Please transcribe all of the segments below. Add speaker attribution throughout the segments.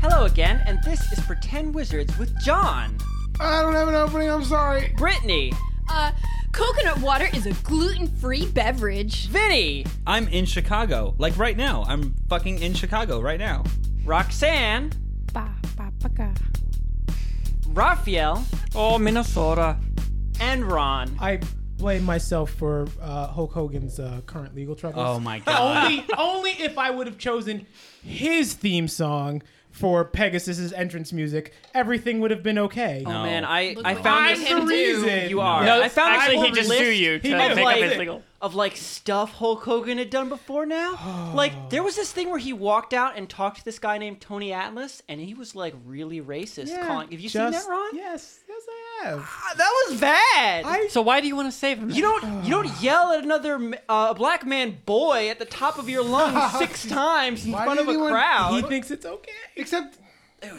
Speaker 1: Hello again, and this is Pretend Wizards with John,
Speaker 2: I don't have an opening. I'm sorry.
Speaker 1: Brittany,
Speaker 3: Uh, coconut water is a gluten free beverage.
Speaker 1: Vinny,
Speaker 4: I'm in Chicago. Like right now. I'm fucking in Chicago right now.
Speaker 1: Roxanne, Raphael,
Speaker 5: Oh, Minnesota.
Speaker 1: and Ron.
Speaker 2: I blame myself for uh, Hulk Hogan's uh, current legal troubles.
Speaker 4: Oh my god.
Speaker 2: only, only if I would have chosen his theme song for Pegasus's entrance music, everything would have been okay.
Speaker 1: Oh man, I, I
Speaker 3: what
Speaker 1: found
Speaker 3: you
Speaker 2: That's
Speaker 1: this.
Speaker 3: him
Speaker 2: the
Speaker 3: do.
Speaker 2: reason.
Speaker 1: You are.
Speaker 5: No,
Speaker 1: I found
Speaker 5: actually,
Speaker 1: this
Speaker 5: he
Speaker 1: whole
Speaker 5: just
Speaker 1: list
Speaker 5: sued you to
Speaker 1: of,
Speaker 2: make up
Speaker 1: like,
Speaker 2: his
Speaker 5: legal.
Speaker 1: Of like stuff Hulk Hogan had done before now. Like there was this thing where he walked out and talked to this guy named Tony Atlas, and he was like really racist. calling. Have you seen
Speaker 2: just-
Speaker 1: that, Ron?
Speaker 2: Yes, yes, I have.
Speaker 1: Ah, That was bad.
Speaker 2: I-
Speaker 5: So why do you want to save him?
Speaker 1: you don't you don't yell at another m- uh, black man boy at the top of your lungs six times in
Speaker 6: Why
Speaker 1: front
Speaker 6: did
Speaker 1: of a
Speaker 6: anyone-
Speaker 1: crowd.
Speaker 2: He thinks it's okay.
Speaker 6: Except,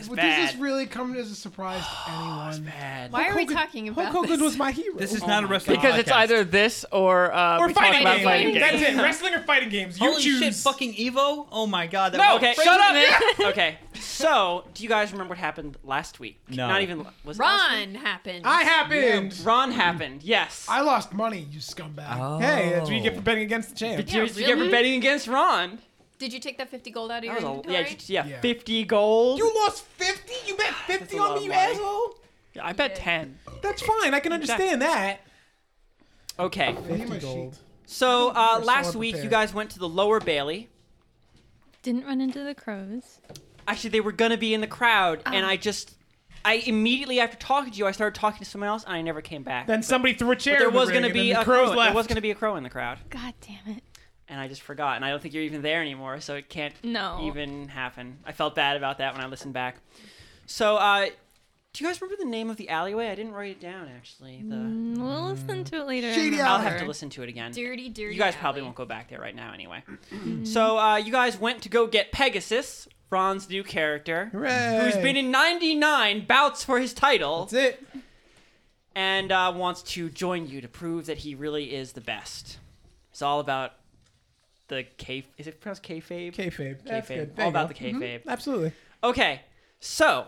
Speaker 6: would
Speaker 1: bad.
Speaker 6: this really come as a surprise to anyone?
Speaker 1: Bad.
Speaker 3: Why are we
Speaker 2: Hogan-
Speaker 3: talking about
Speaker 2: Hulk Hogan
Speaker 3: this?
Speaker 2: was my hero.
Speaker 4: This is
Speaker 1: Oh
Speaker 4: not a wrestling
Speaker 5: because it's
Speaker 4: podcast.
Speaker 5: either this or uh,
Speaker 2: or
Speaker 5: we
Speaker 2: fighting,
Speaker 5: talk about
Speaker 2: games.
Speaker 5: fighting games.
Speaker 2: That's it. Wrestling or fighting games. You
Speaker 4: Holy
Speaker 2: choose.
Speaker 4: shit, fucking Evo? Oh my god. That
Speaker 1: No,
Speaker 4: was-
Speaker 1: okay, shut up. okay, so do you guys remember what happened last week?
Speaker 4: No.
Speaker 1: Not even was it last week?
Speaker 3: Ron happened.
Speaker 2: I happened.
Speaker 1: Ron happened. Yes.
Speaker 6: I lost money, you scumbag.
Speaker 2: Hey, that's what you get for betting against the champ.
Speaker 3: Yeah,
Speaker 1: Oh. Did you get for
Speaker 3: really?
Speaker 1: betting against Ron?
Speaker 3: Did you take that 50 gold out of your
Speaker 1: That was a-
Speaker 3: inventory?
Speaker 1: yeah, you- yeah,
Speaker 6: Yeah.
Speaker 1: fifty gold.
Speaker 2: You lost 50? You bet 50
Speaker 1: a lot
Speaker 2: on
Speaker 1: of
Speaker 2: me, you
Speaker 1: money.
Speaker 2: asshole?
Speaker 5: I bet ten.
Speaker 2: That's fine. I can understand that.
Speaker 1: Okay.
Speaker 6: Give me my sheet.
Speaker 1: So uh, last
Speaker 6: someone
Speaker 1: week you
Speaker 6: prepared.
Speaker 1: guys went to the Lower Bailey.
Speaker 7: Didn't run into the crows.
Speaker 1: Actually, they were gonna be in the crowd, and I just, I immediately after talking to you, I started talking to someone else, and I never came back.
Speaker 2: Then somebody threw a chair.
Speaker 1: there
Speaker 2: in the
Speaker 1: was
Speaker 2: ring,
Speaker 1: gonna
Speaker 2: and
Speaker 1: be
Speaker 2: then the
Speaker 1: a
Speaker 2: crows
Speaker 1: crow.
Speaker 2: left.
Speaker 1: There was gonna be a crow in the crowd,
Speaker 7: God damn it.
Speaker 1: and I just forgot, and I don't think you're even there anymore, so it can't
Speaker 7: No.
Speaker 1: even happen. I felt bad about that when I listened back. So, uh, do you guys remember the name of the alleyway? I didn't write it down actually. The
Speaker 7: We'll listen to it later.
Speaker 6: Shady
Speaker 7: and
Speaker 6: Hour.
Speaker 1: I'll
Speaker 7: remember.
Speaker 1: have to listen to it again.
Speaker 3: Dirty, dirty.
Speaker 1: You guys probably
Speaker 3: alley.
Speaker 1: won't go back there right now anyway. so uh, you guys went to go get Pegasus, Ron's new character,
Speaker 2: Hooray.
Speaker 1: who's been in 99 bouts for his title,
Speaker 2: That's it.
Speaker 1: and uh, wants to join you to prove that he really is the best. It's all about the K. Is it pronounced kayfabe?
Speaker 2: Kayfabe. That's
Speaker 1: Kayfabe.
Speaker 2: good. There
Speaker 1: All
Speaker 2: you
Speaker 1: about
Speaker 2: go. Mm-hmm.
Speaker 1: the kayfabe.
Speaker 2: Absolutely.
Speaker 1: Okay, so.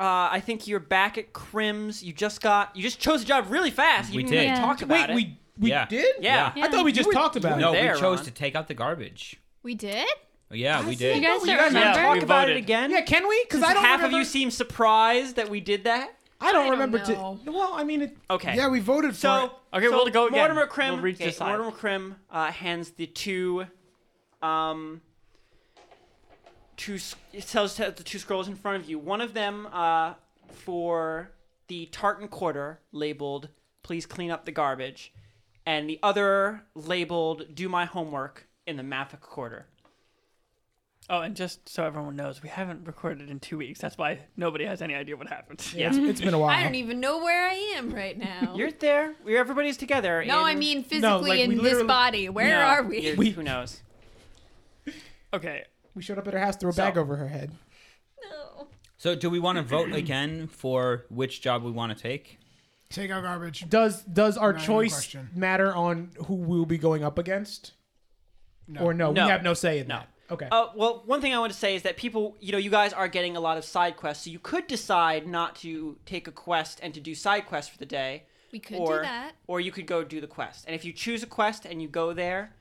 Speaker 1: Uh, I think you're back at Crims. You just got, you just chose a job really fast. You
Speaker 4: We
Speaker 1: didn't really
Speaker 7: did.
Speaker 1: talk about
Speaker 2: Wait,
Speaker 1: it.
Speaker 2: we we
Speaker 4: Yeah.
Speaker 2: did?
Speaker 1: yeah.
Speaker 7: Yeah.
Speaker 2: I thought we just
Speaker 1: You were-
Speaker 2: talked about
Speaker 4: No,
Speaker 2: it.
Speaker 1: there,
Speaker 4: we chose
Speaker 1: Ron.
Speaker 4: to take out the garbage. Oh,
Speaker 3: We did?
Speaker 4: Yeah, we
Speaker 7: You
Speaker 4: did.
Speaker 1: You guys
Speaker 7: guys don't
Speaker 1: want to
Speaker 7: remember?
Speaker 1: talk
Speaker 5: we
Speaker 1: about it
Speaker 5: voted.
Speaker 1: again?
Speaker 2: Yeah, can we? Because
Speaker 1: Since
Speaker 2: I don't
Speaker 1: half
Speaker 2: remember,
Speaker 1: of you seem surprised that we did that.
Speaker 2: I
Speaker 3: I
Speaker 2: don't
Speaker 3: don't
Speaker 2: remember
Speaker 3: know.
Speaker 2: to. Well, I mean, it,
Speaker 1: Okay.
Speaker 6: Yeah, we voted for
Speaker 1: so
Speaker 5: Okay,
Speaker 1: so
Speaker 5: we'll go again.
Speaker 1: Mortimer Krim.
Speaker 5: We'll reach
Speaker 1: okay,
Speaker 5: this side.
Speaker 1: Mortimer Krim uh, hands the two, um, two s- it tells the two scrolls in front of you. One of them uh, for the tartan quarter labeled "Please clean up the garbage," and the other labeled "Do my homework" in the Maffic quarter.
Speaker 5: Oh, and just so everyone knows, we haven't recorded in two weeks. That's why nobody has any idea what happened.
Speaker 1: Yeah.
Speaker 2: it's been a while.
Speaker 3: I don't even know where I am right now.
Speaker 1: You're there. We're everybody's together.
Speaker 3: Oh. no,
Speaker 1: in-
Speaker 3: I mean physically
Speaker 2: like, we
Speaker 3: in this
Speaker 2: literally-
Speaker 3: body. Where
Speaker 1: No,
Speaker 3: are we?
Speaker 1: you're-
Speaker 2: We-
Speaker 1: Who knows?
Speaker 5: Okay.
Speaker 2: we showed up at her house, threw a bag over her head.
Speaker 3: No.
Speaker 4: So do we want to vote again for which job we want to take?
Speaker 6: take out garbage.
Speaker 2: Does does our
Speaker 6: Not even a
Speaker 2: choice
Speaker 6: question.
Speaker 2: matter on who we'll be going up against?
Speaker 6: No.
Speaker 2: Or no,
Speaker 1: No.
Speaker 2: we have no say in
Speaker 1: No.
Speaker 2: that. Okay.
Speaker 5: Oh.
Speaker 1: Uh, well, one thing I want to say is that people, you know, you guys are getting a lot of side quests, so you could decide not to take a quest and to do side quests for the day,
Speaker 3: We could
Speaker 1: or
Speaker 3: do that.
Speaker 1: or you could go do the quest. And if you choose a quest and you go there,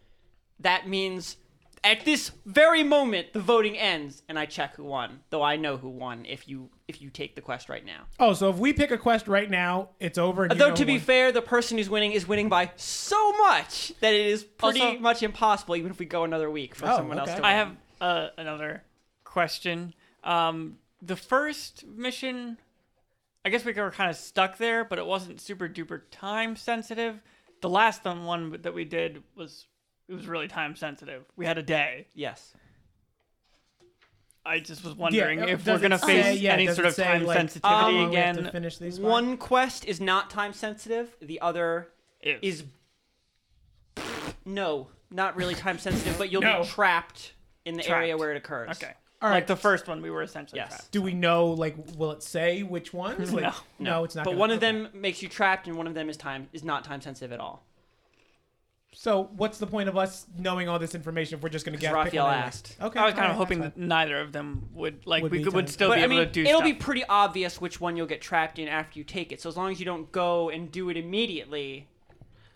Speaker 1: that means at this very moment the voting ends, and I check who won. Though I know who won if you if you take the quest right now.
Speaker 2: oh, so if we pick a quest right now, it's over. And Oh, you
Speaker 1: Though
Speaker 2: know
Speaker 1: to
Speaker 2: who
Speaker 1: be
Speaker 2: won.
Speaker 1: fair, the person who's winning is winning by so much that it is pretty
Speaker 5: Also-
Speaker 1: much impossible, even if we go another week, for
Speaker 2: Oh,
Speaker 1: someone else
Speaker 2: okay.
Speaker 1: to win.
Speaker 5: I have uh, another question. Um, the first mission, I guess we were kind of stuck there, but it wasn't super duper time sensitive. The last one- one that we did was it was really time sensitive. We had a day.
Speaker 1: yes.
Speaker 5: I just was wondering
Speaker 2: Yeah, uh,
Speaker 5: if
Speaker 2: does
Speaker 5: we're
Speaker 2: it
Speaker 5: gonna
Speaker 2: say-
Speaker 5: face
Speaker 2: yeah,
Speaker 5: any
Speaker 2: does
Speaker 5: sort
Speaker 2: it
Speaker 5: of
Speaker 2: say,
Speaker 5: time
Speaker 2: like, how
Speaker 5: sensitivity
Speaker 2: long we have to
Speaker 5: again.
Speaker 2: finish these five?
Speaker 1: One quest is not time sensitive. The other
Speaker 5: If-
Speaker 1: is no, not really time sensitive, but you'll
Speaker 2: No.
Speaker 1: be trapped in the area
Speaker 5: Trapped.
Speaker 1: where it occurs.
Speaker 5: okay.
Speaker 2: All
Speaker 5: Like
Speaker 2: right.
Speaker 5: the first one, we were essentially
Speaker 1: Yes.
Speaker 5: trapped.
Speaker 2: Do we know? Like, will it say which ones? Like,
Speaker 5: No.
Speaker 2: no, it's not.
Speaker 1: But
Speaker 2: gonna-
Speaker 1: one of
Speaker 2: okay.
Speaker 1: them makes you trapped, and one of them is time is not time sensitive at all.
Speaker 2: So what's the point of us knowing all this information if we're just going to
Speaker 1: Because
Speaker 2: get
Speaker 1: Raphael asked.
Speaker 2: Okay.
Speaker 5: I was kind
Speaker 2: alright,
Speaker 5: of hoping
Speaker 2: that's
Speaker 5: that neither of them would like
Speaker 2: Would
Speaker 5: we
Speaker 2: be
Speaker 5: could, would
Speaker 2: tied.
Speaker 5: still
Speaker 1: But
Speaker 5: be
Speaker 1: I
Speaker 5: able
Speaker 1: mean,
Speaker 5: to do
Speaker 1: it'll
Speaker 5: stuff.
Speaker 1: be pretty obvious which one you'll get trapped in after you take it. So as long as you don't go and do it immediately,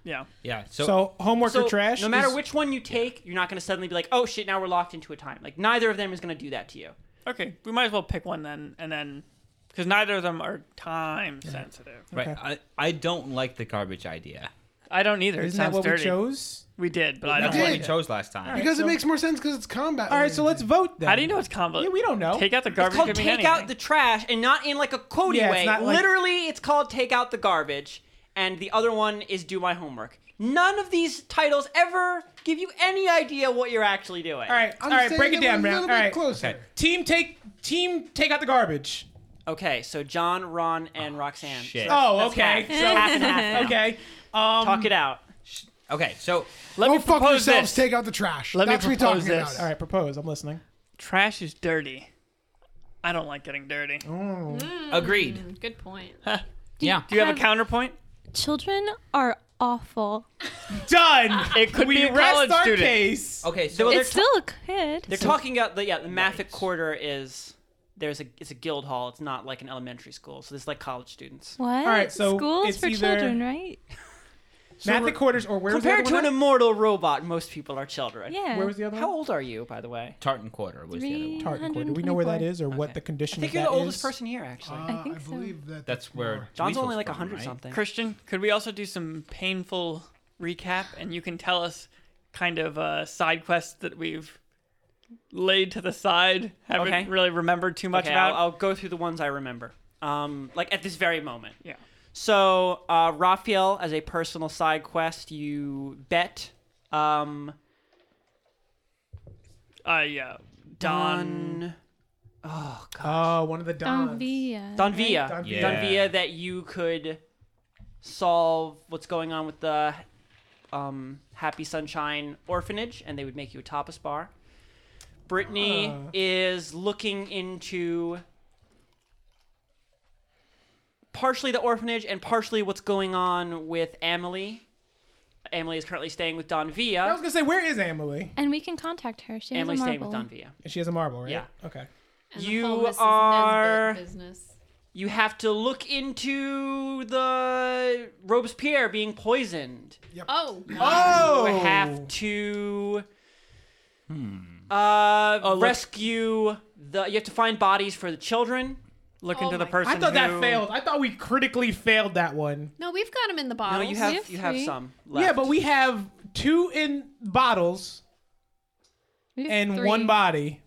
Speaker 5: yeah.
Speaker 4: Yeah.
Speaker 2: fine.
Speaker 4: So,
Speaker 2: So homework
Speaker 1: so
Speaker 2: or trash?
Speaker 1: no matter
Speaker 2: is-
Speaker 1: which one you take, you're not going to suddenly be like, "Oh shit, now we're locked into a time." Like neither of them is going to do that to you.
Speaker 5: Okay, we might as well pick one then, and then because neither of them are time sensitive.
Speaker 4: right.
Speaker 2: okay.
Speaker 4: I, I don't like the garbage idea.
Speaker 5: I don't either. it
Speaker 2: Isn't that
Speaker 5: sounds
Speaker 2: what
Speaker 5: dirty.
Speaker 2: we chose?
Speaker 5: We did, but I
Speaker 4: That's
Speaker 5: don't.
Speaker 6: did.
Speaker 4: what
Speaker 5: Like
Speaker 4: we chose last time.
Speaker 6: Because it makes more sense because it's combat.
Speaker 2: All right, so let's vote then.
Speaker 5: How do you know it's convoluted?
Speaker 2: Yeah, we don't know.
Speaker 5: Take out the
Speaker 1: It's
Speaker 5: garbage.
Speaker 1: called
Speaker 5: could mean
Speaker 1: take
Speaker 5: anything.
Speaker 1: out the trash, and not in like a Cody
Speaker 2: Yeah, it's
Speaker 1: way.
Speaker 2: not like-
Speaker 1: Literally, it's called take out the garbage, and the other one is do my homework. None of these titles ever give you any idea what you're actually doing.
Speaker 2: All right,
Speaker 6: I'm
Speaker 2: all right,
Speaker 6: saying
Speaker 2: break it
Speaker 6: that we're
Speaker 2: down,
Speaker 6: a
Speaker 2: man.
Speaker 6: little
Speaker 2: All
Speaker 6: bit
Speaker 2: right,
Speaker 6: closer.
Speaker 4: Okay.
Speaker 2: team take team take out the garbage.
Speaker 1: Okay, so John, Ron, and Roxanne.
Speaker 4: shit.
Speaker 1: So
Speaker 2: Oh,
Speaker 1: that's
Speaker 2: okay.
Speaker 1: half. half and half. now.
Speaker 2: Okay. Um,
Speaker 1: Talk it out.
Speaker 4: Okay. So
Speaker 5: Let me
Speaker 6: Go fuck
Speaker 5: propose
Speaker 6: yourselves.
Speaker 5: this.
Speaker 6: Take out the trash.
Speaker 5: Let me
Speaker 6: That's what we're
Speaker 5: propose
Speaker 6: talking
Speaker 5: this.
Speaker 6: about.
Speaker 2: All right, propose. I'm listening.
Speaker 5: Trash is dirty. I don't like getting dirty.
Speaker 4: agreed.
Speaker 3: Good point.
Speaker 4: Yeah.
Speaker 5: Do you have a
Speaker 7: Um,
Speaker 5: counterpoint?
Speaker 7: Children are awful.
Speaker 2: Done.
Speaker 5: It could
Speaker 2: we
Speaker 5: be a
Speaker 2: rest
Speaker 5: college
Speaker 2: our
Speaker 5: student.
Speaker 2: case.
Speaker 1: Oh,
Speaker 4: Okay. So
Speaker 1: they're
Speaker 7: it's still a kid.
Speaker 1: They're talking about the yeah, the Mathic Quarter is there's a it's a guild hall. It's not like an elementary school, so this is like college students.
Speaker 7: What?
Speaker 2: right, so
Speaker 7: Schools
Speaker 2: it's
Speaker 7: for
Speaker 2: either-
Speaker 7: children, right?
Speaker 2: Math the quarters or where's
Speaker 1: Compared
Speaker 2: the
Speaker 1: to
Speaker 2: other
Speaker 1: an
Speaker 2: one?
Speaker 1: immortal robot, most people are children.
Speaker 7: Yeah.
Speaker 2: Where was the other
Speaker 1: How
Speaker 2: one?
Speaker 1: old are you, by the way?
Speaker 4: Tartan Quarter was the other one.
Speaker 2: Tartan quarter. Do we know where that
Speaker 7: 324.
Speaker 2: is or what the
Speaker 1: I
Speaker 2: condition
Speaker 1: think
Speaker 2: of
Speaker 1: you're the
Speaker 2: that
Speaker 1: oldest
Speaker 2: is?
Speaker 1: person here, actually.
Speaker 6: Uh,
Speaker 7: I think so.
Speaker 6: believe that
Speaker 4: That's where
Speaker 1: John's only
Speaker 4: Dweezil's
Speaker 1: like
Speaker 4: from,
Speaker 1: hundred
Speaker 4: right?
Speaker 1: something.
Speaker 5: Christian, could we also do some painful recap and you can tell us kind of uh, side quests that we've laid to the side, haven't
Speaker 1: Okay.
Speaker 5: really remembered too much
Speaker 1: Okay,
Speaker 5: about?
Speaker 1: I'll, I'll go through the ones I remember. Um, like at this very moment.
Speaker 5: yeah.
Speaker 1: So, uh, Raphael, as a personal side quest, you bet um,
Speaker 5: Uh, yeah. Don.
Speaker 1: Don. Oh God.
Speaker 2: Oh, one of the dons.
Speaker 7: Don't be, uh,
Speaker 1: Don Villa.
Speaker 4: Villa.
Speaker 2: Don
Speaker 1: Don
Speaker 4: Yeah.
Speaker 1: Villa that you could solve what's going on with the um, Happy Sunshine orphanage, and they would make you a tapas bar. Brittany
Speaker 2: Ah.
Speaker 1: is looking into partially the orphanage and partially what's going on with Emily. Emily is currently staying with Don
Speaker 2: I was
Speaker 1: Villa.
Speaker 2: gonna say, where is Emily?
Speaker 7: And we can contact her. She has
Speaker 1: Emily's
Speaker 7: a
Speaker 1: staying with
Speaker 7: marble.
Speaker 1: Don Villa.
Speaker 2: She has a marble, right?
Speaker 1: Yeah.
Speaker 2: Okay.
Speaker 3: And the
Speaker 1: You
Speaker 3: whole Mrs. Nesbitt
Speaker 1: are-
Speaker 3: Business.
Speaker 1: You have to look into the Robespierre being poisoned.
Speaker 3: Oh,
Speaker 2: Oh. Hmm.
Speaker 1: You have to uh,
Speaker 2: Oh,
Speaker 1: rescue the. You have to find bodies for the children.
Speaker 5: Look
Speaker 3: Oh
Speaker 5: into the
Speaker 3: my- I
Speaker 5: person
Speaker 2: I thought that
Speaker 5: who-
Speaker 2: failed. I thought we critically failed that one.
Speaker 3: no, we've got him in the
Speaker 1: No,
Speaker 3: bottle.
Speaker 1: Oh, you have
Speaker 7: have
Speaker 1: you have
Speaker 7: three.
Speaker 1: some. Left.
Speaker 2: Yeah, but we have two in bottles
Speaker 7: We have
Speaker 2: and
Speaker 7: three.
Speaker 2: one body.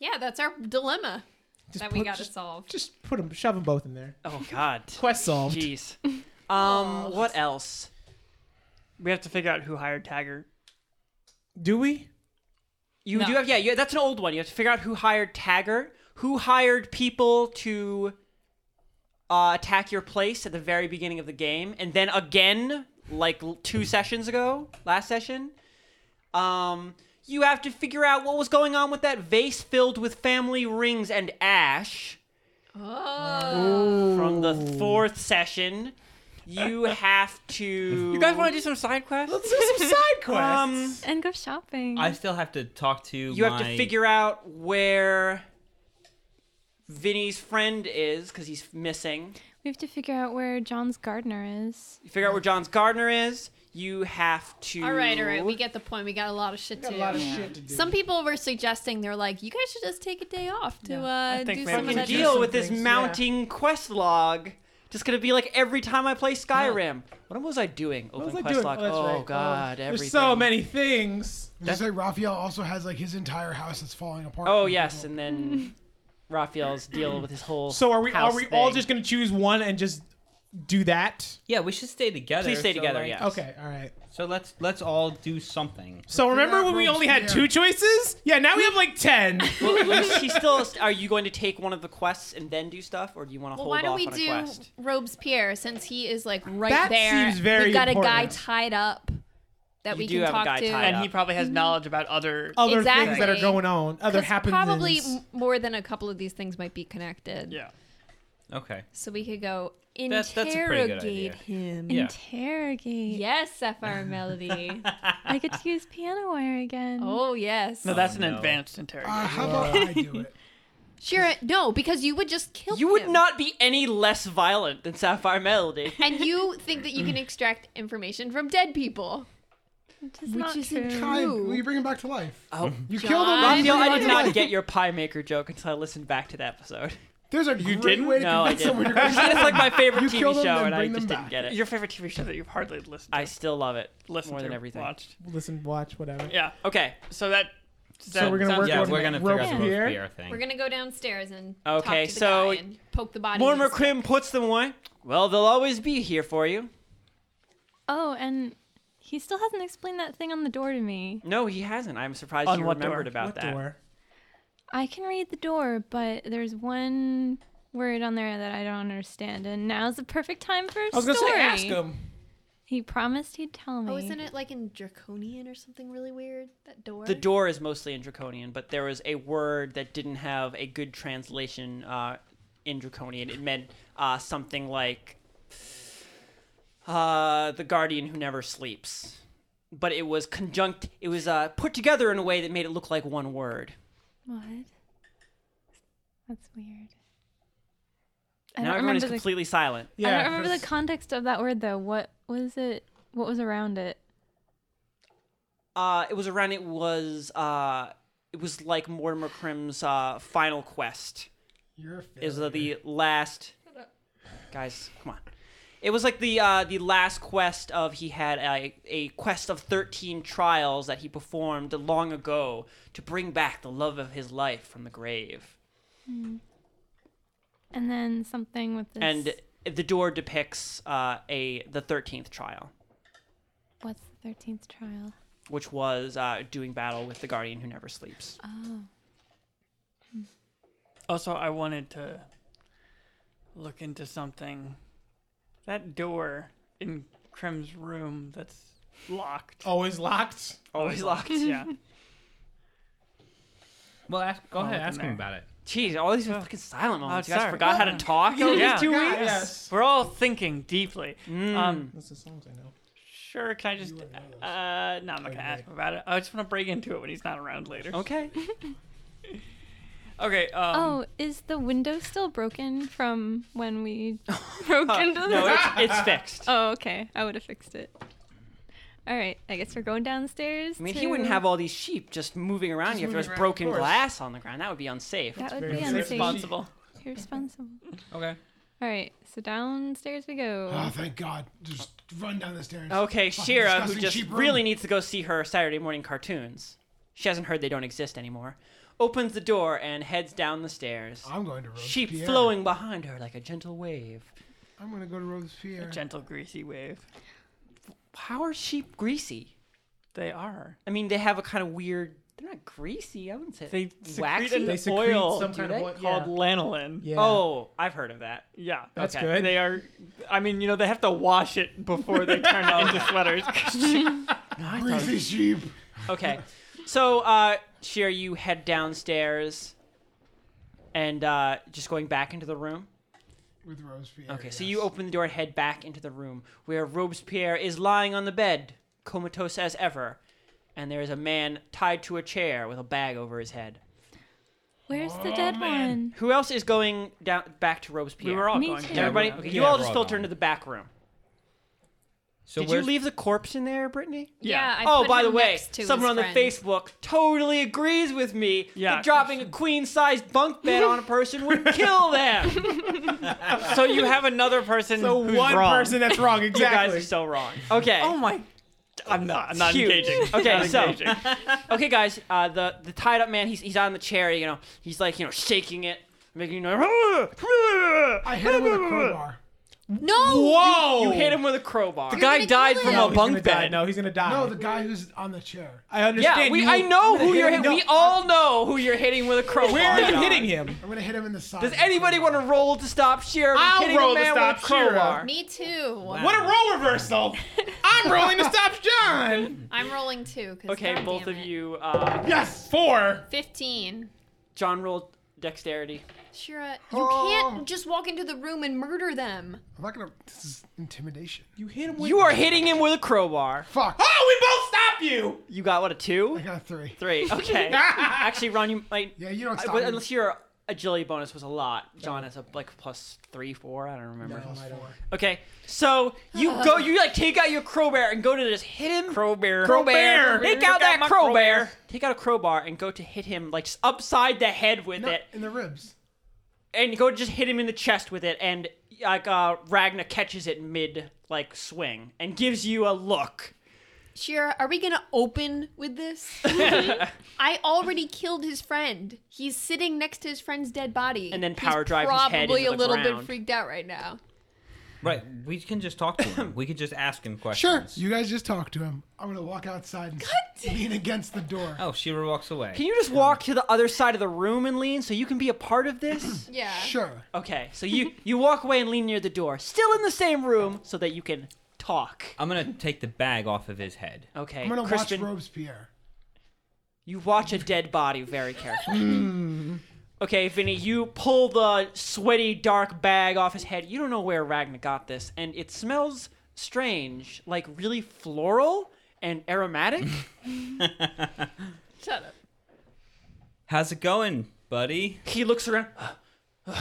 Speaker 3: Yeah, that's our dilemma
Speaker 2: Just
Speaker 3: that we
Speaker 2: put-
Speaker 3: got to
Speaker 2: just-
Speaker 3: solve.
Speaker 2: Just put them, shove them both in there.
Speaker 1: Oh God.
Speaker 2: Quest solved.
Speaker 1: Jeez.
Speaker 3: Oh,
Speaker 1: Um. What else?
Speaker 5: We have to figure out who hired Taggart.
Speaker 2: Do we?
Speaker 1: You
Speaker 3: No.
Speaker 1: do have yeah, yeah. That's an old one. You have to figure out who hired Taggart, who hired people to uh, attack your place at the very beginning of the game, and then again, like l- two sessions ago, last session, um, you have to figure out what was going on with that vase filled with family rings and ash
Speaker 3: Oh,
Speaker 1: from the fourth session. You have to.
Speaker 5: You guys want to do some side quests?
Speaker 2: Let's do some side quests.
Speaker 1: Um,
Speaker 7: And go shopping.
Speaker 4: I still have to talk to.
Speaker 1: You have
Speaker 4: my-
Speaker 1: to figure out where Vinny's friend is because he's missing.
Speaker 7: We have to figure out where John's gardener is.
Speaker 1: You figure out where John's gardener is. You have to.
Speaker 3: all right, all right. We get the point. We got a lot of shit to
Speaker 2: Got
Speaker 3: do.
Speaker 2: a lot of shit to do.
Speaker 3: Some people were suggesting they're like, you guys should just take a day off to uh,
Speaker 5: I think
Speaker 3: do
Speaker 5: maybe
Speaker 3: some of
Speaker 5: we
Speaker 1: can
Speaker 3: that.
Speaker 5: should do
Speaker 1: deal
Speaker 2: some
Speaker 1: with this
Speaker 2: things, yeah.
Speaker 1: mounting quest log. Just gonna be like every time I play Skyrim. What was I doing? Open
Speaker 2: What was I
Speaker 1: quest
Speaker 2: doing?
Speaker 1: log.
Speaker 2: Oh, that's
Speaker 1: oh
Speaker 2: right.
Speaker 1: god,
Speaker 2: Oh,
Speaker 1: everything.
Speaker 2: There's so many things.
Speaker 6: Just like Raphael also has like his entire house that's falling apart.
Speaker 1: Oh yes, and then Raphael's deal with his whole.
Speaker 2: So are we are
Speaker 1: house
Speaker 2: we all
Speaker 1: thing.
Speaker 2: just gonna choose one and just do that?
Speaker 4: Yeah, we should stay together.
Speaker 1: Please stay
Speaker 4: so,
Speaker 1: together,
Speaker 4: like-
Speaker 1: yeah.
Speaker 2: Okay, all right.
Speaker 4: So let's let's all do something.
Speaker 2: So remember
Speaker 6: out
Speaker 2: when we
Speaker 6: Robespierre.
Speaker 2: only had two choices? Yeah, now we have like ten.
Speaker 1: Well, at least he still. Are you going to take one of the quests and then do stuff, or do you want to
Speaker 3: Well,
Speaker 1: hold
Speaker 3: why don't
Speaker 1: off
Speaker 3: we
Speaker 1: on a
Speaker 3: do
Speaker 1: quest?
Speaker 3: Robespierre since he is like right
Speaker 2: That
Speaker 3: there?
Speaker 2: seems very
Speaker 3: We've got a guy
Speaker 2: important.
Speaker 3: tied up that
Speaker 1: You
Speaker 3: we
Speaker 1: do
Speaker 3: can
Speaker 1: have a
Speaker 3: talk
Speaker 1: guy
Speaker 3: to.
Speaker 1: tied
Speaker 5: and he probably has knowledge about other.
Speaker 2: Other things that are
Speaker 3: Exactly.
Speaker 2: going on. Other
Speaker 3: 'Cause
Speaker 2: happenings.
Speaker 3: Probably m- more than a couple of these things might be connected.
Speaker 5: yeah.
Speaker 4: Okay.
Speaker 3: so we could go
Speaker 4: That's- that's a pretty good
Speaker 3: interrogate
Speaker 4: idea.
Speaker 3: him.
Speaker 4: Yeah.
Speaker 7: Interrogate.
Speaker 3: Yes, Sapphire Melody.
Speaker 7: I get to use piano wire again.
Speaker 3: oh yes.
Speaker 5: No, that's
Speaker 4: Oh,
Speaker 5: an
Speaker 4: no.
Speaker 5: advanced interrogation.
Speaker 6: Uh, how about I do it?
Speaker 3: Shira, no, because you would just kill
Speaker 1: You would
Speaker 3: him.
Speaker 1: not be any less violent than Sapphire Melody.
Speaker 3: And you think that you can extract information from dead people.
Speaker 7: Which is not
Speaker 3: isn't
Speaker 7: true.
Speaker 6: Kai,
Speaker 3: Ooh.
Speaker 6: will you bring him back to life?
Speaker 1: Oh,
Speaker 6: You killed him.
Speaker 1: Raphael,
Speaker 3: John.
Speaker 6: you bring him
Speaker 1: I
Speaker 6: back
Speaker 1: did
Speaker 6: to
Speaker 1: not
Speaker 6: life.
Speaker 1: get your pie maker joke until I listened back to the episode.
Speaker 6: There's a great
Speaker 1: didn't?
Speaker 6: way to
Speaker 1: No, I
Speaker 6: convince
Speaker 1: didn't.
Speaker 6: someone you're
Speaker 1: It's like my favorite
Speaker 6: You
Speaker 1: TV
Speaker 6: killed them,
Speaker 1: show,
Speaker 6: then
Speaker 1: and I
Speaker 6: bring
Speaker 1: just
Speaker 6: them
Speaker 1: didn't
Speaker 6: back.
Speaker 1: get it.
Speaker 5: Your favorite TV show that you've hardly listened to.
Speaker 1: I still love it
Speaker 5: listened
Speaker 1: more
Speaker 5: to,
Speaker 1: than everything.
Speaker 5: Watched.
Speaker 2: Listen, watch, whatever.
Speaker 5: Yeah.
Speaker 1: Okay,
Speaker 5: So that.
Speaker 2: So
Speaker 5: that
Speaker 2: we're gonna
Speaker 5: sounds
Speaker 2: work
Speaker 5: good.
Speaker 4: Yeah,
Speaker 2: on-
Speaker 4: we're gonna
Speaker 2: Rope
Speaker 4: figure out the rope
Speaker 2: here.
Speaker 4: fear thing.
Speaker 3: We're gonna go downstairs and
Speaker 1: Okay,
Speaker 3: talk to the
Speaker 1: so-
Speaker 3: guy and poke the body.
Speaker 1: Mortimer
Speaker 3: in his-
Speaker 1: Krim puts them away. Well, they'll always be here for you.
Speaker 7: Oh, and he still hasn't explained that thing on the door to me.
Speaker 1: No, he hasn't. I'm surprised
Speaker 5: On
Speaker 1: you
Speaker 5: what
Speaker 1: remembered
Speaker 5: door?
Speaker 1: about
Speaker 2: What
Speaker 1: that.
Speaker 2: door?
Speaker 7: I can read the door, but there's one word on there that I don't understand, and now's the perfect time for a
Speaker 2: I was gonna
Speaker 7: story.
Speaker 2: say, ask him.
Speaker 7: He promised he'd tell me.
Speaker 3: Oh, isn't it like in Draconian or something really weird? That door.
Speaker 1: The door is mostly in Draconian, but there was a word that didn't have a good translation uh, in Draconian. It meant uh, something like uh, the guardian who never sleeps, but it was conjunct. It was uh, put together in a way that made it look like one word.
Speaker 7: What? That's weird. I
Speaker 1: Now
Speaker 7: don't
Speaker 1: everyone is
Speaker 7: remember the
Speaker 1: completely silent.
Speaker 7: I
Speaker 2: Yeah,
Speaker 7: don't remember the
Speaker 2: that's-
Speaker 7: context of that word though. What was it? What was around it?
Speaker 1: Uh, it was around. It was. Uh, it was like Mortimer Crim's uh, final quest.
Speaker 6: You're a
Speaker 1: is uh, the last guys come on it was like the uh, the last quest of he had a, a quest of 13 trials that he performed long ago to bring back the love of his life from the grave
Speaker 7: And then something with this.
Speaker 1: and the door depicts uh, a the 13th trial
Speaker 7: what's the thirteenth trial?
Speaker 1: which was uh, doing battle with the guardian who never sleeps
Speaker 5: Also, I wanted to look into something. That door in Krim's room that's locked.
Speaker 2: Always locked.
Speaker 1: always locked
Speaker 5: Yeah.
Speaker 4: Well, ask, go ahead,
Speaker 5: look in
Speaker 4: ask him
Speaker 5: there.
Speaker 4: about it.
Speaker 1: jeez all these fucking silent moments you guys
Speaker 5: sorry.
Speaker 1: forgot how to talk
Speaker 5: yeah.
Speaker 2: Two
Speaker 6: Guys.
Speaker 2: weeks. Yes.
Speaker 5: We're all thinking deeply.
Speaker 2: Mm.
Speaker 5: Um,
Speaker 2: That's the songs I know.
Speaker 5: sure, can I just. Uh, no, I'm not going to ask him about it. I just want to break into it when he's not around later.
Speaker 1: okay
Speaker 5: Okay. Um,
Speaker 7: oh, is the window still broken from when we broke into the?
Speaker 1: Uh, no it's, it's fixed
Speaker 7: oh, okay. I would have fixed it. All right. I guess we're going downstairs.
Speaker 1: I mean,
Speaker 7: to...
Speaker 1: he wouldn't have all these sheep just moving around
Speaker 2: Just
Speaker 1: here if there was
Speaker 2: moving around, of
Speaker 1: broken
Speaker 2: course.
Speaker 1: glass on the ground. That would be unsafe.
Speaker 7: That would
Speaker 2: very
Speaker 7: be
Speaker 2: unsafe.
Speaker 7: unsafe.
Speaker 5: Responsible.
Speaker 7: Irresponsible.
Speaker 4: Okay.
Speaker 7: All right. So downstairs we go.
Speaker 6: Oh, thank God. Just run down the stairs.
Speaker 1: Okay,
Speaker 6: Fucking
Speaker 1: Shira, who
Speaker 6: disgusting
Speaker 1: just
Speaker 6: cheap room.
Speaker 1: really needs to go see her Saturday morning cartoons, she hasn't heard they don't exist anymore, opens the door and heads down the stairs.
Speaker 6: I'm going to roast
Speaker 1: sheep
Speaker 6: Pierre.
Speaker 1: flowing behind her like a gentle wave.
Speaker 6: I'm going to go to Robespierre.
Speaker 5: Gentle, greasy wave.
Speaker 1: How are sheep greasy?
Speaker 5: They are.
Speaker 1: I mean, they have a kind of weird. They're not greasy. I wouldn't say
Speaker 5: They
Speaker 1: waxy.
Speaker 5: secrete an
Speaker 2: They secrete
Speaker 5: oil
Speaker 2: some
Speaker 5: do
Speaker 2: kind of
Speaker 5: they?
Speaker 2: oil-
Speaker 5: called
Speaker 2: yeah.
Speaker 5: lanolin.
Speaker 2: Yeah.
Speaker 1: Oh, I've heard of that.
Speaker 5: Yeah.
Speaker 2: that's
Speaker 1: okay.
Speaker 2: good.
Speaker 5: They are. I mean, you know, they have to wash it before they turn it into sweaters.
Speaker 6: Greasy sheep.
Speaker 1: Okay. So, uh, Sheer, you head downstairs and uh, just going back into the room.
Speaker 6: With Robespierre.
Speaker 1: Okay, so you open the door and head back into the room where Robespierre is lying on the bed, comatose as ever, and there is a man tied to a chair with a bag over his head.
Speaker 7: Where's the dead one?
Speaker 1: Who else is going down back to Robespierre?
Speaker 5: we were all
Speaker 7: Me
Speaker 5: going.
Speaker 7: too.
Speaker 5: down.
Speaker 1: Everybody,
Speaker 4: Yeah,
Speaker 1: okay,
Speaker 4: we're
Speaker 1: you
Speaker 4: all-
Speaker 1: all
Speaker 4: yeah,
Speaker 1: just
Speaker 4: we're all
Speaker 1: filter
Speaker 4: gone.
Speaker 1: into the back room.
Speaker 4: So
Speaker 1: Did you
Speaker 4: where's-
Speaker 1: leave the corpse in there, Brittany?
Speaker 5: Yeah.
Speaker 3: Yeah. I
Speaker 1: oh,
Speaker 3: put
Speaker 1: by
Speaker 3: him
Speaker 1: the way,
Speaker 3: next to
Speaker 1: someone
Speaker 3: his
Speaker 1: on the
Speaker 3: friend.
Speaker 1: Facebook totally agrees with me
Speaker 5: Yeah,
Speaker 1: that dropping a queen sized bunk bed on a person would kill them.
Speaker 5: So you have another person
Speaker 2: So
Speaker 5: who's
Speaker 2: one
Speaker 5: wrong.
Speaker 2: person that's wrong.
Speaker 1: you guys
Speaker 2: Exactly.
Speaker 1: are so wrong. Okay.
Speaker 5: Oh my. I'm not. I'm not
Speaker 1: Huge.
Speaker 5: engaging.
Speaker 1: Okay,
Speaker 5: Not
Speaker 1: so-
Speaker 5: engaging.
Speaker 1: Okay, guys, uh, the the tied up man, he's he's on the chair, you know, he's like you know shaking it, making you know.
Speaker 6: I hit him with a crowbar.
Speaker 3: no.
Speaker 1: You hit him with a crowbar.
Speaker 3: You're
Speaker 5: guy
Speaker 3: gonna
Speaker 5: died
Speaker 3: kill
Speaker 5: from
Speaker 2: no,
Speaker 5: a
Speaker 3: him.
Speaker 2: he's
Speaker 5: bunk
Speaker 2: gonna die.
Speaker 5: bed.
Speaker 2: No, he's gonna die.
Speaker 6: No, the guy who's on the chair.
Speaker 2: I understand.
Speaker 1: yeah, we,
Speaker 2: you-
Speaker 1: I know
Speaker 2: I'm
Speaker 1: who
Speaker 2: gonna
Speaker 1: you're
Speaker 2: hit him.
Speaker 1: hitting. We
Speaker 2: No,
Speaker 1: all know who you're hitting with a crowbar.
Speaker 2: Where are you
Speaker 1: John.
Speaker 2: hitting him?
Speaker 6: I'm going to hit him in the side.
Speaker 1: Does anybody want to roll to stop Shira? from
Speaker 2: I'll
Speaker 1: hitting a
Speaker 2: roll to
Speaker 1: man
Speaker 2: stop
Speaker 1: with a crowbar.
Speaker 3: Me too.
Speaker 2: What a role reversal! I'm rolling to stop John.
Speaker 3: I'm rolling too. 'cause
Speaker 1: Okay,
Speaker 3: God
Speaker 1: both
Speaker 3: damn
Speaker 1: of
Speaker 3: it.
Speaker 1: you. Uh,
Speaker 2: Yes, four.
Speaker 3: Fifteen.
Speaker 1: John rolled. Dexterity.
Speaker 3: Shira, you can't just walk into the room and murder them.
Speaker 6: I'm not gonna. This is intimidation.
Speaker 2: You hit him with
Speaker 1: You are hitting him with a crowbar.
Speaker 6: Fuck.
Speaker 2: Oh, we both stop you.
Speaker 1: You got what a two,
Speaker 6: I got three.
Speaker 1: three. Okay. Actually, Ron, you might.
Speaker 6: Yeah, you don't
Speaker 1: I-
Speaker 6: stop.
Speaker 1: well,
Speaker 6: me.
Speaker 1: unless your agility bonus was a lot. John has a like plus three, four. I don't remember.
Speaker 6: Plus four.
Speaker 1: Okay, so you go, you like take out your crowbar and go to just hit him.
Speaker 5: Crowbar.
Speaker 1: Crowbar. Take out that
Speaker 5: my
Speaker 1: crowbar. Take out a crowbar and go to hit him like s- upside the head with
Speaker 6: No,
Speaker 1: it,
Speaker 6: in the ribs.
Speaker 1: and go just hit him in the chest with it, and like uh, Ragna catches it mid like swing and gives you a look.
Speaker 3: Shira, are we gonna open with this? I already killed his friend. He's sitting next to his friend's dead body.
Speaker 1: And then
Speaker 3: He's
Speaker 1: power drive his head
Speaker 3: probably
Speaker 1: into the
Speaker 3: a little
Speaker 1: ground.
Speaker 3: bit freaked out right now.
Speaker 4: Right. We can just talk to him. We could just ask him
Speaker 6: Sure.
Speaker 4: questions.
Speaker 6: You guys just talk to him. I'm gonna walk outside and lean against the door.
Speaker 4: Oh, Shira walks away.
Speaker 1: Can you just walk to the other side of the room and lean so you can be a part of this?
Speaker 3: Yeah.
Speaker 6: Sure.
Speaker 1: okay, so you you walk away and lean near the door, still in the same room, so that you can talk.
Speaker 4: I'm gonna take the bag off of his head.
Speaker 1: Okay,
Speaker 6: I'm gonna
Speaker 1: Crispin,
Speaker 6: watch Robespierre.
Speaker 1: You watch a dead body very carefully.
Speaker 6: Hmm.
Speaker 1: okay, Vinny, you pull the sweaty, dark bag off his head. You don't know where Ragna got this, and it smells strange, like really floral and aromatic.
Speaker 3: Shut up.
Speaker 4: How's it going, buddy?
Speaker 1: he looks around.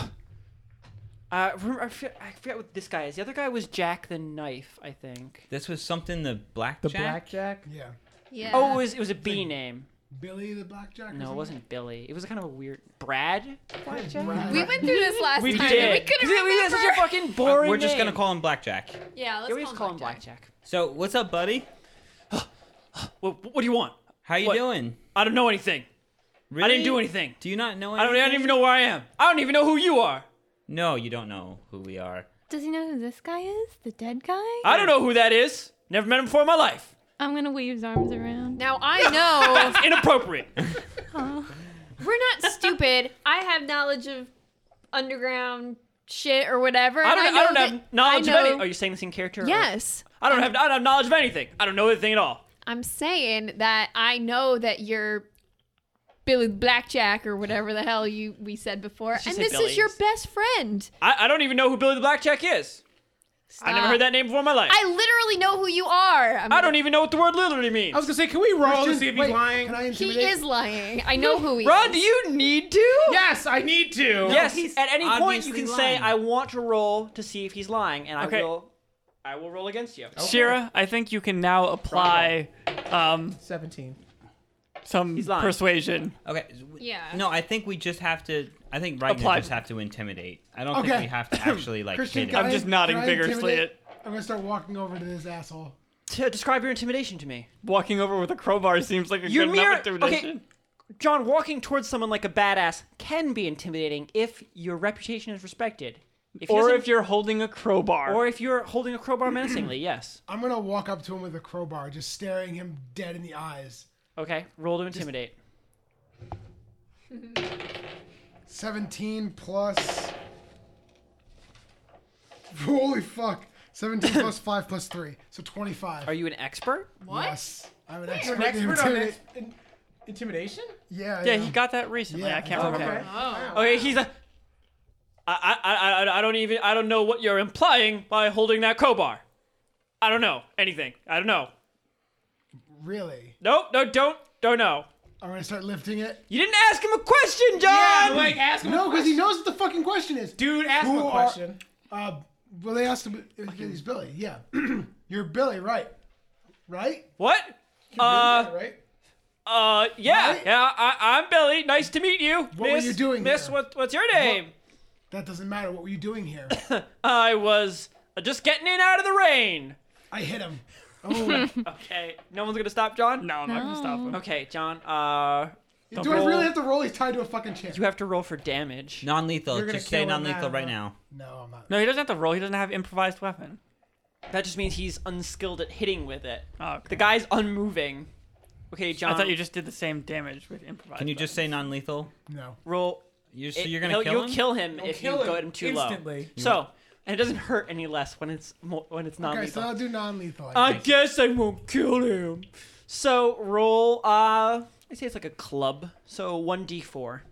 Speaker 1: Uh, remember, I, forget, I forget what this guy is. The other guy was Jack the Knife, I think.
Speaker 4: This was something the blackjack.
Speaker 2: The blackjack.
Speaker 6: Yeah.
Speaker 3: Yeah.
Speaker 1: Oh, it was it was a B name.
Speaker 6: Billy the Blackjack. or
Speaker 1: No, it
Speaker 6: something?
Speaker 1: wasn't Billy. It was kind of a weird Brad.
Speaker 6: Right.
Speaker 3: we went through this last
Speaker 1: We
Speaker 3: time.
Speaker 1: did.
Speaker 3: And we couldn't
Speaker 1: We- we
Speaker 3: remember.
Speaker 1: had such a fucking
Speaker 4: Uh,
Speaker 1: boring.
Speaker 4: We're just gonna
Speaker 1: name.
Speaker 4: call him Blackjack.
Speaker 3: yeah, let's
Speaker 1: Yeah, we just call him
Speaker 3: Blackjack.
Speaker 1: Blackjack.
Speaker 4: So, what's up, buddy?
Speaker 1: What, what do you want?
Speaker 4: How you
Speaker 1: What?
Speaker 4: doing?
Speaker 1: I don't know anything.
Speaker 4: Really?
Speaker 1: I didn't do anything.
Speaker 4: Do you not know
Speaker 1: I don't,
Speaker 4: anything?
Speaker 1: I don't even know where I am. I don't even know who you are.
Speaker 4: No, you don't know who we are.
Speaker 7: Does he know who this guy is? The dead guy?
Speaker 1: I don't know who that is. Never met him before in my life.
Speaker 7: I'm gonna wave his arms around.
Speaker 3: Now I know
Speaker 1: That's inappropriate.
Speaker 3: we're not stupid. I have knowledge of underground shit or whatever.
Speaker 1: I
Speaker 3: and
Speaker 1: don't, I
Speaker 3: know
Speaker 1: don't
Speaker 3: that-
Speaker 1: have knowledge
Speaker 3: I
Speaker 1: of
Speaker 3: know-
Speaker 1: any. Are you saying this in character? or-
Speaker 3: Yes.
Speaker 1: I don't have I don't have knowledge of anything. I don't know anything at all.
Speaker 3: I'm saying that I know that you're Billy Blackjack or whatever the hell you we said before,
Speaker 1: just
Speaker 3: and
Speaker 1: say
Speaker 3: this
Speaker 1: Billy.
Speaker 3: is your best friend.
Speaker 1: I, I don't even know who Billy the Blackjack is. I never
Speaker 3: Stop.
Speaker 1: heard that name before in my life.
Speaker 3: I literally know who you are. I'm
Speaker 1: I don't even know what the word literally means.
Speaker 2: I
Speaker 3: Oh,
Speaker 2: was gonna say, can we roll to
Speaker 6: Just-
Speaker 2: see if he's
Speaker 6: wait,
Speaker 2: lying?
Speaker 6: Can I
Speaker 3: He
Speaker 6: intimidate?
Speaker 3: is lying. I know who he
Speaker 1: Ron,
Speaker 3: is.
Speaker 1: do you need to?
Speaker 2: Yes, I need to.
Speaker 1: Yes.
Speaker 4: he's
Speaker 1: At any point, you
Speaker 4: obviously
Speaker 1: can say,
Speaker 4: lying.
Speaker 1: "I want to roll to see if he's lying," and I
Speaker 5: Okay. Oh.
Speaker 1: will. I will roll against you.
Speaker 5: Shira, I think you can now apply um,
Speaker 2: Seventeen.
Speaker 5: some
Speaker 1: He's lying.
Speaker 5: persuasion.
Speaker 4: Okay. s- w-
Speaker 3: Yeah.
Speaker 4: No, I think we just have to. I think right now
Speaker 5: Apply-
Speaker 4: just have to intimidate. I don't
Speaker 6: Okay.
Speaker 4: think we have to actually like
Speaker 6: Christian,
Speaker 4: hit
Speaker 6: can
Speaker 4: him.
Speaker 5: I'm
Speaker 6: I-
Speaker 5: just nodding
Speaker 6: can I
Speaker 5: vigorously
Speaker 6: intimidate? I'm gonna start walking over to this asshole.
Speaker 1: T- describe your intimidation to me.
Speaker 5: Walking over with a crowbar seems like a
Speaker 1: Your
Speaker 5: good
Speaker 1: mere-
Speaker 5: enough intimidation.
Speaker 1: okay. John, walking towards someone like a badass can be intimidating if your reputation is respected. If he
Speaker 5: Or
Speaker 1: doesn't-
Speaker 5: if you're holding a crowbar.
Speaker 1: or if you're holding a crowbar menacingly, yes.
Speaker 6: I'm gonna walk up to him with a crowbar, just staring him dead in the eyes.
Speaker 1: Okay, roll to intimidate.
Speaker 6: 17 plus. Holy fuck! 17 plus five plus three, so 25.
Speaker 1: Are you an expert?
Speaker 3: what?
Speaker 6: Yes, I'm an expert.
Speaker 2: You're an
Speaker 6: in
Speaker 2: expert on
Speaker 6: intimidate-
Speaker 2: ex- in- intimidation.
Speaker 6: Yeah,
Speaker 5: yeah, he got that recently.
Speaker 6: Yeah.
Speaker 5: I can't
Speaker 6: Okay.
Speaker 5: remember.
Speaker 1: Okay, he's a. I I I I- I don't even I don't know what you're implying by holding that crowbar. I don't know anything. I don't know.
Speaker 6: Really?
Speaker 1: Nope. No. Don't. Don't know.
Speaker 6: I'm gonna start lifting it.
Speaker 1: You didn't ask him a question, John.
Speaker 2: Yeah, like ask him.
Speaker 6: No,
Speaker 2: a
Speaker 6: because he
Speaker 2: question.
Speaker 6: knows what the fucking question is.
Speaker 2: Dude, ask him
Speaker 6: Who
Speaker 2: a
Speaker 6: are-
Speaker 2: question.
Speaker 6: Uh, well, they asked him. It, it's Billy. Yeah, you're Billy, right? Right?
Speaker 1: What? Uh.
Speaker 6: right?
Speaker 1: Uh, yeah,
Speaker 6: Right?
Speaker 1: yeah. I, I'm Billy. Nice to meet you.
Speaker 6: What were
Speaker 1: miss,
Speaker 6: you doing
Speaker 1: Miss,
Speaker 6: here?
Speaker 1: what, what's your name?
Speaker 6: That doesn't matter. What were you doing here?
Speaker 1: I was just getting in out of the rain.
Speaker 6: I hit him. Oh,
Speaker 1: Okay, no one's gonna stop John.
Speaker 5: No, I'm not gonna stop him.
Speaker 1: Okay, John. Uh,
Speaker 6: do I really have to roll? He's tied to a fucking chair.
Speaker 1: you have to roll for damage.
Speaker 4: Non-lethal.
Speaker 6: You're gonna
Speaker 4: Just say
Speaker 6: kill him now,
Speaker 4: non-lethal right
Speaker 6: huh?
Speaker 4: now.
Speaker 6: No, I'm not.
Speaker 5: No, he doesn't have to roll. He doesn't have improvised weapon.
Speaker 1: That just means he's unskilled at hitting with it.
Speaker 5: Oh, okay.
Speaker 1: The guy's unmoving. Okay, John.
Speaker 5: I thought you just did the same damage with improvised.
Speaker 4: Can you just say non-lethal?
Speaker 6: No.
Speaker 1: roll.
Speaker 4: You're, so
Speaker 1: it-
Speaker 4: you're gonna
Speaker 1: he'll-
Speaker 4: kill
Speaker 1: you'll
Speaker 4: him.
Speaker 1: kill him if
Speaker 2: kill
Speaker 1: you
Speaker 2: him
Speaker 1: go at him too
Speaker 2: instantly.
Speaker 1: low. So, and it doesn't hurt any less when it's mo- when it's not
Speaker 6: Okay, so
Speaker 1: lethal.
Speaker 6: I'll do non-lethal.
Speaker 1: I guess I won't kill him. So roll. Uh, I say it's like a club. So one d four.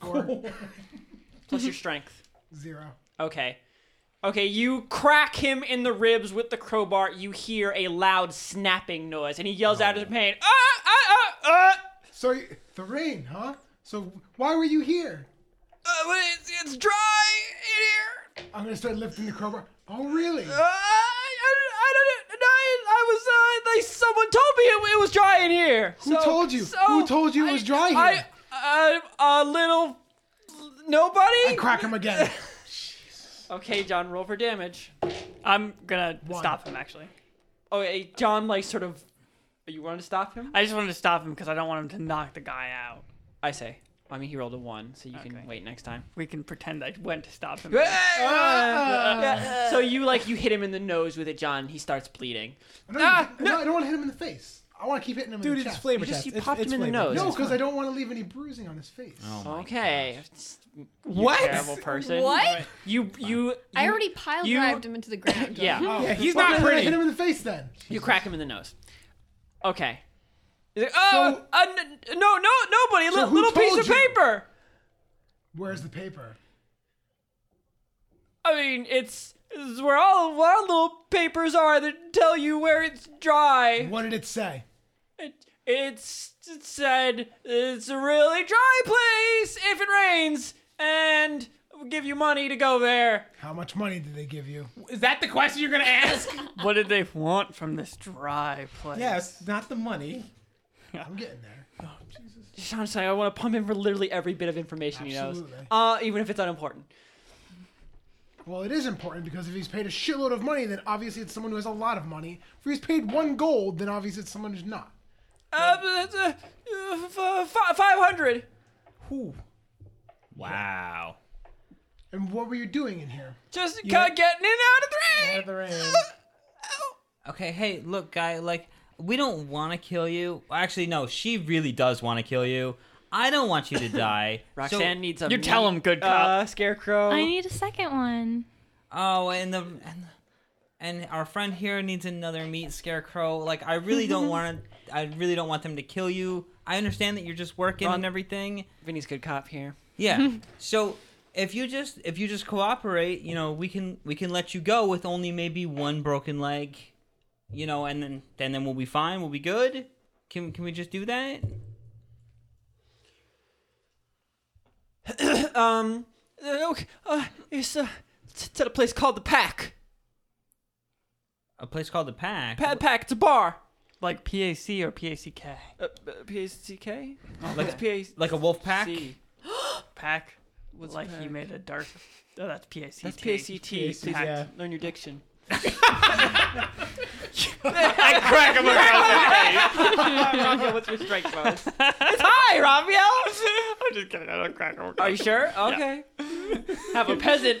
Speaker 6: Four.
Speaker 1: plus your strength.
Speaker 6: Zero.
Speaker 1: Okay. Okay, you crack him in the ribs with the crowbar. You hear a loud snapping noise, and he yells out in pain. Ah, ah, ah, ah!
Speaker 6: So, y- the rain, huh? So, why were you here?
Speaker 1: Uh, but it's, it's dry in here.
Speaker 6: I'm gonna start lifting the crowbar. Oh, really?
Speaker 1: Uh, I, I, don't- I don't know. I, I was, uh, like, someone told me it, it was dry in here.
Speaker 6: Who
Speaker 1: So-
Speaker 6: told you?
Speaker 1: so
Speaker 6: Who told you it was dry
Speaker 1: I,
Speaker 6: here?
Speaker 1: I, uh, little nobody.
Speaker 6: I crack him again.
Speaker 1: Okay, John, roll for damage.
Speaker 5: I'm gonna stop him actually.
Speaker 1: Oh, hey, John, like, sort of. You wanted to stop him?
Speaker 5: I just wanted to stop him because I don't want him to knock the guy out.
Speaker 1: I say. I mean, he rolled a one, so you
Speaker 5: Okay.
Speaker 1: can wait next time.
Speaker 5: We can pretend I went to stop him.
Speaker 1: so you like you hit him in the nose with it, John. He starts bleeding.
Speaker 6: No, no, I don't want to hit him in the face. I want to keep hitting him
Speaker 2: Dude,
Speaker 6: in the
Speaker 2: it's
Speaker 6: chest.
Speaker 1: You
Speaker 2: flavor
Speaker 1: just-
Speaker 2: test.
Speaker 1: you
Speaker 2: It's-
Speaker 1: popped
Speaker 2: it's
Speaker 1: him in the
Speaker 2: flavor
Speaker 1: nose.
Speaker 2: test.
Speaker 6: No, because I don't want to leave any bruising on his face.
Speaker 1: Okay, You're
Speaker 2: What?
Speaker 1: a terrible person.
Speaker 3: What?
Speaker 1: You you
Speaker 3: I
Speaker 1: you-
Speaker 3: already pile
Speaker 1: you-
Speaker 3: drived him into the ground.
Speaker 1: yeah.
Speaker 2: Yeah, he's
Speaker 6: Why
Speaker 2: not
Speaker 6: didn't I hit
Speaker 2: pretty.
Speaker 6: him in the face then.
Speaker 1: You crack him in the nose. Okay. He's like, oh, uh, n- no, no, nobody. li-
Speaker 6: So who
Speaker 1: little piece
Speaker 6: told
Speaker 1: of
Speaker 6: you?
Speaker 1: paper.
Speaker 6: Where's the paper?
Speaker 1: I mean, it's, it's where all where all little papers are that tell you where it's dry.
Speaker 6: What did it say?
Speaker 1: It, it's it said it's a really dry place if it rains, and we'll give you money to go there.
Speaker 6: How much money did they give you?
Speaker 2: Is that the question you're gonna ask?
Speaker 5: What did they want from this dry place?
Speaker 2: yes, not the money.
Speaker 6: I'm getting there.
Speaker 1: Sean's like, I want to pump in for literally every bit of information he knows,
Speaker 6: Absolutely.
Speaker 1: uh, even if it's unimportant.
Speaker 6: Well, it is important because if he's paid a shitload of money, then obviously it's someone who has a lot of money. If he's paid one gold, then obviously it's someone who's not.
Speaker 1: Uh, uh, uh, five hundred.
Speaker 6: Who?
Speaker 4: Wow.
Speaker 6: And what were you doing in here?
Speaker 1: Just ca- getting in out of the rain.
Speaker 2: Out of the rain.
Speaker 4: Okay, hey, look, guy, like, we don't want to kill you. Actually, no, she really does want to kill you. I don't want you to die. So-
Speaker 1: Roxanne needs a.
Speaker 5: You tell him, good cop.
Speaker 1: Uh, scarecrow.
Speaker 7: I need a second one.
Speaker 4: oh, and the. And, and our friend here needs another meat scarecrow. Like, I really don't want to. I really don't want them to kill you. I understand that you're just working
Speaker 1: Ron-
Speaker 4: and everything.
Speaker 1: Vinny's good cop here.
Speaker 4: Yeah. so if you just if you just cooperate, you know, we can we can let you go with only maybe one broken leg, you know, and then then then we'll be fine. We'll be good. Can can we just do that?
Speaker 1: Um. uh, okay. Uh, it's uh, it's it's at a place called the Pack.
Speaker 4: A place called the Pack.
Speaker 1: Pa- pack. It's a bar.
Speaker 5: Like PAC or PACK?
Speaker 1: Uh, uh, P A C K.
Speaker 4: Like-
Speaker 1: It's P A C.
Speaker 4: like a wolf pack.
Speaker 5: Pack. Was like he made a dark. Oh, that's PAC.
Speaker 1: That's P A C T.
Speaker 2: PACT, yeah.
Speaker 1: Learn your diction.
Speaker 5: I crack him
Speaker 1: Raphael, what's your strike bonus? it's high, Raphael.
Speaker 5: I'm just kidding. I don't crack him.
Speaker 1: Are you sure? Okay. Have a peasant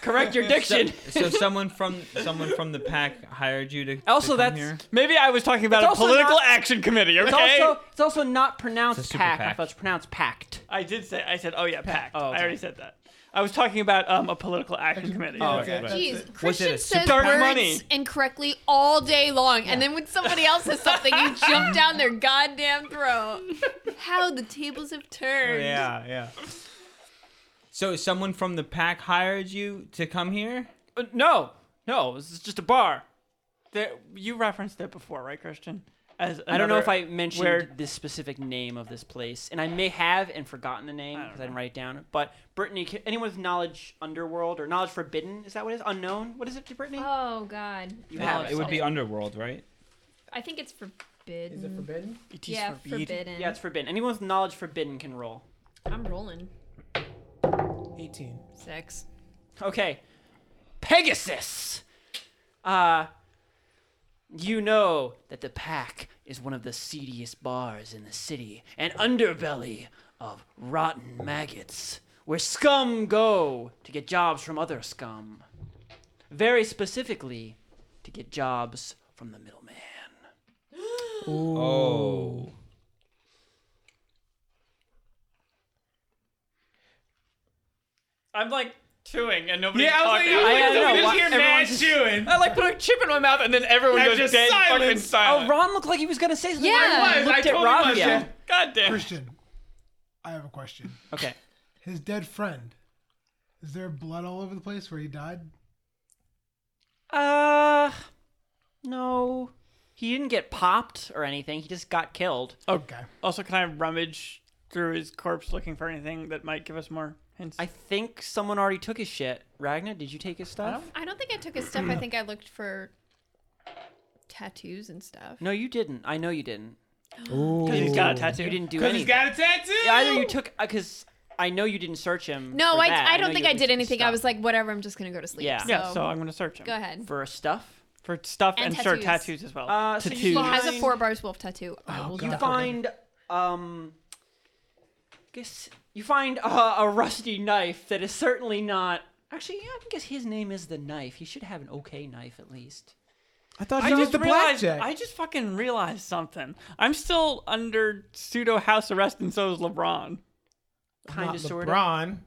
Speaker 1: correct your diction.
Speaker 4: so someone from someone from the pack hired you to
Speaker 1: Also,
Speaker 4: to come
Speaker 1: that's-
Speaker 4: here?
Speaker 5: Maybe I was talking about
Speaker 1: It's
Speaker 5: a
Speaker 1: also
Speaker 5: political
Speaker 1: not-
Speaker 5: action committee. Okay.
Speaker 1: It's also it's also not pronounced
Speaker 4: It's a super
Speaker 1: pack. I
Speaker 4: pack.
Speaker 1: thought it's pronounced packed.
Speaker 5: I did say. I said. Oh yeah, pack.
Speaker 1: Oh, okay.
Speaker 5: I already said that. I was talking about um a political action committee.
Speaker 2: Oh, okay.
Speaker 3: Jeez,
Speaker 4: Was it
Speaker 3: Christian
Speaker 4: a
Speaker 3: says
Speaker 5: super- Dark
Speaker 3: words
Speaker 5: money.
Speaker 3: incorrectly all day long, and then when somebody else says something, you jump down their goddamn throat. How the tables have
Speaker 1: Oh,
Speaker 3: turned.
Speaker 4: Yeah, yeah. So someone from the pack hired you to come here?
Speaker 1: Uh, no, no, this is just a bar.
Speaker 5: There, you referenced it before, right, Christian? As
Speaker 1: I don't know if
Speaker 5: another-
Speaker 1: I mentioned
Speaker 5: where-
Speaker 1: this specific name of this place, and I may have and forgotten the name
Speaker 5: I don't
Speaker 1: because I didn't write it down. But Brittany, ca- anyone with knowledge underworld or knowledge forbidden is that what it is? Unknown? What is it to Brittany?
Speaker 7: Oh God.
Speaker 1: You have
Speaker 4: it would be underworld, right?
Speaker 7: I think it's forbidden.
Speaker 2: Is it forbidden?
Speaker 5: It is
Speaker 7: yeah,
Speaker 5: forbidden.
Speaker 7: forbidden.
Speaker 1: yeah, it's forbidden. Anyone with knowledge forbidden can roll.
Speaker 3: I'm rolling.
Speaker 2: 18.
Speaker 3: Six.
Speaker 1: Okay. Pegasus! Uh, you know that the Pack is one of the seediest bars in the city, an underbelly of rotten maggots, where scum go to get jobs from other scum. Very specifically, to get jobs from the middleman.
Speaker 4: Oh.
Speaker 5: I'm like chewing and nobody.
Speaker 2: Yeah, I was like,
Speaker 5: talking.
Speaker 2: you
Speaker 1: I
Speaker 2: I
Speaker 1: don't know,
Speaker 2: just
Speaker 1: why-
Speaker 2: hear mad
Speaker 1: everyone's just-
Speaker 2: chewing.
Speaker 5: I like put a chip in my mouth and then everyone
Speaker 2: And
Speaker 5: goes
Speaker 2: just
Speaker 5: dead
Speaker 2: silent.
Speaker 5: fucking
Speaker 1: Oh,
Speaker 5: silent.
Speaker 1: Ron looked like he was gonna say something.
Speaker 3: Yeah.
Speaker 1: I
Speaker 2: I
Speaker 1: looked
Speaker 2: totally
Speaker 1: at
Speaker 2: was,
Speaker 1: Raphael.
Speaker 2: yeah.
Speaker 5: God damn.
Speaker 6: Christian, I have a question.
Speaker 1: Okay.
Speaker 6: His dead friend. Is there blood all over the place where he died?
Speaker 1: Uh, no. He didn't get popped or anything. He just got killed.
Speaker 6: Okay.
Speaker 5: Also, can I rummage through his corpse looking for anything that might give us more hints?
Speaker 1: I think someone already took his shit. Ragna, did you take his stuff?
Speaker 3: I don't think I took a step. I think I looked for tattoos and stuff.
Speaker 1: No, you didn't. I know you didn't.
Speaker 5: Because he's got a tattoo.
Speaker 1: You didn't do
Speaker 2: Because
Speaker 1: anything.
Speaker 2: he's got a tattoo.
Speaker 1: Yeah, Either you took because I know you didn't search him.
Speaker 3: No,
Speaker 1: for
Speaker 3: I,
Speaker 1: that.
Speaker 3: I
Speaker 1: know
Speaker 3: don't think
Speaker 1: you
Speaker 3: I
Speaker 1: looked
Speaker 3: did
Speaker 1: for
Speaker 3: anything. I
Speaker 1: stuff.
Speaker 3: was like, whatever. I'm just gonna go to sleep.
Speaker 1: Yeah.
Speaker 5: Yeah, so I'm going to search him.
Speaker 3: go ahead.
Speaker 1: for stuff.
Speaker 5: For stuff
Speaker 3: And
Speaker 5: and, start
Speaker 3: tattoos.
Speaker 5: tattoos as well.
Speaker 1: Uh, so
Speaker 5: Tattoos.
Speaker 1: you
Speaker 3: He has a
Speaker 1: find-
Speaker 3: four bars wolf tattoo. I will
Speaker 1: You
Speaker 3: die.
Speaker 1: find um, guess you find uh, a rusty knife that is certainly not. Actually, yeah, I guess his name is the knife. He should have an okay knife at least.
Speaker 2: I thought
Speaker 5: I
Speaker 2: he was
Speaker 5: just
Speaker 2: the
Speaker 5: realized.
Speaker 2: blackjack.
Speaker 5: I just fucking realized something. I'm still under pseudo house arrest, and so is LeBron.
Speaker 1: Kind of,
Speaker 2: Not
Speaker 1: sort of.
Speaker 2: LeBron.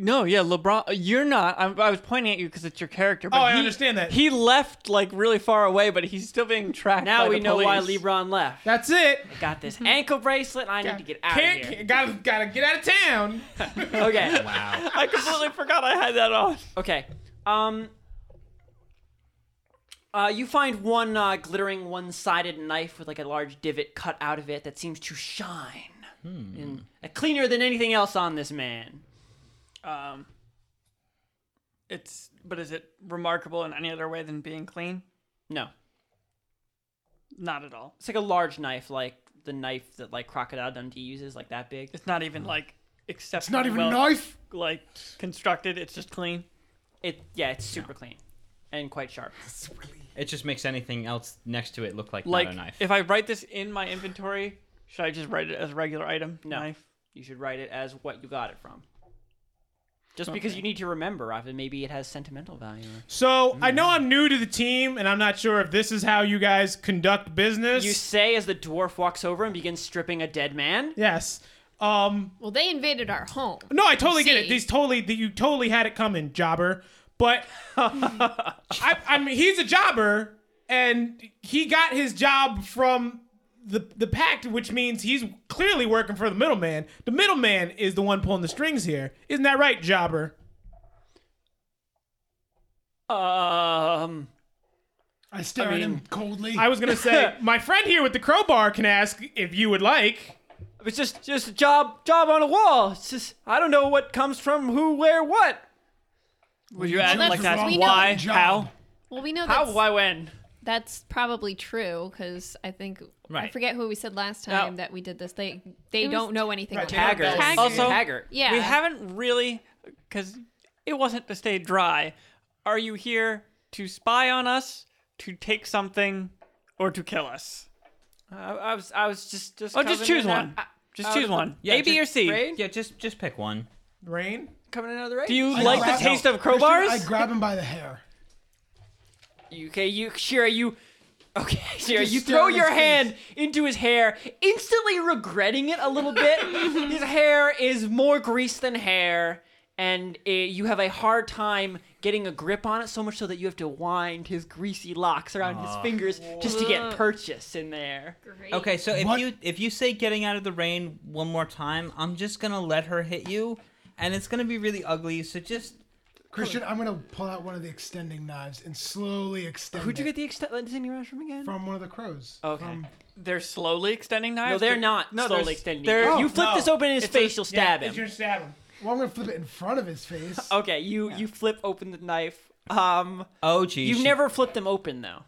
Speaker 5: No, yeah, LeBron. uh, You're not. I'm, I was pointing at you because it's your character. But
Speaker 2: Oh, I
Speaker 5: he-
Speaker 2: understand that.
Speaker 5: He left like really far away, but he's still being tracked.
Speaker 1: Now
Speaker 5: by
Speaker 1: we
Speaker 5: the
Speaker 1: know why
Speaker 5: police.
Speaker 1: LeBron left.
Speaker 2: That's it.
Speaker 1: I got
Speaker 3: Mm-hmm.
Speaker 1: this ankle bracelet. and I need to get out
Speaker 2: Can't,
Speaker 1: of here.
Speaker 2: gotta gotta get out of town.
Speaker 1: Okay.
Speaker 5: I completely forgot I had that on.
Speaker 1: Okay. Um. Uh, you find one uh, glittering one-sided knife with like a large divot cut out of it that seems to shine, and uh, cleaner than anything else on this man.
Speaker 5: Um, it's but is it remarkable in any other way than being clean?
Speaker 1: No,
Speaker 5: Not at all.
Speaker 1: it's like a large knife, like the knife that like Crocodile Dundee uses, like that big.
Speaker 5: It's not even like except
Speaker 6: It's not even a knife.
Speaker 5: like constructed. It's just clean.
Speaker 1: It yeah, it's super clean and quite sharp.
Speaker 4: It just makes anything else next to it look like,
Speaker 5: Like
Speaker 4: not a knife.
Speaker 5: if I write this in my inventory, should I just write it as a regular item?
Speaker 1: No.
Speaker 5: Knife.
Speaker 1: You should write it as what you got it from. Just because you need to remember, often maybe it has sentimental value.
Speaker 2: So I know I'm new to the team, and I'm not sure if this is how you guys conduct business.
Speaker 1: You say as the dwarf walks over and begins stripping a dead man.
Speaker 2: yes. Um.
Speaker 3: Well, they invaded our home.
Speaker 2: No, I totally get it.
Speaker 3: See.
Speaker 2: These totally that you totally had it coming, jobber. But I, I mean, he's a jobber, and he got his job from the the pact, which means he's clearly working for the middleman. The middleman is the one pulling the strings here, isn't that right, jobber?
Speaker 1: Um.
Speaker 6: I stare at him coldly.
Speaker 2: I was gonna say my friend here with the crowbar can ask if you would like.
Speaker 1: It's just just a job job on a wall. It's just I don't know what comes from who, where, what.
Speaker 5: Would you add
Speaker 3: that's
Speaker 5: like
Speaker 3: the wrong
Speaker 5: that? Why?
Speaker 6: job.
Speaker 5: How?
Speaker 3: Well, we know
Speaker 1: How,
Speaker 3: that's
Speaker 1: why, when?
Speaker 3: that's probably true because I think I
Speaker 4: Right.
Speaker 3: forget who we said last time that we did this. They they
Speaker 7: was-
Speaker 3: don't know anything. about
Speaker 1: Taggart.
Speaker 3: it.
Speaker 7: Taggart.
Speaker 5: Also-
Speaker 1: Taggart.
Speaker 3: Yeah.
Speaker 5: We haven't really, because it wasn't to stay dry. Are you here to spy on us, to take something, or to kill us?
Speaker 1: I, I was I was just just.
Speaker 5: Oh, just
Speaker 1: coming
Speaker 5: choose
Speaker 1: in
Speaker 5: one.
Speaker 1: out-
Speaker 5: Just
Speaker 1: out
Speaker 5: choose
Speaker 1: of the
Speaker 5: one.
Speaker 4: Yeah,
Speaker 5: a, B,
Speaker 4: ju-
Speaker 5: or C.
Speaker 1: raid?
Speaker 4: yeah, just just pick one.
Speaker 2: Rain.
Speaker 1: coming in out of the raid.
Speaker 5: Do you
Speaker 6: I
Speaker 5: like
Speaker 6: grab-
Speaker 5: the taste of
Speaker 6: Christian,
Speaker 5: crowbars?
Speaker 6: I grab him by the hair.
Speaker 1: You- okay, you Shira, you. Okay, Shira,
Speaker 6: Just
Speaker 1: you
Speaker 6: stare
Speaker 1: throw
Speaker 6: in
Speaker 1: your
Speaker 6: his
Speaker 1: hand into his hair, instantly regretting it a little bit. his hair is more grease than hair, and uh you have a hard time getting a grip on it, so much so that you have to wind his greasy locks around his fingers just to get purchase in there.
Speaker 4: Okay, so if
Speaker 6: What?
Speaker 4: you if you say getting out of the rain one more time, I'm just gonna let her hit you, and it's gonna be really ugly. So just
Speaker 6: Christian, I'm gonna pull out one of the extending knives and slowly extend.
Speaker 1: Who'd you
Speaker 6: it
Speaker 1: get the extending rounds from again?
Speaker 6: from? One of the crows.
Speaker 1: Okay.
Speaker 6: From-
Speaker 5: They're sleyly extending knives.
Speaker 1: no, they're
Speaker 5: They're-
Speaker 1: not
Speaker 5: No,
Speaker 1: slowly
Speaker 5: there's-
Speaker 1: extending.
Speaker 5: there-
Speaker 1: you flip
Speaker 2: no.
Speaker 1: this open in his
Speaker 5: It's a-
Speaker 1: face, you'll stab
Speaker 2: yeah,
Speaker 1: him.
Speaker 2: You're stab him.
Speaker 6: well, I'm gonna flip it in front of his face.
Speaker 1: Okay, you you flip open the knife. Um,
Speaker 4: oh geez,
Speaker 1: you've
Speaker 4: she-
Speaker 1: never flipped them open though.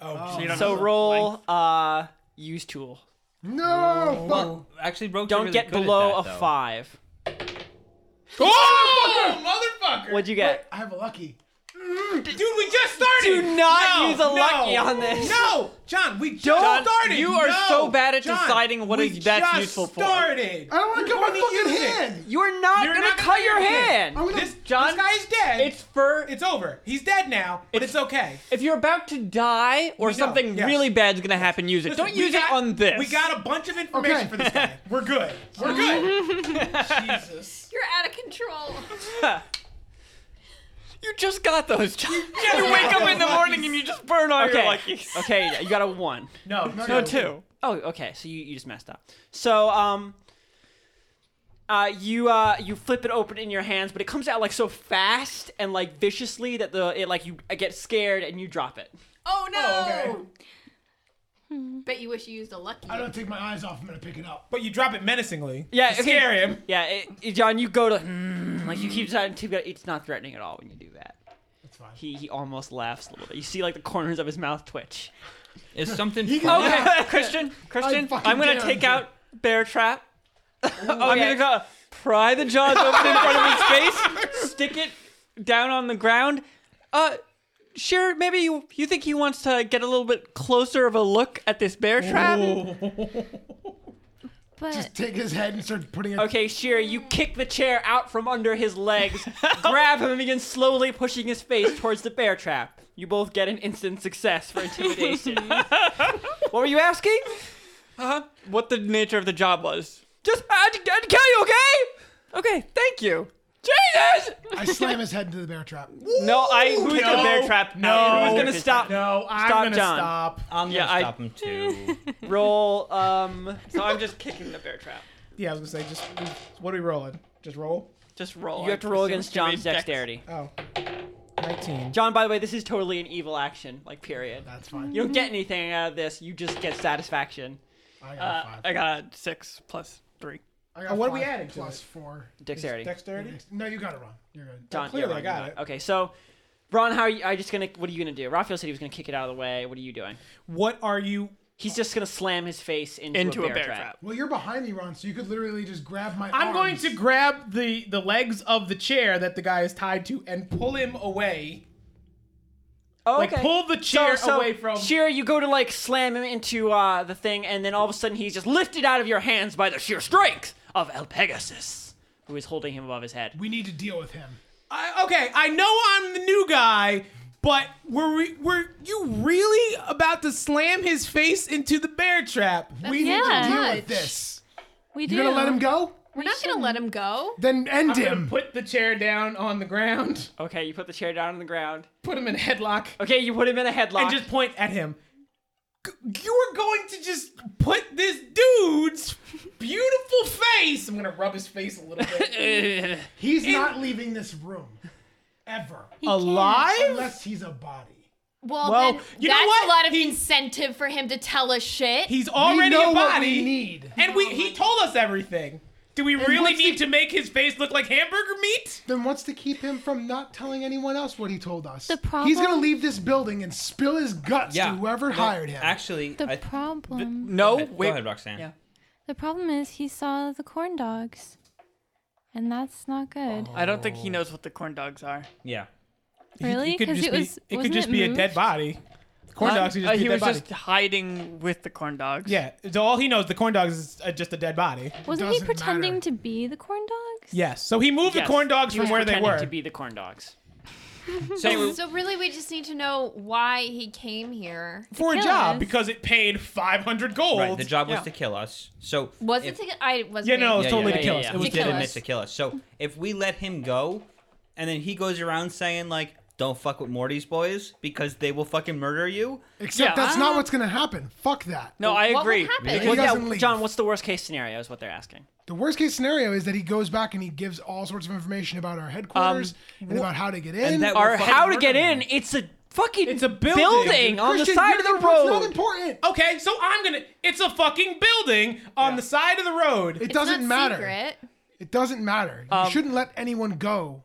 Speaker 2: Oh,
Speaker 5: you don't
Speaker 1: So
Speaker 5: have the
Speaker 1: roll
Speaker 5: length.
Speaker 1: uh use tool.
Speaker 6: No, fuck.
Speaker 4: Well, actually, Rogue
Speaker 1: Don't
Speaker 4: really
Speaker 1: get
Speaker 4: good at
Speaker 1: below
Speaker 4: that,
Speaker 1: a
Speaker 4: though.
Speaker 1: five.
Speaker 2: Oh, motherfucker!
Speaker 1: What'd you get?
Speaker 6: I have a lucky.
Speaker 2: Dude, we just started.
Speaker 1: Do not
Speaker 2: No,
Speaker 1: use a
Speaker 2: no,
Speaker 1: lucky on this.
Speaker 2: No, John, we just
Speaker 5: John,
Speaker 2: started.
Speaker 5: you are
Speaker 2: No,
Speaker 5: so bad at
Speaker 2: John,
Speaker 5: deciding what
Speaker 2: we
Speaker 5: is- that's
Speaker 2: just
Speaker 5: useful for.
Speaker 2: Started.
Speaker 6: I don't want to cut
Speaker 2: We're
Speaker 6: my
Speaker 2: gonna
Speaker 6: fucking
Speaker 2: use it.
Speaker 6: hand.
Speaker 1: You're not
Speaker 2: You're
Speaker 1: gonna
Speaker 2: not
Speaker 1: cut
Speaker 2: gonna
Speaker 1: your
Speaker 2: use it.
Speaker 1: hand.
Speaker 6: I'm gonna-
Speaker 2: This
Speaker 5: John,
Speaker 2: this guy is dead.
Speaker 5: It's for
Speaker 2: it's over. He's dead now, but it's, okay.
Speaker 5: if you're about to die or
Speaker 2: We know,
Speaker 5: something
Speaker 2: yes.
Speaker 5: really bad's gonna happen. Use it.
Speaker 2: Listen,
Speaker 5: Don't
Speaker 2: we
Speaker 5: use
Speaker 2: got-
Speaker 5: it on this.
Speaker 2: We got a bunch of information
Speaker 6: Okay.
Speaker 2: for this guy. We're good. We're good. Jesus.
Speaker 3: You're out of control.
Speaker 5: You just got those. you wake up in the morning and you just burn all your
Speaker 1: Okay.
Speaker 5: luckies.
Speaker 1: okay, you got a one.
Speaker 2: No,
Speaker 5: No, two.
Speaker 1: Oh, okay. So you, you just messed up. So um, Uh, you uh, you flip it open in your hands, but it comes out like so fast and like viciously that the it like you uh, get scared and you drop it.
Speaker 3: Oh no!
Speaker 2: Oh,
Speaker 3: Bet you wish you used a lucky.
Speaker 6: I don't take my eyes off. I'm gonna pick it up.
Speaker 2: But you drop it menacingly.
Speaker 1: Yeah,
Speaker 2: to
Speaker 1: okay.
Speaker 2: scare him.
Speaker 1: Yeah, it, it- John, you go to "Hmm," like you keep trying to. But it's not threatening at all when you do that.
Speaker 6: That's fine.
Speaker 1: He he almost laughs a little bit. You see like the corners of his mouth twitch.
Speaker 4: Is something funny?
Speaker 5: Okay, Christian, Christian,
Speaker 6: fucking
Speaker 5: I'm gonna
Speaker 6: dare
Speaker 5: take
Speaker 6: you.
Speaker 5: out Bear Trap. Oh, I'm gonna go pry the jaws open in front of his face, stick it down on the ground. Uh, sure, maybe you you think he wants to get a little bit closer of a look at this bear trap?
Speaker 7: But
Speaker 6: Just take his head and start putting it.
Speaker 1: Okay, Sheer, you kick the chair out from under his legs, grab him, and begin slowly pushing his face towards the bear trap. You both get an instant success for intimidation. what were you asking?
Speaker 5: What the nature of the job was?
Speaker 1: Just I had to, I had to kill you, okay?
Speaker 5: Okay, thank you. Jesus!
Speaker 6: I slam his head into the bear trap.
Speaker 1: No, I moved the
Speaker 2: no,
Speaker 1: bear trap. out.
Speaker 2: no.
Speaker 1: who's gonna stop?
Speaker 2: No, I'm
Speaker 1: Stop,
Speaker 2: gonna
Speaker 1: John.
Speaker 2: stop.
Speaker 5: Um,
Speaker 4: I'm gonna
Speaker 1: Yeah, I-
Speaker 4: stop him too.
Speaker 1: Roll. Um,
Speaker 5: So I'm just kicking the bear trap.
Speaker 2: Yeah, I was gonna say just what are we rolling? Just roll.
Speaker 5: Just roll.
Speaker 1: you have to roll against John's dexterity.
Speaker 2: Oh. 19.
Speaker 1: John, by the way, this is totally an evil action. Like, period.
Speaker 6: That's fine.
Speaker 1: You don't get anything out of this. You just get satisfaction.
Speaker 6: I got
Speaker 5: Uh,
Speaker 6: five.
Speaker 5: I got a six plus three.
Speaker 6: I got
Speaker 2: Uh, what are we
Speaker 6: five
Speaker 2: adding to
Speaker 6: plus
Speaker 2: it?
Speaker 6: four.
Speaker 1: Dexterity.
Speaker 2: Dexterity.
Speaker 6: No, you got it wrong. You're good.
Speaker 1: John,
Speaker 2: clearly
Speaker 1: yeah,
Speaker 2: I got
Speaker 1: Ron,
Speaker 2: it.
Speaker 1: Okay, so Ron, how are you? Are you just gonna? What are you gonna do? Raphael said he was gonna kick it out of the way. What are you doing?
Speaker 2: What are you
Speaker 1: He's just gonna slam his face into,
Speaker 5: Into
Speaker 1: a bear, trap.
Speaker 6: Well, you're behind me, Ron, so you could literally just grab my.
Speaker 2: I'm going
Speaker 6: arms.
Speaker 2: to grab the the legs of the chair that the guy is tied to and pull him away.
Speaker 1: Oh,
Speaker 2: Like pull the
Speaker 1: So,
Speaker 2: chair
Speaker 1: so
Speaker 2: away from
Speaker 1: Shira, you go to like slam him into uh, the thing, and then all of a sudden he's just lifted out of your hands by the sheer strength of El Pegasus, who is holding him above his head.
Speaker 6: We need to deal with him.
Speaker 2: I, okay, I know I'm the new guy, but were we, were you really about to slam his face into the bear trap?
Speaker 6: We need
Speaker 7: Yeah.
Speaker 6: to deal
Speaker 3: much.
Speaker 6: with this.
Speaker 7: we do.
Speaker 6: You're gonna let him go?
Speaker 3: We're not gonna let him go.
Speaker 6: Then end
Speaker 2: I'm gonna
Speaker 6: him.
Speaker 2: put the chair down on the ground,
Speaker 1: Okay, you put the chair down on the ground.
Speaker 2: put him in a headlock,
Speaker 1: Okay, you put him in a headlock.
Speaker 2: and just point at him. G- You were going to just put this dude's beautiful face. I'm gonna rub his face a little bit.
Speaker 6: He's not leaving this room ever,
Speaker 2: Alive?
Speaker 6: unless he's a body.
Speaker 3: Well,
Speaker 2: Well,
Speaker 3: then
Speaker 2: you know
Speaker 3: that's
Speaker 2: what?
Speaker 3: a lot of
Speaker 2: He-
Speaker 3: incentive for him to tell us shit.
Speaker 2: He's
Speaker 6: we
Speaker 2: already
Speaker 6: know
Speaker 2: a
Speaker 6: what we
Speaker 2: body.
Speaker 6: need.
Speaker 2: And we he told us everything. Do we really
Speaker 6: what's
Speaker 2: need
Speaker 6: the-
Speaker 2: to make his face look like hamburger meat?
Speaker 6: Then what's to keep him from not telling anyone else what he told us?
Speaker 7: The
Speaker 6: He's
Speaker 7: problem-
Speaker 6: gonna leave this building and spill his guts
Speaker 4: Yeah.
Speaker 6: to whoever
Speaker 4: no,
Speaker 6: hired him.
Speaker 4: Actually,
Speaker 7: The
Speaker 4: I,
Speaker 7: problem.
Speaker 5: No,
Speaker 4: go ahead,
Speaker 5: wait.
Speaker 4: go ahead, Roxanne.
Speaker 5: Yeah.
Speaker 7: The problem is he saw the corn dogs, and that's not good.
Speaker 5: I don't think he knows what the corn dogs are.
Speaker 4: Yeah.
Speaker 7: Really? Because it was.
Speaker 2: it could
Speaker 7: wasn't
Speaker 2: just be a
Speaker 7: moved?
Speaker 2: dead body. The corn dogs could
Speaker 5: Uh,
Speaker 2: Oh, just be
Speaker 5: he
Speaker 2: a dead
Speaker 5: was
Speaker 2: body.
Speaker 5: just hiding with the corn dogs.
Speaker 2: Yeah, so all he knows the corn dogs is uh, just a dead body.
Speaker 7: Wasn't
Speaker 6: Doesn't
Speaker 7: he
Speaker 6: matter.
Speaker 7: pretending to be the corn dogs?
Speaker 2: Yes. So he moved
Speaker 1: Yes,
Speaker 2: the corn dogs
Speaker 1: he
Speaker 2: from
Speaker 1: was
Speaker 2: where they
Speaker 1: pretending
Speaker 2: were.
Speaker 1: to be the corn dogs.
Speaker 4: So anyway,
Speaker 3: so really, we just need to know why he came here.
Speaker 2: for a
Speaker 7: kill
Speaker 2: job
Speaker 7: us.
Speaker 2: because it paid 500 gold.
Speaker 4: right, the job was
Speaker 5: Yeah.
Speaker 4: to kill us. So
Speaker 3: Was
Speaker 4: if-
Speaker 3: it? To, I wasn't.
Speaker 2: Yeah, no, it was
Speaker 4: Yeah,
Speaker 2: totally
Speaker 4: yeah,
Speaker 2: to kill
Speaker 1: yeah,
Speaker 2: us.
Speaker 1: yeah.
Speaker 2: It was
Speaker 3: To kill
Speaker 2: to
Speaker 3: us.
Speaker 4: legitimate to kill us. So if we let him go, and then he goes around saying like, "Don't fuck with Morty's boys because they will fucking murder you."
Speaker 6: Except
Speaker 5: yeah,
Speaker 6: that's
Speaker 5: I
Speaker 6: not
Speaker 5: don't-
Speaker 6: what's gonna happen. Fuck that.
Speaker 5: No, I
Speaker 3: What
Speaker 5: agree.
Speaker 3: would happen?
Speaker 6: If he
Speaker 1: Well, yeah,
Speaker 6: doesn't leave.
Speaker 1: John, what's the worst case scenario? Is what they're asking.
Speaker 6: The worst case scenario is that he goes back and he gives all sorts of information about our headquarters and about how to get in.
Speaker 4: that-
Speaker 1: Or
Speaker 4: Well, fuck,
Speaker 1: how to
Speaker 4: murder
Speaker 1: get
Speaker 4: him.
Speaker 1: in? It's a fucking
Speaker 2: It's a building.
Speaker 1: on the
Speaker 6: Christian,
Speaker 1: side
Speaker 6: you're
Speaker 1: of
Speaker 6: the-
Speaker 1: the
Speaker 6: It's not
Speaker 1: road.
Speaker 6: important.
Speaker 2: Okay, so I'm gonna. It's a fucking building on the side of the road.
Speaker 6: It
Speaker 3: It's
Speaker 6: doesn't
Speaker 3: not
Speaker 6: matter.
Speaker 3: Secret.
Speaker 6: It doesn't matter. you shouldn't let anyone go,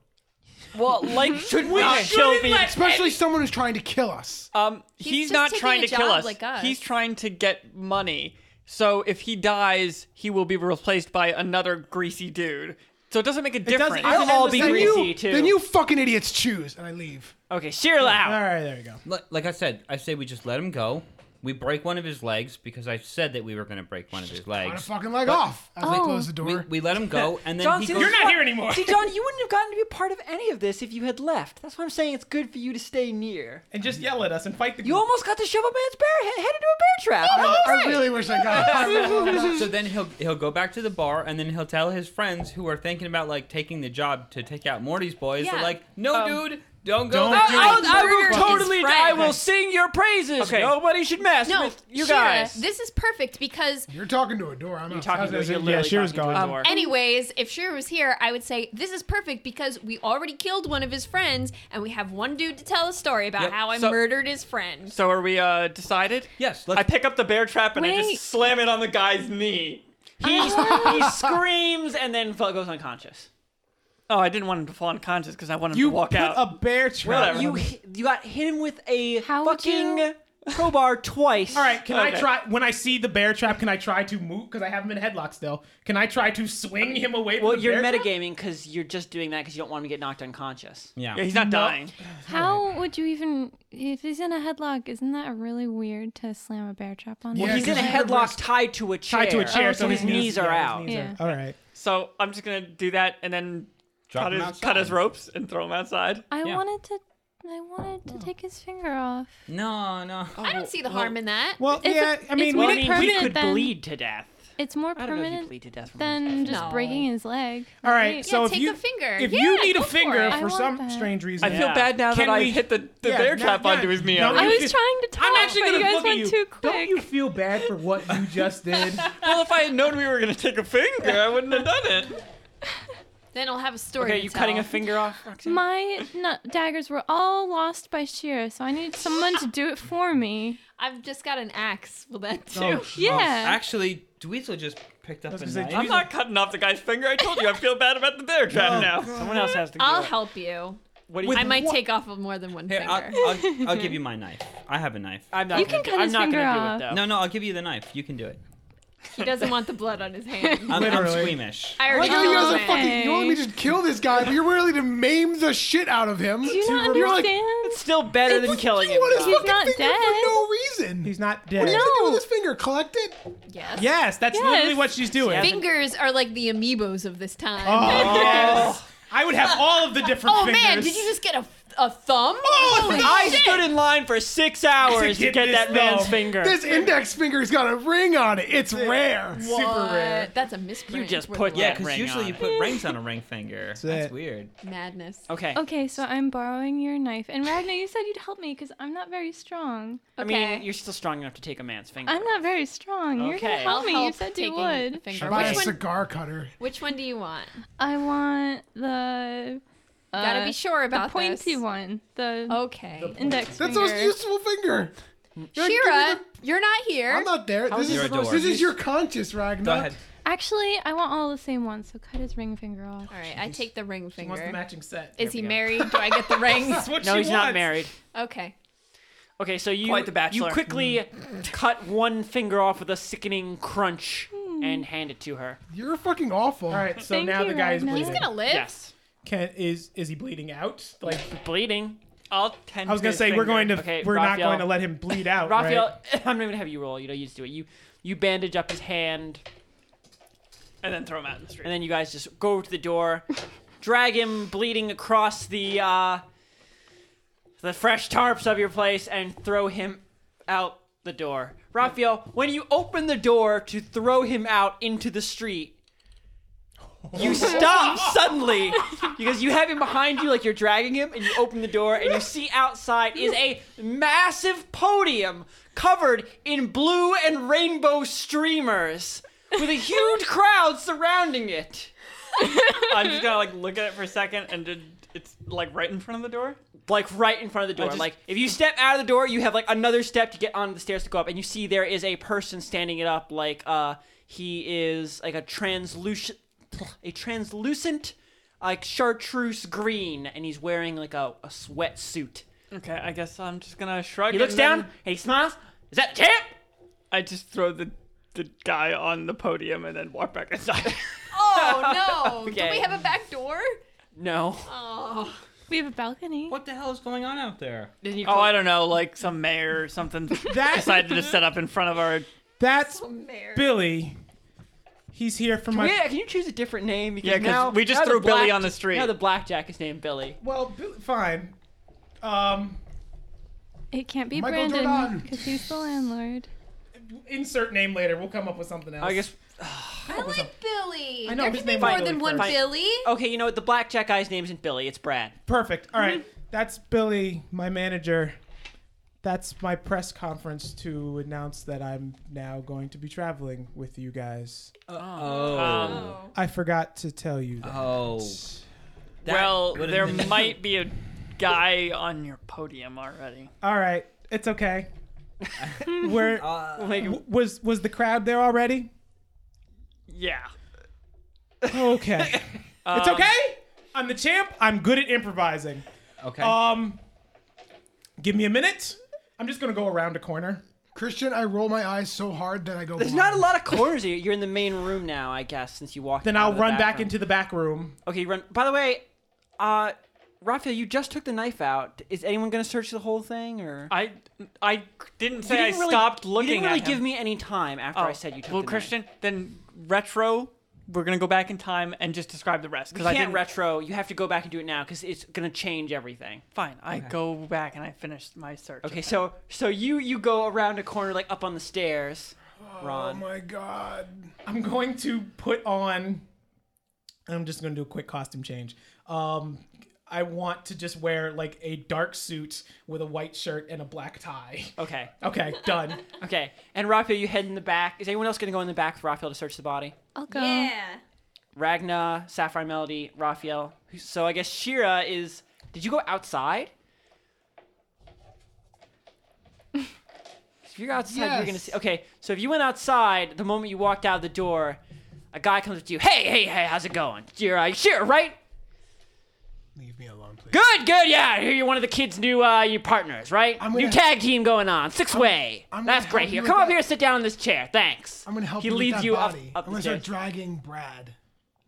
Speaker 1: Well, like should
Speaker 2: we
Speaker 1: not
Speaker 2: shouldn't
Speaker 1: kill the-
Speaker 2: let
Speaker 6: especially someone who's trying to kill us.
Speaker 5: Um, he's,
Speaker 3: just
Speaker 5: not
Speaker 3: taking
Speaker 5: trying
Speaker 3: a
Speaker 5: to kill
Speaker 3: job
Speaker 5: us.
Speaker 3: like us.
Speaker 5: He's trying to get money. So if he dies, he will be replaced by another greasy dude. So it doesn't make a difference.
Speaker 2: doesn't- I'll
Speaker 1: all be
Speaker 2: Then
Speaker 1: greasy
Speaker 2: you-
Speaker 1: too.
Speaker 6: Then you fucking idiots choose, and I leave.
Speaker 1: okay, Sheila out.
Speaker 2: All right, there you go.
Speaker 4: Li- Like I said, I say we just let him go. We break one of his legs because I said that we were gonna break one of his
Speaker 6: Got a
Speaker 4: legs.
Speaker 6: fucking leg off as I
Speaker 7: Oh.
Speaker 6: close the door.
Speaker 4: We, we let him go, and then
Speaker 1: John,
Speaker 4: he
Speaker 1: see,
Speaker 4: goes.
Speaker 1: this
Speaker 2: You're
Speaker 1: is
Speaker 2: not
Speaker 1: why-
Speaker 2: here anymore.
Speaker 1: See, John, you wouldn't have gotten to be a part of any of this if you had left. That's why I'm saying it's good for you to stay near.
Speaker 2: And just yell at us and fight the.
Speaker 1: You almost got to shove a man's bear head, head into a bear trap.
Speaker 6: I really wish I got it.
Speaker 4: so then he'll he'll go back to the bar and then he'll tell his friends who are thinking about like taking the job to take out Morty's boys.
Speaker 3: Yeah.
Speaker 4: They're like, "No, dude, Don't go.
Speaker 2: Don't
Speaker 4: there.
Speaker 2: do it.
Speaker 3: I'll- I will Murdered his totally- friend. I will
Speaker 1: sing your praises.
Speaker 5: Okay.
Speaker 1: Nobody should mess
Speaker 3: No,
Speaker 1: with you
Speaker 3: Shira,
Speaker 1: guys.
Speaker 3: this is perfect because,
Speaker 6: You're talking to a door. I'm
Speaker 1: You're
Speaker 6: outside.
Speaker 1: talking to
Speaker 6: That's
Speaker 1: you're
Speaker 6: it.
Speaker 2: yeah,
Speaker 1: literally
Speaker 2: Shira's
Speaker 1: talking to a
Speaker 2: gone.
Speaker 1: door.
Speaker 3: anyways, if Shira was here, I would say this is perfect because we already killed one of his friends, and we have one dude to tell a story about
Speaker 4: Yep.
Speaker 3: how I
Speaker 5: So-
Speaker 3: murdered his friend.
Speaker 5: So are we uh decided?
Speaker 4: Yes,
Speaker 5: I
Speaker 4: let's.
Speaker 5: pick up the bear trap and I
Speaker 7: Wait. Ah.
Speaker 5: just slam it on the guy's knee.
Speaker 1: He, he screams and then fu- goes unconscious.
Speaker 5: Oh, I didn't want him to fall unconscious because I wanted him
Speaker 2: You
Speaker 5: to walk
Speaker 2: put
Speaker 5: out.
Speaker 2: a bear trap.
Speaker 5: Whatever.
Speaker 1: You hi- you got hit him with a
Speaker 7: How would
Speaker 1: fucking
Speaker 7: you-
Speaker 1: crowbar twice. Uh,
Speaker 2: All right, can I
Speaker 5: Okay.
Speaker 2: try when I see the bear trap? Can I try to move? Because I have him in a headlock still. Can I try to swing him away? From
Speaker 1: Well,
Speaker 2: the
Speaker 1: you're
Speaker 2: bear trap?
Speaker 1: metagaming because you're just doing that because you don't want him to get knocked unconscious.
Speaker 4: Yeah.
Speaker 5: yeah, he's not dying.
Speaker 7: How would you even if he's in a headlock? Isn't that really weird to slam a bear trap on?
Speaker 6: Well,
Speaker 7: him?
Speaker 1: He's in a
Speaker 6: 'cause he
Speaker 1: headlock
Speaker 6: reversed-
Speaker 1: tied to a chair.
Speaker 2: tied to a chair,
Speaker 7: Oh,
Speaker 2: so
Speaker 7: okay.
Speaker 1: his knees are
Speaker 2: yeah,
Speaker 1: out.
Speaker 2: his knees are-
Speaker 7: Yeah.
Speaker 2: All right.
Speaker 5: So I'm just gonna do that and then
Speaker 4: Drop
Speaker 5: cut
Speaker 4: him
Speaker 5: his,
Speaker 4: outside.
Speaker 5: cut his ropes and throw him outside.
Speaker 7: I
Speaker 4: Yeah.
Speaker 7: wanted to. I wanted
Speaker 3: Oh.
Speaker 7: to take his finger off.
Speaker 4: No, no.
Speaker 3: I don't see the harm in that.
Speaker 2: Oh, Well,
Speaker 7: It's
Speaker 2: yeah.
Speaker 7: a-
Speaker 2: I mean,
Speaker 7: it's
Speaker 2: we
Speaker 1: Well, I
Speaker 7: one
Speaker 2: didn't.
Speaker 1: mean,
Speaker 7: permanent
Speaker 1: he could
Speaker 7: then.
Speaker 1: bleed to death.
Speaker 7: It's more
Speaker 1: I don't know if you
Speaker 7: permanent
Speaker 1: bleed to death from
Speaker 7: than just
Speaker 3: No.
Speaker 7: breaking his leg.
Speaker 2: All right.
Speaker 7: Right.
Speaker 2: So
Speaker 3: Yeah,
Speaker 2: if
Speaker 3: take
Speaker 2: you
Speaker 3: a finger.
Speaker 2: if
Speaker 3: Yeah,
Speaker 2: you need a
Speaker 3: go for
Speaker 2: finger
Speaker 3: it.
Speaker 7: I
Speaker 2: for
Speaker 7: want
Speaker 2: some
Speaker 7: that.
Speaker 2: strange reason,
Speaker 5: I feel
Speaker 1: Yeah.
Speaker 5: bad now
Speaker 2: Can
Speaker 5: that I
Speaker 2: we-
Speaker 5: hit the, the
Speaker 2: Yeah,
Speaker 5: bear
Speaker 2: no,
Speaker 5: trap
Speaker 2: no,
Speaker 5: onto his knee.
Speaker 2: no,
Speaker 5: already.
Speaker 7: I
Speaker 2: you
Speaker 7: was
Speaker 2: just-
Speaker 7: trying to talk,
Speaker 2: I'm actually
Speaker 7: but
Speaker 2: gonna
Speaker 7: you guys
Speaker 2: look
Speaker 7: went
Speaker 2: at you.
Speaker 7: too
Speaker 2: Don't
Speaker 7: quick.
Speaker 2: you feel bad for what you just did?
Speaker 5: well, if I had known we were gonna take a finger, I wouldn't have done it.
Speaker 3: Then I'll have a story.
Speaker 1: Okay,
Speaker 3: to
Speaker 1: you cutting
Speaker 3: tell.
Speaker 1: a finger off, Roxanne?
Speaker 7: My nu- daggers were all lost by Shira, so I needed someone to do it for me.
Speaker 3: I've just got an axe. Will that do?
Speaker 7: Yeah.
Speaker 4: Actually, Dweezil just picked up a
Speaker 2: gonna say,
Speaker 4: knife.
Speaker 5: I'm not cutting off the guy's finger. I told you I feel bad about the bear trap now.
Speaker 1: Someone else has to. do
Speaker 3: I'll
Speaker 1: it.
Speaker 3: help you.
Speaker 1: What do you?
Speaker 3: I might take off of more than one
Speaker 4: Here,
Speaker 3: finger.
Speaker 4: I'll, I'll, I'll give you my knife. I have a knife.
Speaker 1: I'm not.
Speaker 7: You
Speaker 1: gonna
Speaker 7: can
Speaker 1: do-
Speaker 7: cut
Speaker 1: I'm
Speaker 7: his
Speaker 1: not
Speaker 7: finger
Speaker 1: gonna
Speaker 7: off.
Speaker 1: Do it, though.
Speaker 4: No, no, I'll give you the knife. You can do it.
Speaker 3: He doesn't want the blood on his hand.
Speaker 4: I'm, I'm
Speaker 2: Literally.
Speaker 4: squeamish.
Speaker 3: I
Speaker 6: I
Speaker 3: already
Speaker 6: Like how you guys
Speaker 3: know
Speaker 6: are
Speaker 7: Okay.
Speaker 6: fucking. You want me to just kill this guy, but you're willing to maim the shit out of him.
Speaker 7: Do you not
Speaker 6: You're like,
Speaker 7: understand?
Speaker 1: Still better
Speaker 6: you
Speaker 1: than killing him.
Speaker 6: want his
Speaker 7: He's
Speaker 6: fucking
Speaker 7: not
Speaker 6: finger
Speaker 7: dead.
Speaker 6: for no reason.
Speaker 2: He's not
Speaker 6: What
Speaker 2: dead.
Speaker 6: are you gonna do with
Speaker 7: No.
Speaker 6: his finger? Collect it?
Speaker 3: Yes.
Speaker 2: Yes, that's
Speaker 7: Yes.
Speaker 2: literally what she's doing.
Speaker 3: Fingers are like the amiibos of this
Speaker 2: Oh,
Speaker 3: time.
Speaker 2: yes. I would have all of the different
Speaker 3: oh
Speaker 2: fingers.
Speaker 3: man, did you just get a, a thumb? Holy
Speaker 1: I
Speaker 3: shit.
Speaker 1: stood in line for six hours to
Speaker 2: get
Speaker 1: get,
Speaker 2: this
Speaker 1: that man's
Speaker 2: thumb.
Speaker 1: finger.
Speaker 6: This index finger's got a ring on it. It's rare.
Speaker 2: super
Speaker 3: What?
Speaker 2: rare.
Speaker 3: That's a misprint.
Speaker 1: You just
Speaker 3: We're
Speaker 1: put
Speaker 3: the
Speaker 4: Yeah,
Speaker 1: that
Speaker 4: because
Speaker 1: ring
Speaker 4: usually
Speaker 1: on
Speaker 4: you
Speaker 1: it.
Speaker 4: put rings on a ring finger. That's,
Speaker 2: it.
Speaker 4: weird.
Speaker 3: madness.
Speaker 1: Okay.
Speaker 7: Okay, so I'm borrowing your knife. And Ragnar, you said you'd help me because I'm not very strong.
Speaker 1: I
Speaker 3: Okay.
Speaker 1: mean, you're still strong enough to take a man's finger.
Speaker 7: I'm not very strong. You're gonna
Speaker 1: Okay.
Speaker 7: help
Speaker 3: I'll
Speaker 7: me. you
Speaker 3: help
Speaker 7: said you
Speaker 3: taking a
Speaker 7: would.
Speaker 3: finger.
Speaker 1: Sure.
Speaker 6: Buy a
Speaker 1: Which one-
Speaker 6: cigar cutter.
Speaker 3: Which one do you want?
Speaker 7: I want the. Uh,
Speaker 3: Gotta be sure
Speaker 7: The
Speaker 3: about
Speaker 7: pointy
Speaker 3: this. Oh,
Speaker 7: one. The
Speaker 3: Okay.
Speaker 7: index
Speaker 6: That's
Speaker 7: finger.
Speaker 6: a useful finger. You're like,
Speaker 3: Shira,
Speaker 6: give me
Speaker 3: you're not
Speaker 6: the-
Speaker 3: here.
Speaker 6: I'm not there. This
Speaker 4: You're
Speaker 6: is,
Speaker 4: a door.
Speaker 6: this is your conscious, Ragnar.
Speaker 4: Go ahead.
Speaker 7: Actually, I want all the same ones, so cut his ring finger off.
Speaker 3: All right, I take the ring
Speaker 2: She wants the
Speaker 3: finger.
Speaker 2: matching set.
Speaker 3: Is he
Speaker 4: we go.
Speaker 3: married? Do I get the ring?
Speaker 2: That's what
Speaker 1: no,
Speaker 2: she
Speaker 1: he's not
Speaker 2: wants.
Speaker 1: married.
Speaker 3: Okay.
Speaker 1: Okay, so you
Speaker 5: Quite the bachelor.
Speaker 1: you quickly cut one finger off with a sickening crunch
Speaker 7: Hmm.
Speaker 1: and hand it to her.
Speaker 6: You're fucking awful.
Speaker 2: All right, so
Speaker 7: Thank
Speaker 2: now
Speaker 7: you,
Speaker 2: the guy is
Speaker 7: Ragnar.
Speaker 2: bleeding.
Speaker 7: He's
Speaker 3: He's gonna live.
Speaker 1: Yes,
Speaker 2: Can, is is he bleeding out? Like
Speaker 1: bleeding.
Speaker 5: I'll tend.
Speaker 2: I was gonna
Speaker 5: his
Speaker 2: say, we're
Speaker 5: finger.
Speaker 2: going to
Speaker 1: Okay,
Speaker 2: we're not
Speaker 1: Raphael.
Speaker 2: going to let him bleed out. right?
Speaker 1: Raphael, Oh, I'm not even gonna have you roll. You know, you just do it. You you bandage up his hand,
Speaker 5: and then throw him out in the street.
Speaker 1: and then you guys just go to the door, drag him bleeding across the uh, the fresh tarps of your place, and throw him out the door. Raphael, when you open the door to throw him out into the street, you stop suddenly because you have him behind you like you're dragging him, and you open the door and you see outside is a massive podium covered in blue and rainbow streamers with a huge crowd surrounding it.
Speaker 5: I'm just gonna like look at it for a second, and it- it's like right in front of the door.
Speaker 1: like right in front of the door.
Speaker 5: just-
Speaker 1: Like if you step out of the door, you have like another step to get on the stairs to go up, and you see there is a person standing it up. Like uh, he is like a translucent, a translucent, like chartreuse green, and he's wearing like a, a sweatsuit.
Speaker 5: Okay, I guess I'm just gonna shrug.
Speaker 1: He looks
Speaker 5: and then
Speaker 1: down, and he smiles. Is that the champ?
Speaker 5: I just throw the the guy on the podium and then walk back inside.
Speaker 3: Oh no!
Speaker 1: Okay.
Speaker 3: Do we have a back door?
Speaker 1: No.
Speaker 3: Oh.
Speaker 7: We have a balcony.
Speaker 4: What the hell is going on out there?
Speaker 1: Then you
Speaker 5: oh,
Speaker 1: close-
Speaker 5: I don't know, like some mayor or something
Speaker 2: That-
Speaker 5: decided to set up in front of our.
Speaker 2: That's
Speaker 3: Oh, Mayor.
Speaker 2: Billy. He's here for my.
Speaker 1: Yeah, can you choose a different name? Because
Speaker 5: Yeah, 'cause
Speaker 1: now-
Speaker 5: we just
Speaker 1: now
Speaker 5: threw Billy
Speaker 1: black-
Speaker 5: on the street.
Speaker 1: Now the blackjack is named Billy.
Speaker 2: Well, Bill- fine. Um,
Speaker 7: It can't be
Speaker 6: Michael
Speaker 7: Brandon
Speaker 6: Jordan.
Speaker 7: because he's the landlord.
Speaker 2: insert name later. We'll come up with something else.
Speaker 1: I guess.
Speaker 3: I like Billy.
Speaker 2: I know,
Speaker 3: there
Speaker 2: his
Speaker 3: can be
Speaker 2: name
Speaker 3: more
Speaker 2: was
Speaker 3: than
Speaker 2: Billy
Speaker 3: one
Speaker 6: Oh,
Speaker 2: first.
Speaker 3: Billy.
Speaker 1: Okay, you know what? The blackjack guy's name isn't Billy. It's Brad.
Speaker 2: perfect. All right. That's Billy, my manager. That's my press conference to announce that I'm now going to be traveling with you guys.
Speaker 4: Oh.
Speaker 5: Um,
Speaker 2: I forgot to tell you that.
Speaker 4: oh. That
Speaker 5: well,
Speaker 4: would've
Speaker 5: there
Speaker 4: been-
Speaker 5: might be a guy on your podium already.
Speaker 1: Uh,
Speaker 2: All right, it's okay. Where
Speaker 4: Uh,
Speaker 1: Like,
Speaker 2: was was the crowd there already?
Speaker 5: Yeah.
Speaker 2: Okay. it's
Speaker 5: Um,
Speaker 2: okay. I'm the champ. I'm good at improvising.
Speaker 4: okay.
Speaker 2: Um, give me a minute. I'm just gonna go around a corner.
Speaker 6: Christian, I roll my eyes so hard that I go.
Speaker 1: there's not a lot of corners here. You're in the main room now, I guess, since you walked.
Speaker 2: Then
Speaker 1: out
Speaker 2: I'll
Speaker 1: of the
Speaker 2: run
Speaker 1: back
Speaker 2: back
Speaker 1: room.
Speaker 2: into the back room.
Speaker 1: Okay, run. By the way, uh, Raphael, you just took the knife out. Is anyone going to search the whole thing, or?
Speaker 5: I I didn't say
Speaker 1: You didn't
Speaker 5: I
Speaker 1: really-
Speaker 5: stopped
Speaker 1: You
Speaker 5: looking
Speaker 1: didn't really
Speaker 5: at him. Oh,
Speaker 1: give me any time after I said you took
Speaker 5: Well,
Speaker 1: the knife.
Speaker 5: Christian, then retro. We're gonna go back in time and just describe the rest
Speaker 1: You
Speaker 5: because I
Speaker 1: can't
Speaker 5: didn't.
Speaker 1: retro. You have to go back and do it now because it's gonna change everything.
Speaker 5: Fine, I go back and I finish my search.
Speaker 1: Okay, so so you you go around a corner like up on the stairs,
Speaker 6: Oh
Speaker 1: Ron.
Speaker 6: my god.
Speaker 2: I'm going to put on. I'm just gonna do a quick costume change. Um, I want to just wear like a dark suit with a white shirt and a black tie.
Speaker 1: okay,
Speaker 2: Okay, done.
Speaker 1: okay. And Raphael, you head in the back. Is anyone else gonna go in the back with Raphael to search the body?
Speaker 7: I'll go.
Speaker 8: Yeah.
Speaker 1: Ragna, Sapphire Melody, Raphael. So I guess Shira is. Did you go outside? if you're outside, you're gonna
Speaker 6: Yes.
Speaker 1: see. Okay, so if you went outside, the moment you walked out the door, a guy comes up to you. Hey, hey, hey, how's it going? You're uh, Shira, right?
Speaker 6: Leave me alone, please.
Speaker 1: Good, good, yeah. I hear you're one of the kids' new uh, your partners, right?
Speaker 6: I'm gonna-
Speaker 1: new tag team going on, 6 way.
Speaker 6: I'm gonna
Speaker 1: That's great.
Speaker 6: help you
Speaker 1: Here,
Speaker 6: with
Speaker 1: come up
Speaker 6: that.
Speaker 1: here, sit down on this chair. Thanks.
Speaker 6: I'm gonna help
Speaker 1: He
Speaker 6: you
Speaker 1: leads
Speaker 6: with that
Speaker 1: you up-
Speaker 6: body.
Speaker 1: up,
Speaker 6: I'm
Speaker 1: the
Speaker 6: gonna start
Speaker 1: stairs.
Speaker 6: dragging Brad.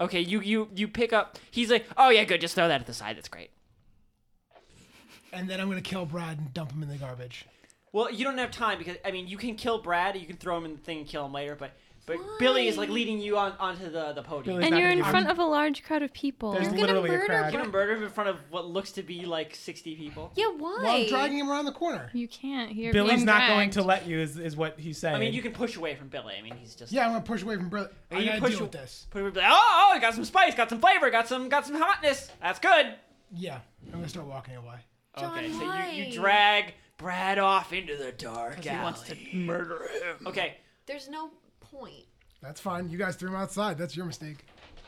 Speaker 1: Okay, you you you pick up. He's like, oh yeah, good. Just throw that at the side. That's great.
Speaker 6: And then I'm gonna kill Brad and dump him in the garbage.
Speaker 1: Well, you don't have time because I mean, you can kill Brad, you can throw him in the thing and kill him later, but but Billy is like leading you on onto the the podium.
Speaker 2: Billy's
Speaker 7: And
Speaker 2: not
Speaker 7: you're
Speaker 2: gonna
Speaker 7: in
Speaker 2: do it.
Speaker 7: front of a large crowd of people.
Speaker 2: There's
Speaker 3: You're gonna
Speaker 2: literally a
Speaker 3: murder
Speaker 2: crowd.
Speaker 1: You're gonna murder him in front of what looks to be like sixty people.
Speaker 3: Yeah, why?
Speaker 6: Well, I'm dragging him around the corner.
Speaker 7: You can't. You're
Speaker 2: Billy's
Speaker 7: being
Speaker 2: not
Speaker 7: dragged.
Speaker 2: going to let you. Is, is what he's saying.
Speaker 1: I mean, you can push away from Billy. I mean, he's just
Speaker 6: Yeah, I'm gonna push away from Brad. I
Speaker 1: you
Speaker 6: gotta
Speaker 1: push
Speaker 6: deal
Speaker 1: a-
Speaker 6: with this.
Speaker 1: Push away from Billy. Oh, oh, got some spice, got some flavor, got some got some hotness. That's good.
Speaker 6: Yeah, I'm gonna start walking away.
Speaker 3: John,
Speaker 1: okay, so
Speaker 3: why?
Speaker 1: you you drag Brad off into the dark
Speaker 5: He
Speaker 1: alley.
Speaker 5: wants to murder him.
Speaker 1: Okay,
Speaker 3: There's no point.
Speaker 6: That's fine. You guys threw him outside. That's your mistake.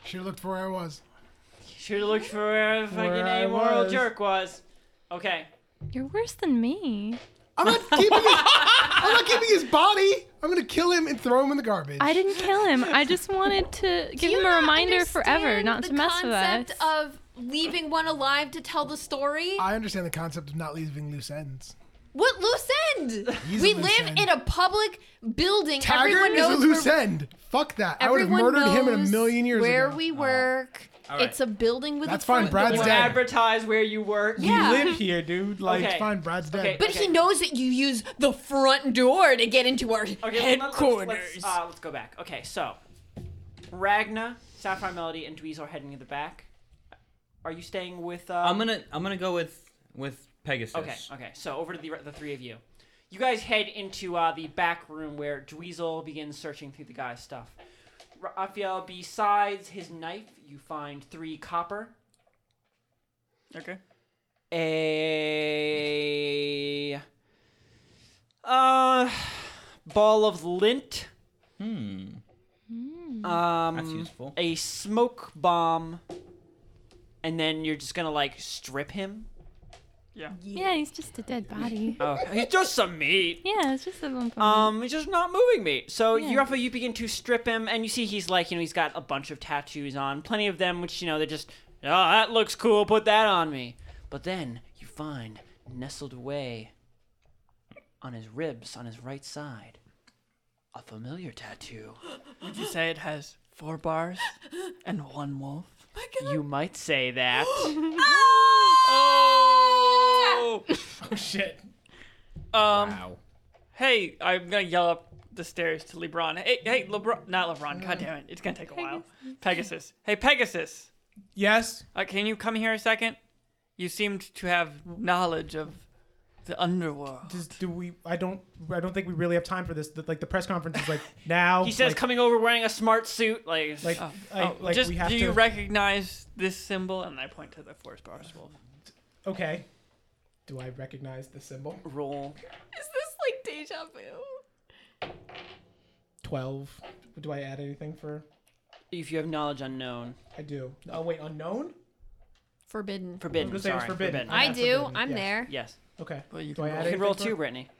Speaker 6: Should have looked for where I was.
Speaker 1: should have looked for where the fucking
Speaker 2: Where I
Speaker 1: amoral
Speaker 2: was.
Speaker 1: jerk was. Okay.
Speaker 7: You're worse than me.
Speaker 6: I'm not keeping. His, I'm not keeping his body. I'm gonna kill him and throw him in the garbage.
Speaker 7: I didn't kill him. I just wanted to give
Speaker 3: Do you
Speaker 7: him a
Speaker 3: not
Speaker 7: reminder forever
Speaker 3: understand
Speaker 7: not to mess with us.
Speaker 3: The concept of leaving one alive to tell the story.
Speaker 6: I understand the concept of not leaving loose ends.
Speaker 3: What loose end?
Speaker 6: He's
Speaker 3: we
Speaker 6: a loose
Speaker 3: live
Speaker 6: end.
Speaker 3: in a public building.
Speaker 6: Tiger
Speaker 3: everyone
Speaker 6: is a
Speaker 3: knows
Speaker 6: loose
Speaker 3: where,
Speaker 6: end. Fuck that. I would have
Speaker 3: everyone
Speaker 6: murdered him in a
Speaker 3: knows
Speaker 6: million years
Speaker 3: Where
Speaker 6: ago. Oh,
Speaker 3: we work.
Speaker 4: All right.
Speaker 3: It's a building with
Speaker 6: That's
Speaker 3: a
Speaker 6: fine,
Speaker 3: front
Speaker 6: Brad's
Speaker 1: You
Speaker 3: door.
Speaker 6: dead.
Speaker 1: advertise where you work.
Speaker 2: You
Speaker 3: Yeah.
Speaker 2: live here, dude. Like,
Speaker 1: Okay.
Speaker 6: It's fine. Brad's dead.
Speaker 1: Okay.
Speaker 3: But he knows that you use the front door to get into our
Speaker 1: Okay, let's-
Speaker 3: headquarters.
Speaker 1: Let's, let's, uh, let's go back. Okay, so Ragna, Sapphire Melody, and Dweez are heading in the back. Are you staying with? Uh...
Speaker 4: I'm gonna I'm gonna go with with Pegasus.
Speaker 1: Okay, okay. So over to the the three of you. You guys head into uh, the back room where Dweezil begins searching through the guy's stuff. Raphael, besides his knife, you find three copper,
Speaker 5: Okay.
Speaker 1: a uh, ball of lint,
Speaker 4: Hmm.
Speaker 1: um,
Speaker 4: That's useful.
Speaker 1: a smoke bomb, and then you're just gonna like strip him.
Speaker 7: Yeah, he's just a dead body.
Speaker 1: Oh, he's just some meat.
Speaker 7: Yeah, it's just a
Speaker 3: Mm-hmm.
Speaker 7: lump of
Speaker 1: Um, he's just not moving me. So
Speaker 7: Yeah.
Speaker 1: you Rafa, you begin to strip him, and you see he's like, you know, he's got a bunch of tattoos on, plenty of them, which you know they're just, oh, that looks cool, put that on me. But then you find nestled away on his ribs, on his right side, a familiar tattoo.
Speaker 5: Would you say it has four bars and one wolf?
Speaker 1: You might say that.
Speaker 5: Oh.
Speaker 2: oh shit.
Speaker 5: Um.
Speaker 4: Wow.
Speaker 5: Hey, I'm gonna yell up the stairs to LeBron. Hey, hey, LeBron, not
Speaker 2: Mm.
Speaker 5: LeBron. God damn it, it's gonna take a while. Pegasus. Hey, Pegasus.
Speaker 2: Yes.
Speaker 5: Uh, can you come here a second? You seemed to have knowledge of the underworld.
Speaker 2: Does, do we? I don't. I don't think we really have time for this. The, like the press conference is like now.
Speaker 1: he says,
Speaker 2: like,
Speaker 1: coming over wearing a smart suit, like,
Speaker 2: Like,
Speaker 5: Oh,
Speaker 2: I,
Speaker 5: oh,
Speaker 2: like
Speaker 5: just
Speaker 2: we have
Speaker 5: do
Speaker 2: to.
Speaker 1: Uh,
Speaker 5: you recognize this symbol? And I point to the four bars wolf.
Speaker 2: okay. Do I recognize the symbol?
Speaker 1: Roll.
Speaker 3: Is this like deja vu?
Speaker 2: 12. Do I add anything for.
Speaker 1: If you have knowledge unknown,
Speaker 2: I do. Oh, wait, unknown?
Speaker 3: Forbidden.
Speaker 1: forbidden.
Speaker 2: I'm gonna say
Speaker 1: sorry,
Speaker 2: it's forbidden.
Speaker 3: I
Speaker 2: Yeah,
Speaker 3: do.
Speaker 2: forbidden,
Speaker 3: I'm
Speaker 2: yes.
Speaker 3: there.
Speaker 1: Yes.
Speaker 2: Okay.
Speaker 5: But you
Speaker 2: do
Speaker 5: can
Speaker 2: I
Speaker 5: roll.
Speaker 2: add
Speaker 1: You can roll
Speaker 2: anything
Speaker 1: two,
Speaker 2: for-
Speaker 1: Brittany.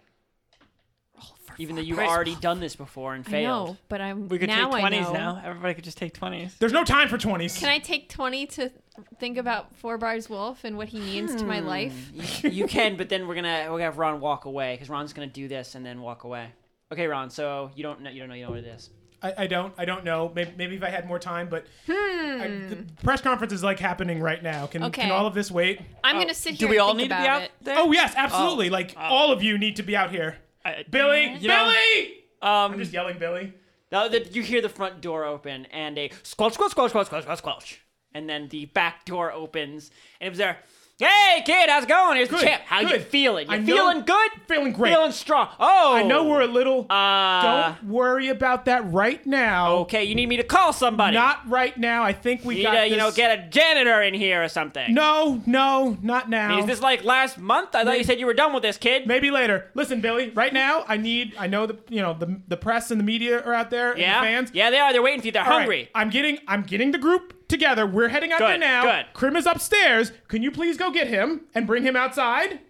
Speaker 1: Even though
Speaker 3: four
Speaker 1: you've
Speaker 3: plus
Speaker 1: already done this before and
Speaker 3: I
Speaker 1: failed.
Speaker 3: know, but I'm
Speaker 5: We could
Speaker 3: now
Speaker 5: take
Speaker 3: I
Speaker 5: twenties
Speaker 3: know.
Speaker 5: now. Everybody could just take twenties.
Speaker 2: There's no time for 20s.
Speaker 3: Can I take 20 to think about Four Bars Wolf and what he means to my life?
Speaker 1: You, you can, but then we're gonna we're gonna have Ron walk away because Ron's gonna do this and then walk away. Okay, Ron. So you don't know you don't know you know what it is.
Speaker 2: I, I don't. I don't know. Maybe, maybe if I had more time, but I, the press conference is like happening right now. Can
Speaker 3: Hmm. Okay.
Speaker 2: can all of this wait?
Speaker 3: I'm gonna sit
Speaker 5: Oh, Do
Speaker 3: here.
Speaker 5: we
Speaker 3: and
Speaker 5: all
Speaker 3: think
Speaker 5: need to be
Speaker 3: about
Speaker 5: out
Speaker 3: it.
Speaker 5: there?
Speaker 2: Oh yes, absolutely. like all of you need to be out here.
Speaker 5: I-
Speaker 2: Billy,
Speaker 5: you
Speaker 2: Billy.
Speaker 5: know,
Speaker 2: I'm
Speaker 5: um,
Speaker 2: just yelling, Billy.
Speaker 1: Now that you hear the front door open and a squelch, squelch, squelch, squelch, squelch, squelch, squelch, and then the back door opens and it's there. Hey kid, how's it going? Here's
Speaker 2: Good,
Speaker 1: the champ. How you
Speaker 2: good.
Speaker 1: feeling? You
Speaker 2: I know-
Speaker 1: feeling good?
Speaker 2: Feeling great.
Speaker 1: Feeling strong? Oh,
Speaker 2: I know we're a little.
Speaker 1: Uh,
Speaker 2: don't worry about that right now.
Speaker 1: okay. You need me to call somebody?
Speaker 2: Not right now. I think we
Speaker 1: you need
Speaker 2: got
Speaker 1: to,
Speaker 2: this.
Speaker 1: you know, get a janitor in here or something.
Speaker 2: no, no, not
Speaker 1: I
Speaker 2: now.
Speaker 1: mean, Is this like last month? I thought you said you were done with this, kid.
Speaker 2: Maybe later. Listen, Billy. Right now, I need. I know the you know the the press and the media are out there.
Speaker 1: yeah,
Speaker 2: And the fans.
Speaker 1: yeah, they are. They're waiting for you. They're
Speaker 2: All right,
Speaker 1: hungry.
Speaker 2: I'm getting I'm getting the group together. We're heading out
Speaker 1: Good,
Speaker 2: there now.
Speaker 1: good.
Speaker 2: Krim is upstairs. Can you please go get him and bring him outside?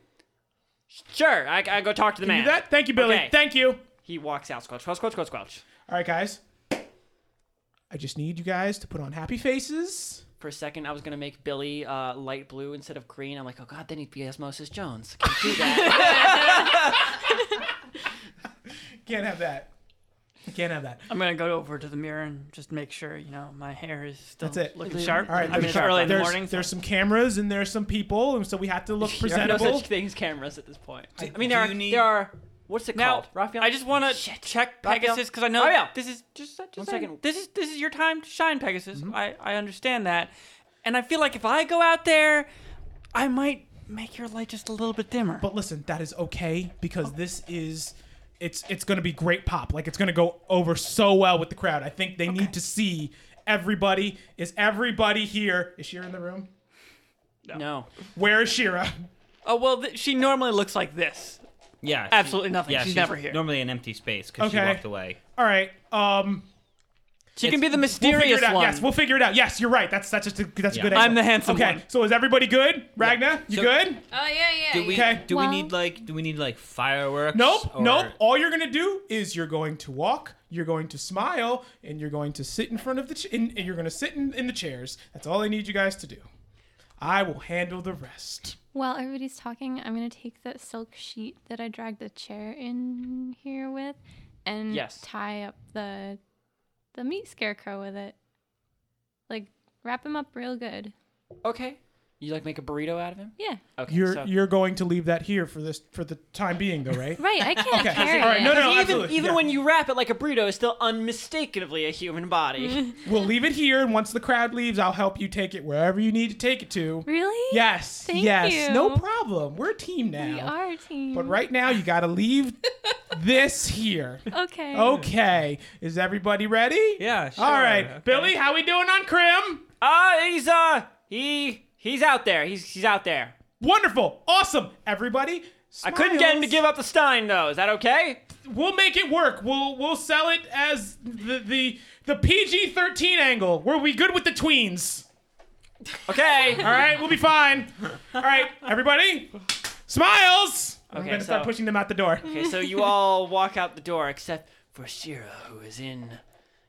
Speaker 1: Sure, I, I go talk to the man.
Speaker 2: Do that? Thank you, Billy.
Speaker 1: Okay.
Speaker 2: Thank you. All
Speaker 1: He walks out. Squelch, squelch, squelch, squelch, squelch.
Speaker 2: right, guys. I just need you guys to put on happy faces.
Speaker 1: For a second, I was gonna make Billy uh, light blue instead of green. I'm like, oh god, then he'd be Osmosis Jones. Can't do that.
Speaker 2: Can't have that. Can't have that.
Speaker 5: I'm gonna go over to the mirror and just make sure you know my hair is still
Speaker 2: That's it.
Speaker 5: looking sharp.
Speaker 2: All right,
Speaker 5: I mean,
Speaker 2: there's,
Speaker 5: it's early in the
Speaker 2: there's-
Speaker 5: morning. so-
Speaker 2: there's some cameras and there's some people, and so we have to look
Speaker 1: there are no
Speaker 2: presentable.
Speaker 1: such things cameras at this point. I, mean,
Speaker 4: do
Speaker 1: there are.
Speaker 4: you need-
Speaker 1: There are. What's it
Speaker 5: now,
Speaker 1: called? Raphael.
Speaker 5: I just want to check
Speaker 1: Raphael.
Speaker 5: Pegasus because I know
Speaker 1: Raphael.
Speaker 5: this is just, just
Speaker 1: One
Speaker 5: saying,
Speaker 1: second.
Speaker 5: This is this is your time to shine, Pegasus.
Speaker 2: Mm-hmm.
Speaker 5: I I understand that, and I feel like if I go out there, I might make your light just a little bit dimmer.
Speaker 2: But listen, that is okay because
Speaker 5: Oh.
Speaker 2: this is it's it's going to be great pop. Like it's going to go over so well with the crowd. I think they need to see everybody. Is everybody here? Is Shira in the room?
Speaker 1: No.
Speaker 2: Where is Shira?
Speaker 5: oh well, th- she normally looks like this.
Speaker 4: Yeah, she-
Speaker 5: Absolutely nothing.
Speaker 4: Yeah,
Speaker 5: She's never here.
Speaker 4: Normally an empty space because she
Speaker 2: Okay.
Speaker 4: walked away.
Speaker 2: All right. Um
Speaker 5: She can be the
Speaker 2: we'll figure
Speaker 5: mysterious
Speaker 2: it out.
Speaker 5: one.
Speaker 2: Yes, we'll figure it out. Yes, you're right. That's that's just a, that's
Speaker 4: Yeah.
Speaker 2: a good
Speaker 4: I'm
Speaker 2: angle.
Speaker 5: the handsome
Speaker 2: Okay.
Speaker 5: one.
Speaker 2: So is everybody good? Ragna, you
Speaker 4: So-
Speaker 2: good?
Speaker 3: Oh yeah, yeah.
Speaker 4: Do we?
Speaker 2: Okay.
Speaker 4: Do
Speaker 7: Well-
Speaker 4: we need like? Do we need like fireworks?
Speaker 2: Nope,
Speaker 4: or-
Speaker 2: nope. All you're gonna do is you're going to walk, you're going to smile, and you're going to sit in front of the ch- in, and you're gonna sit in, in the chairs. That's all I need you guys to do. I will handle the rest.
Speaker 7: While everybody's talking, I'm gonna take that silk sheet that I dragged a chair in here with, and
Speaker 1: Yes.
Speaker 7: tie up the the meat scarecrow with it. Like wrap him up real good.
Speaker 1: Okay. You like make a burrito out of him?
Speaker 7: Yeah,
Speaker 1: Okay.
Speaker 2: You're
Speaker 1: so-
Speaker 2: you're going to leave that here for this for the time being, though, right?
Speaker 7: right. I can't carry
Speaker 2: All right.
Speaker 7: it.
Speaker 2: No, no, no,
Speaker 1: even
Speaker 2: absolutely.
Speaker 1: even
Speaker 2: Yeah.
Speaker 1: when you wrap it like a burrito, it's still unmistakably a human body.
Speaker 2: we'll leave it here, and once the crowd leaves, I'll help you take it wherever you need to take it to.
Speaker 7: Really?
Speaker 2: Yes.
Speaker 7: Thank
Speaker 2: yes.
Speaker 7: you.
Speaker 2: No problem. We're a team now.
Speaker 7: We are a team.
Speaker 2: But right now, you gotta leave this here.
Speaker 7: Okay.
Speaker 2: Oh. Okay. Is everybody ready?
Speaker 4: Yeah. Sure.
Speaker 2: All right,
Speaker 4: okay.
Speaker 2: Billy, how we doing on Crim?
Speaker 1: Ah, he's uh, he he's out there. He's he's out there.
Speaker 2: Wonderful, awesome, everybody.
Speaker 1: I couldn't get him to give up the Stein though. Is that okay?
Speaker 2: We'll make it work. We'll we'll sell it as the the the PG thirteen angle. Were we good with the tweens?
Speaker 1: Okay.
Speaker 2: All right, we'll be fine. All right, everybody, smiles. I'm
Speaker 1: Okay,
Speaker 2: gonna start
Speaker 1: so-
Speaker 2: pushing them out the door.
Speaker 1: Okay, so you all walk out the door except for Shira, who is in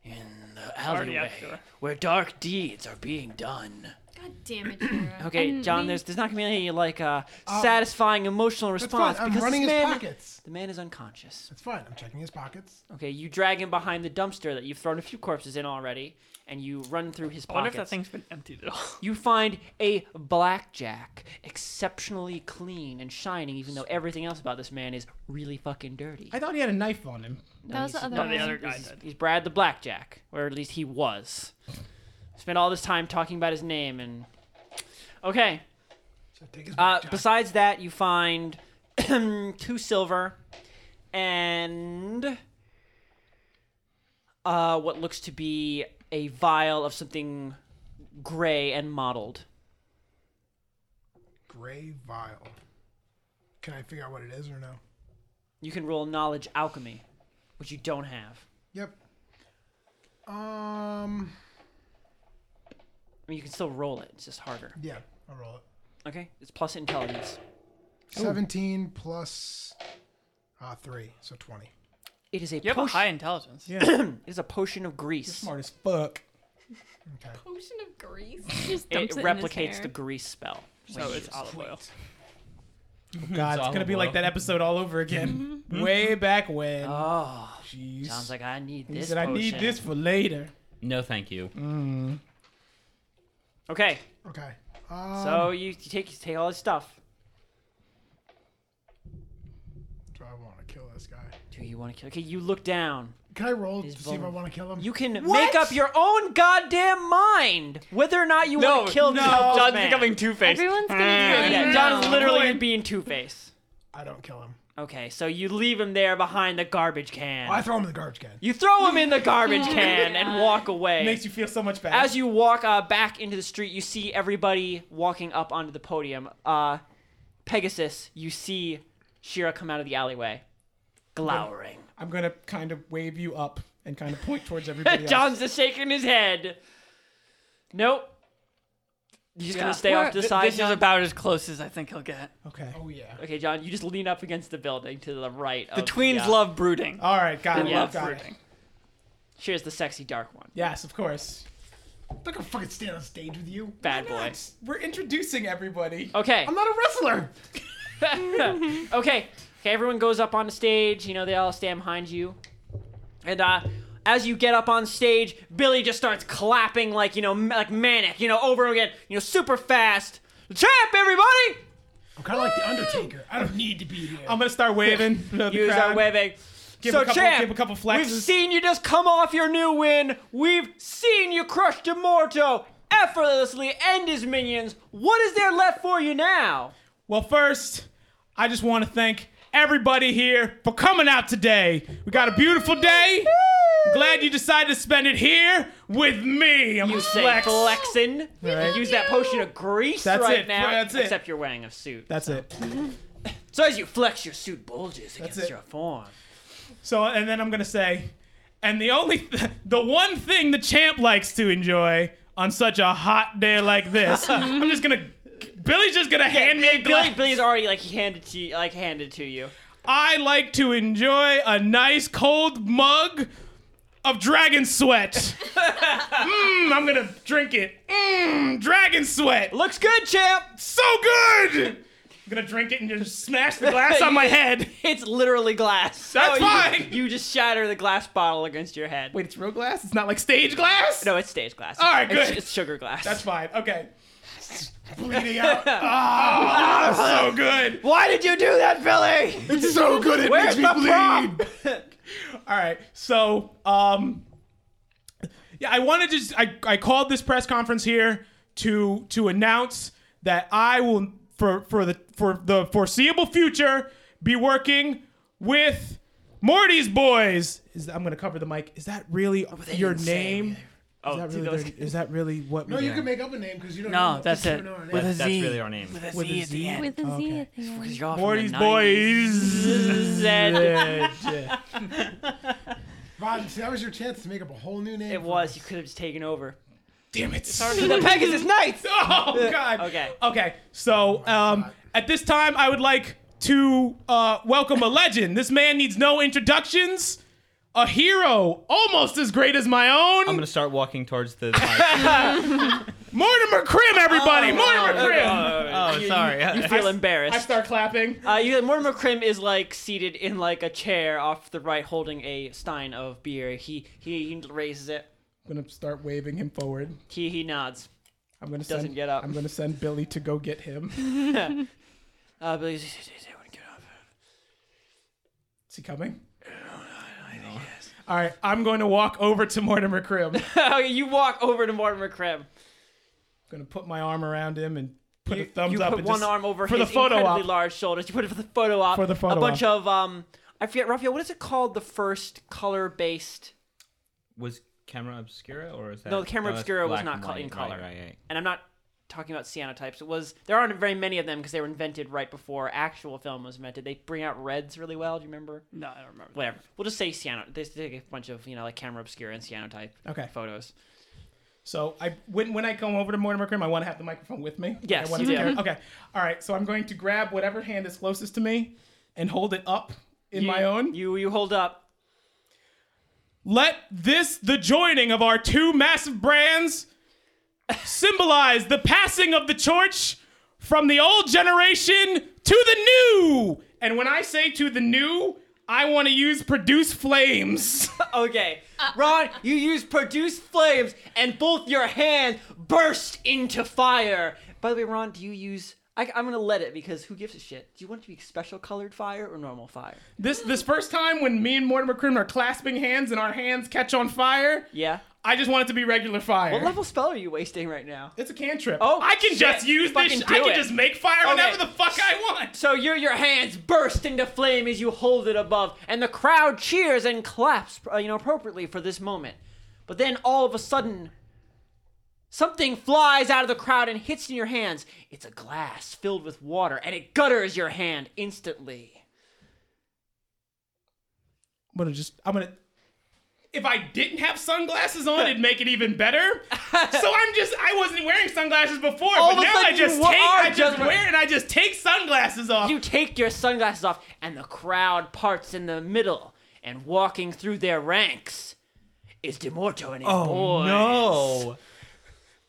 Speaker 1: in the
Speaker 5: out
Speaker 1: alleyway
Speaker 5: the door.
Speaker 1: where dark deeds are being done.
Speaker 3: God damn it, Shira.
Speaker 1: Okay,
Speaker 7: And
Speaker 1: John,
Speaker 7: we-
Speaker 1: there's there's not gonna be any like uh, satisfying emotional
Speaker 6: That's
Speaker 1: response
Speaker 6: fine. I'm
Speaker 1: because
Speaker 6: running
Speaker 1: this
Speaker 6: his
Speaker 1: man,
Speaker 6: pockets.
Speaker 1: the man is unconscious.
Speaker 6: That's fine. I'm checking his pockets.
Speaker 1: Okay, you drag him behind the dumpster that you've thrown a few corpses in already, and you run through his
Speaker 5: I
Speaker 1: pockets.
Speaker 5: wonder if that thing's been emptied at all.
Speaker 1: You find a blackjack, exceptionally clean and shining, even though everything else about this man is really fucking dirty.
Speaker 2: I thought he had a knife on him.
Speaker 7: That was the
Speaker 1: he's-
Speaker 7: other
Speaker 1: no,
Speaker 7: one.
Speaker 5: the other guy
Speaker 1: He's,
Speaker 5: did.
Speaker 1: he's Brad the Blackjack, or at least he was. Spent all this time talking about his name and. Okay.
Speaker 6: So take
Speaker 1: Uh,
Speaker 6: his blackjack.
Speaker 1: besides that, you find two silver and uh, what looks to be a vial of something gray and mottled.
Speaker 6: gray vial. Can I figure out what it is or no?
Speaker 1: You can roll knowledge alchemy, which you don't have.
Speaker 6: Yep. Um.
Speaker 1: I mean, you can still roll it. It's just harder.
Speaker 6: Yeah, I'll roll it.
Speaker 1: Okay, it's plus intelligence.
Speaker 6: Seventeen plus uh, three, so twenty.
Speaker 1: It is a
Speaker 5: You have a
Speaker 1: potion.
Speaker 5: high intelligence. Yeah.
Speaker 1: It is a potion of grease.
Speaker 2: Smart as fuck.
Speaker 6: Okay.
Speaker 3: Potion of grease.
Speaker 7: Just
Speaker 1: It
Speaker 7: dumps it,
Speaker 1: replicates the
Speaker 7: in
Speaker 1: grease spell.
Speaker 5: So Oh, it's olive oil.
Speaker 2: God, it's gonna be like that episode all over again.
Speaker 1: Mm-hmm.
Speaker 2: Way back when.
Speaker 1: Oh,
Speaker 2: Jeez.
Speaker 1: sounds like I need
Speaker 2: he
Speaker 1: this.
Speaker 2: said, I need
Speaker 1: potion."
Speaker 2: this for later.
Speaker 4: No, thank you.
Speaker 1: Okay,
Speaker 6: Okay. Um,
Speaker 1: so you, you take you take all his stuff.
Speaker 6: do I want to kill this guy?
Speaker 1: Do you want to kill? Okay, you look down.
Speaker 6: Can I roll to
Speaker 1: He's
Speaker 6: see if I
Speaker 1: vulnerable.
Speaker 6: want to kill him?
Speaker 1: You can
Speaker 2: What?
Speaker 1: make up your own goddamn mind whether or not you
Speaker 5: No,
Speaker 1: want to kill
Speaker 5: no,
Speaker 1: this old
Speaker 5: John's
Speaker 1: man.
Speaker 5: becoming Two Faced.
Speaker 7: Everyone's gonna be
Speaker 1: Yeah,
Speaker 7: like,
Speaker 1: John is
Speaker 7: "No."
Speaker 1: literally being Two Face.
Speaker 6: I don't kill him.
Speaker 1: Okay, so you leave him there behind the garbage can.
Speaker 6: I throw him in the garbage can.
Speaker 1: You throw him in the garbage can and walk away.
Speaker 2: Makes you feel so much better.
Speaker 1: As you walk uh, back into the street, you see everybody walking up onto the podium. Uh, Pegasus, you see Shira come out of the alleyway, glowering.
Speaker 2: I'm gonna kind of wave you up and kind of point towards everybody else.
Speaker 1: John's just shaking his head. Nope. You just
Speaker 5: Yeah.
Speaker 1: gonna stay off to the
Speaker 5: Th-
Speaker 1: side.
Speaker 5: this is
Speaker 1: John?
Speaker 5: about as close as I think he'll get.
Speaker 2: Okay.
Speaker 6: Oh yeah.
Speaker 1: okay, John. You just lean up against the building to the right.
Speaker 5: The
Speaker 1: of
Speaker 5: tweens
Speaker 1: uh,
Speaker 5: love brooding.
Speaker 2: All right, got it.
Speaker 5: They love
Speaker 2: Oh, got it.
Speaker 5: brooding.
Speaker 1: Shira's the sexy dark one.
Speaker 2: Yes, of course.
Speaker 6: I'm not gonna fucking stand on stage with you.
Speaker 1: Bad boy.
Speaker 2: We're introducing everybody.
Speaker 1: Okay.
Speaker 6: I'm not a wrestler.
Speaker 1: okay. Okay, everyone goes up on the stage. You know, they all stand behind you. And uh, as you get up on stage, Billy just starts clapping like, you know, ma- like manic, you know, over and over again, you know, super fast. Champ, everybody!
Speaker 6: I'm kind of like the Undertaker. I don't need to be here.
Speaker 2: I'm gonna start waving. to the
Speaker 1: Use our
Speaker 2: crowd.
Speaker 1: waving.
Speaker 2: Give
Speaker 1: so,
Speaker 2: a couple-
Speaker 1: champ,
Speaker 2: give a couple
Speaker 1: we've
Speaker 2: flexes.
Speaker 1: seen you just come off your new win. We've seen you crush Demorto effortlessly and his minions. What is there left for you now?
Speaker 2: Well, first, I just want to thank everybody here for coming out today. We got a beautiful day. I'm glad you decided to spend it here with me. I'm
Speaker 1: You
Speaker 2: gonna
Speaker 1: say
Speaker 2: flex.
Speaker 1: flexing.
Speaker 2: Right.
Speaker 1: Use that potion of grease
Speaker 2: That's
Speaker 1: right
Speaker 2: it.
Speaker 1: now.
Speaker 2: That's it.
Speaker 1: Except you're wearing a suit.
Speaker 2: That's it.
Speaker 1: So as you flex, your suit bulges against
Speaker 2: it.
Speaker 1: your form.
Speaker 2: So, and then I'm gonna say, and the only, the one thing the champ likes to enjoy on such a hot day like this, I'm just gonna, Billy's just gonna hand me a
Speaker 1: Billy,
Speaker 2: glass.
Speaker 1: Billy's already like handed to you, like handed to you.
Speaker 2: I like to enjoy a nice cold mug of dragon sweat. Mmm, I'm gonna drink it. Mmm, dragon sweat.
Speaker 1: Looks good, champ.
Speaker 2: So good! I'm gonna drink it and just smash the glass on my head.
Speaker 1: It's literally glass. So
Speaker 2: That's
Speaker 1: you-
Speaker 2: fine.
Speaker 1: You just shatter the glass bottle against your head.
Speaker 2: Wait, it's real glass? It's not like stage glass?
Speaker 1: No, it's stage glass.
Speaker 2: All right,
Speaker 1: It's-
Speaker 2: good.
Speaker 1: It's, sugar glass.
Speaker 2: That's fine. Okay.
Speaker 6: bleeding out.
Speaker 2: Ah, so good.
Speaker 1: Why did you do that, Billy?
Speaker 6: It's so good. It
Speaker 1: Where's the
Speaker 6: makes me bleed.
Speaker 1: prop?
Speaker 2: All right. So, um, yeah, I wanted to. I, I called this press conference here to to announce that I will for for the for the foreseeable future be working with Morty's boys. Is I'm gonna cover the mic. Is that really your name?
Speaker 1: Oh,
Speaker 2: Is that
Speaker 1: see,
Speaker 2: really,
Speaker 1: those-
Speaker 2: their- is that really what?
Speaker 6: No, you can make up a name because you don't.
Speaker 5: No,
Speaker 6: know.
Speaker 5: that's
Speaker 6: you
Speaker 5: it.
Speaker 6: don't know our name.
Speaker 5: With a
Speaker 4: That's
Speaker 5: Z.
Speaker 4: really our name.
Speaker 5: With a
Speaker 2: With
Speaker 5: Z
Speaker 2: a
Speaker 5: at the
Speaker 2: Z?
Speaker 5: end.
Speaker 7: With a Z
Speaker 2: Okay.
Speaker 7: at the end.
Speaker 1: Because you're all from the
Speaker 2: Morty's
Speaker 1: 90s.
Speaker 2: boys.
Speaker 6: Ron, see, that was your chance to make up a whole new name.
Speaker 1: It
Speaker 6: for
Speaker 1: was.
Speaker 6: us.
Speaker 1: You could have just taken over.
Speaker 2: Damn it.
Speaker 1: the Pegasus Knights.
Speaker 2: Oh God.
Speaker 1: Okay.
Speaker 2: Okay. So um, at this time, I would like to uh, welcome a legend. This man needs no introductions. A hero, almost as great as my own.
Speaker 4: I'm gonna start walking towards the. mic.
Speaker 2: Mortimer Crim, everybody. Mortimer Crim.
Speaker 4: oh, sorry.
Speaker 1: You feel
Speaker 2: I
Speaker 1: embarrassed.
Speaker 2: start clapping.
Speaker 1: Uh, you, Mortimer Crim is like seated in like a chair off the right, holding a stein of beer. He he, he raises it.
Speaker 2: I'm gonna start waving him forward.
Speaker 1: He he nods.
Speaker 2: I'm gonna
Speaker 1: Doesn't
Speaker 2: send.
Speaker 1: get up.
Speaker 2: I'm gonna send Billy to go get him.
Speaker 1: Uh, Billy, is- is- is everyone get up?
Speaker 2: Is he coming? All right, I'm going to walk over to Mortimer Crim. I'm
Speaker 1: okay, you walk over to Mortimer Crim.
Speaker 2: going to put my arm around him and put
Speaker 1: You,
Speaker 2: a thumbs
Speaker 1: you
Speaker 2: up
Speaker 1: put
Speaker 2: and
Speaker 1: one
Speaker 2: just-
Speaker 1: arm over
Speaker 2: for
Speaker 1: his
Speaker 2: the photo
Speaker 1: incredibly
Speaker 2: op.
Speaker 1: large shoulders. You put it for the photo op.
Speaker 2: For the photo
Speaker 1: a bunch
Speaker 2: op.
Speaker 1: of um, I forget, Raphael. What is it called? The first color-based,
Speaker 4: Was camera obscura or is that?
Speaker 1: No, the camera
Speaker 4: that's
Speaker 1: obscura was
Speaker 4: black
Speaker 1: not
Speaker 4: and
Speaker 1: col-
Speaker 4: white,
Speaker 1: in
Speaker 4: right,
Speaker 1: color.
Speaker 4: Right, right.
Speaker 1: and I'm not talking about cyanotypes. It was there aren't very many of them because they were invented right before actual film was invented. They bring out reds really well. Do you remember?
Speaker 5: No, I don't remember.
Speaker 1: Whatever. We'll just say cyano. They take a bunch of you know like camera obscura and cyanotype
Speaker 2: Okay.
Speaker 1: photos.
Speaker 2: So I when when I come over to Mortimer Crim, I want to have the microphone with me.
Speaker 1: Yes,
Speaker 2: I want
Speaker 1: you
Speaker 2: to
Speaker 1: do.
Speaker 2: carry- Okay. All right. So I'm going to grab whatever hand is closest to me and hold it up in my own.
Speaker 1: You you hold up.
Speaker 2: Let this the joining of our two massive brands symbolize the passing of the church from the old generation to the new. And when I say to the new, I want to use produce flames.
Speaker 1: Okay, Ron, you use produce flames, and both your hands burst into fire. By the way, Ron, do you use? I, I'm gonna let it because who gives a shit? Do you want it to be special colored fire or normal fire?
Speaker 2: this this first time when me and Mortimer Crim are clasping hands and our hands catch on fire.
Speaker 1: Yeah.
Speaker 2: I just want it to be regular fire.
Speaker 1: What level spell are you wasting right now?
Speaker 2: It's a cantrip.
Speaker 1: Oh,
Speaker 2: I can
Speaker 1: shit.
Speaker 2: just use this.
Speaker 1: Fucking
Speaker 2: sh- I
Speaker 1: do
Speaker 2: can
Speaker 1: it.
Speaker 2: just make fire whenever the fuck I want.
Speaker 1: So your your hands burst into flame as you hold it above, and the crowd cheers and claps, uh, you know, appropriately for this moment. But then all of a sudden, something flies out of the crowd and hits in your hands. It's a glass filled with water, and it gutters your hand instantly.
Speaker 2: I'm gonna just. I'm gonna. If I didn't have sunglasses on, it'd make it even better. so I'm just. I wasn't wearing sunglasses before,
Speaker 1: All of
Speaker 2: but
Speaker 1: a
Speaker 2: now
Speaker 1: sudden
Speaker 2: I just
Speaker 1: you
Speaker 2: take.
Speaker 1: wa- are
Speaker 2: I just
Speaker 1: just-
Speaker 2: wear it. and I just take sunglasses off.
Speaker 1: You take your sunglasses off, and the crowd parts in the middle, and walking through their ranks is Demorto and his boys.
Speaker 6: Oh,
Speaker 4: no.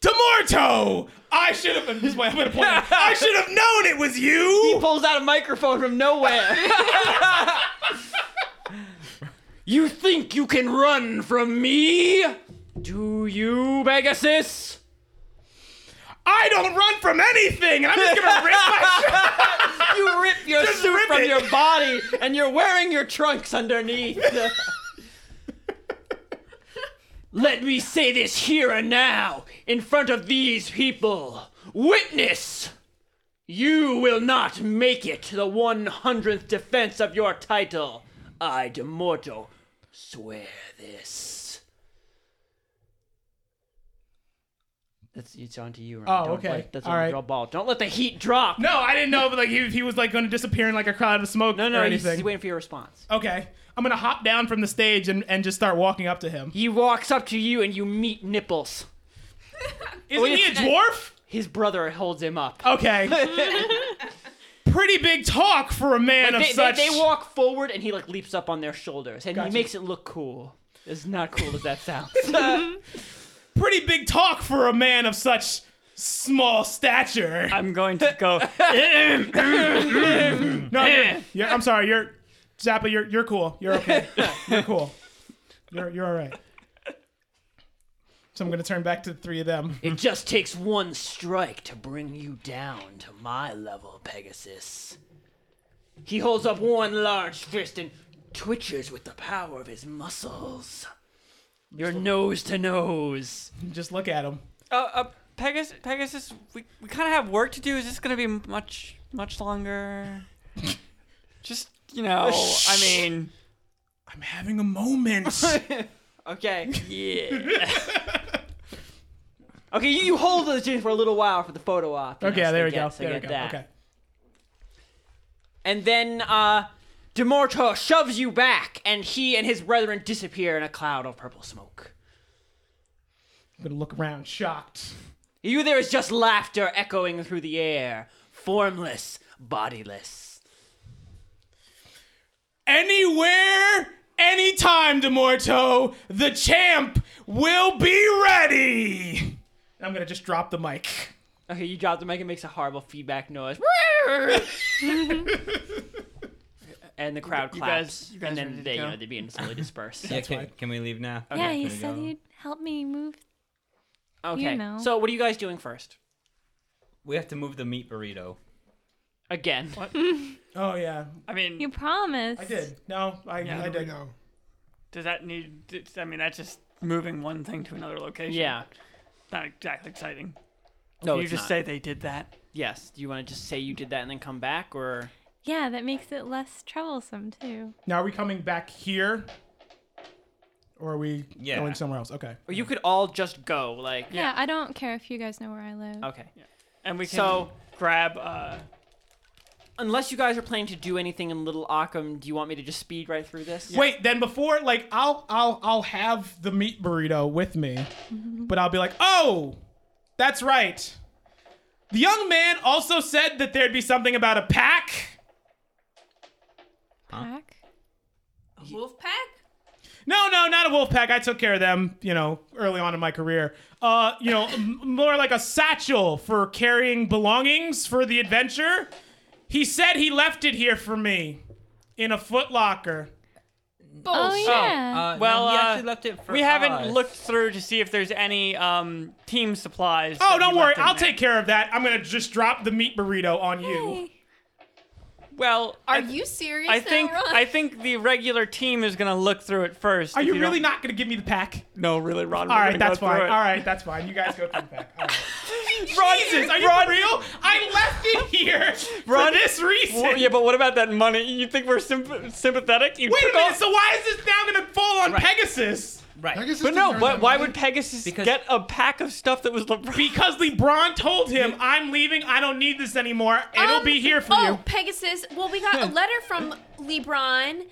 Speaker 2: Demorto! I should have. I'm just- I'm gonna point. it. I should have known it was
Speaker 1: He
Speaker 2: you.
Speaker 1: pulls out a microphone from nowhere. you think you can run from me? Do you, Pegasus?
Speaker 2: I don't run from anything, and I'm just gonna rip my shirt.
Speaker 1: You rip your
Speaker 2: Just
Speaker 1: suit
Speaker 2: rip
Speaker 1: from
Speaker 2: it.
Speaker 1: your body, and you're wearing your trunks underneath. Let me say this here and now, in front of these people. Witness! You will not make it to the 100th defense of your title. I, Demorto, swear this. That's it's on to you. Ryan.
Speaker 2: Oh,
Speaker 1: Don't
Speaker 2: okay.
Speaker 1: let- that's
Speaker 2: All
Speaker 1: a
Speaker 2: right.
Speaker 1: draw ball. Don't let the heat drop.
Speaker 2: No, I didn't know if like if he was like gonna disappear in like a cloud of smoke
Speaker 1: No, no,
Speaker 2: or
Speaker 1: he's,
Speaker 2: anything.
Speaker 1: he's waiting for your response.
Speaker 2: Okay. I'm gonna hop down from the stage and, and just start walking up to him.
Speaker 1: He walks up to you and you meet Nipples.
Speaker 2: Isn't he a dwarf?
Speaker 1: His brother holds him up.
Speaker 2: Okay. Pretty big talk for a man of
Speaker 1: They, they,
Speaker 2: such.
Speaker 1: they walk forward and he like leaps up on their shoulders and
Speaker 2: Gotcha.
Speaker 1: he makes it look cool. As not cool as that sounds.
Speaker 2: Pretty big talk for a man of such small stature.
Speaker 5: I'm going to go.
Speaker 2: no, you're, yeah, I'm sorry. You're Zappa. You're you're cool. You're okay. You're cool. You're you're all right. So I'm gonna turn back to the three of them.
Speaker 1: it just takes one strike to bring you down to my level, Pegasus. He holds up one large fist and twitches with the power of his muscles. You're nose to nose.
Speaker 2: Just look at them.
Speaker 5: Uh, uh, Pegasus, Pegasus, we, we kind of have work to do. Is this going to be much, much longer? Just, you know, I mean,
Speaker 2: I'm having a moment.
Speaker 1: Okay. Yeah. okay, you, you hold those two for a little while for the photo op. you know,
Speaker 2: Okay,
Speaker 1: so they
Speaker 2: there we go.
Speaker 1: get- so
Speaker 2: There we
Speaker 1: get
Speaker 2: go.
Speaker 1: that.
Speaker 2: Okay.
Speaker 1: And then uh Demorto shoves you back, and he and his brethren disappear in a cloud of purple smoke.
Speaker 2: I'm gonna look around, shocked.
Speaker 1: You there is just laughter echoing through the air, formless, bodiless.
Speaker 2: anywhere, anytime, Demorto, the champ will be ready. I'm gonna just drop the mic.
Speaker 1: Okay, you drop the mic. It makes a horrible feedback noise, and the crowd
Speaker 5: you
Speaker 1: claps.
Speaker 5: guys- you guys
Speaker 1: and
Speaker 5: ready
Speaker 1: then
Speaker 5: to
Speaker 1: they, you
Speaker 5: go?
Speaker 1: know, they begin to slowly disperse.
Speaker 4: Yeah, can, can we leave now?
Speaker 7: yeah,
Speaker 4: Can
Speaker 7: you
Speaker 4: we
Speaker 7: said
Speaker 4: go?
Speaker 7: you'd help me move.
Speaker 1: Okay,
Speaker 7: know.
Speaker 1: so what are you guys doing first?
Speaker 4: We have to move the meat burrito.
Speaker 1: Again.
Speaker 2: Oh yeah,
Speaker 5: I mean,
Speaker 7: You promised.
Speaker 2: I did. No, I,
Speaker 5: Yeah.
Speaker 2: I
Speaker 6: There we
Speaker 2: did.
Speaker 6: go.
Speaker 5: does that need? it's- I mean, that's just moving one thing to another location.
Speaker 1: Yeah.
Speaker 5: not exactly exciting.
Speaker 1: No,
Speaker 5: you
Speaker 1: it's
Speaker 5: just
Speaker 1: not.
Speaker 5: say they did that.
Speaker 1: Yes. Do you want to just say you did that and then come back, or
Speaker 7: Yeah, that makes it less troublesome too.
Speaker 2: Now are we coming back here, Or are we
Speaker 4: Yeah.
Speaker 2: going somewhere else? Okay.
Speaker 1: Or you could all just go. Like,
Speaker 7: Yeah. I don't care if you guys know where I live.
Speaker 1: okay.
Speaker 5: and we can
Speaker 1: So-
Speaker 5: grab. Uh,
Speaker 1: Unless you guys are planning to do anything in Little Occam, do you want me to just speed right through this?
Speaker 2: Wait, then before like I'll I'll I'll have the meat burrito with me, but I'll be like, oh, that's right. The young man also said that there'd be something about a pack.
Speaker 7: Pack.
Speaker 3: Wolf pack?
Speaker 2: No, no, not a wolf pack. I took care of them, you know, early on in my career. Uh, you know, m- more like a satchel for carrying belongings for the adventure. He said he left it here for me in a footlocker.
Speaker 7: Oh yeah.
Speaker 4: Uh, no,
Speaker 5: Well,
Speaker 4: he
Speaker 5: uh,
Speaker 4: actually left it for
Speaker 5: we haven't
Speaker 4: us.
Speaker 5: looked through to see if there's any um, team supplies.
Speaker 2: Oh,
Speaker 5: that
Speaker 2: don't
Speaker 5: you
Speaker 2: worry.
Speaker 5: left in
Speaker 2: I'll
Speaker 5: there.
Speaker 2: take care of that. I'm going to just drop the meat burrito on you.
Speaker 7: Hey.
Speaker 5: Well,
Speaker 3: Are
Speaker 5: Oh, I-
Speaker 3: you serious?
Speaker 5: I
Speaker 3: now,
Speaker 5: think
Speaker 3: Ron?
Speaker 5: I think the regular team is gonna look through it first.
Speaker 2: Are
Speaker 5: if
Speaker 2: you
Speaker 5: don't-
Speaker 2: really not going to give me the pack?
Speaker 5: No, really, Ron.
Speaker 2: All
Speaker 5: we're
Speaker 2: right,
Speaker 5: gonna go
Speaker 2: that's
Speaker 5: through
Speaker 2: fine.
Speaker 5: it.
Speaker 2: All right, that's fine. You guys go through the pack. All right. Jesus, are you for real? I left it here for
Speaker 5: Ron-
Speaker 2: this reason.
Speaker 5: Well, yeah, but what about that money? You think we're symp- sympathetic? You
Speaker 2: Wait
Speaker 5: took
Speaker 2: a
Speaker 5: all-
Speaker 2: minute. So why is this now going to fall on Pegasus?
Speaker 4: Right.
Speaker 6: Pegasus
Speaker 5: But
Speaker 6: didn't
Speaker 5: no,
Speaker 6: earn
Speaker 5: but
Speaker 6: that
Speaker 5: why
Speaker 6: money.
Speaker 5: would Pegasus
Speaker 4: Because-
Speaker 5: get a pack of stuff that was LeBron?
Speaker 2: Because LeBron told him, "I'm leaving. I don't need this anymore. It'll
Speaker 3: Um,
Speaker 2: be here for
Speaker 3: oh,
Speaker 2: you."
Speaker 3: Pegasus. Well, we got a letter from LeBron,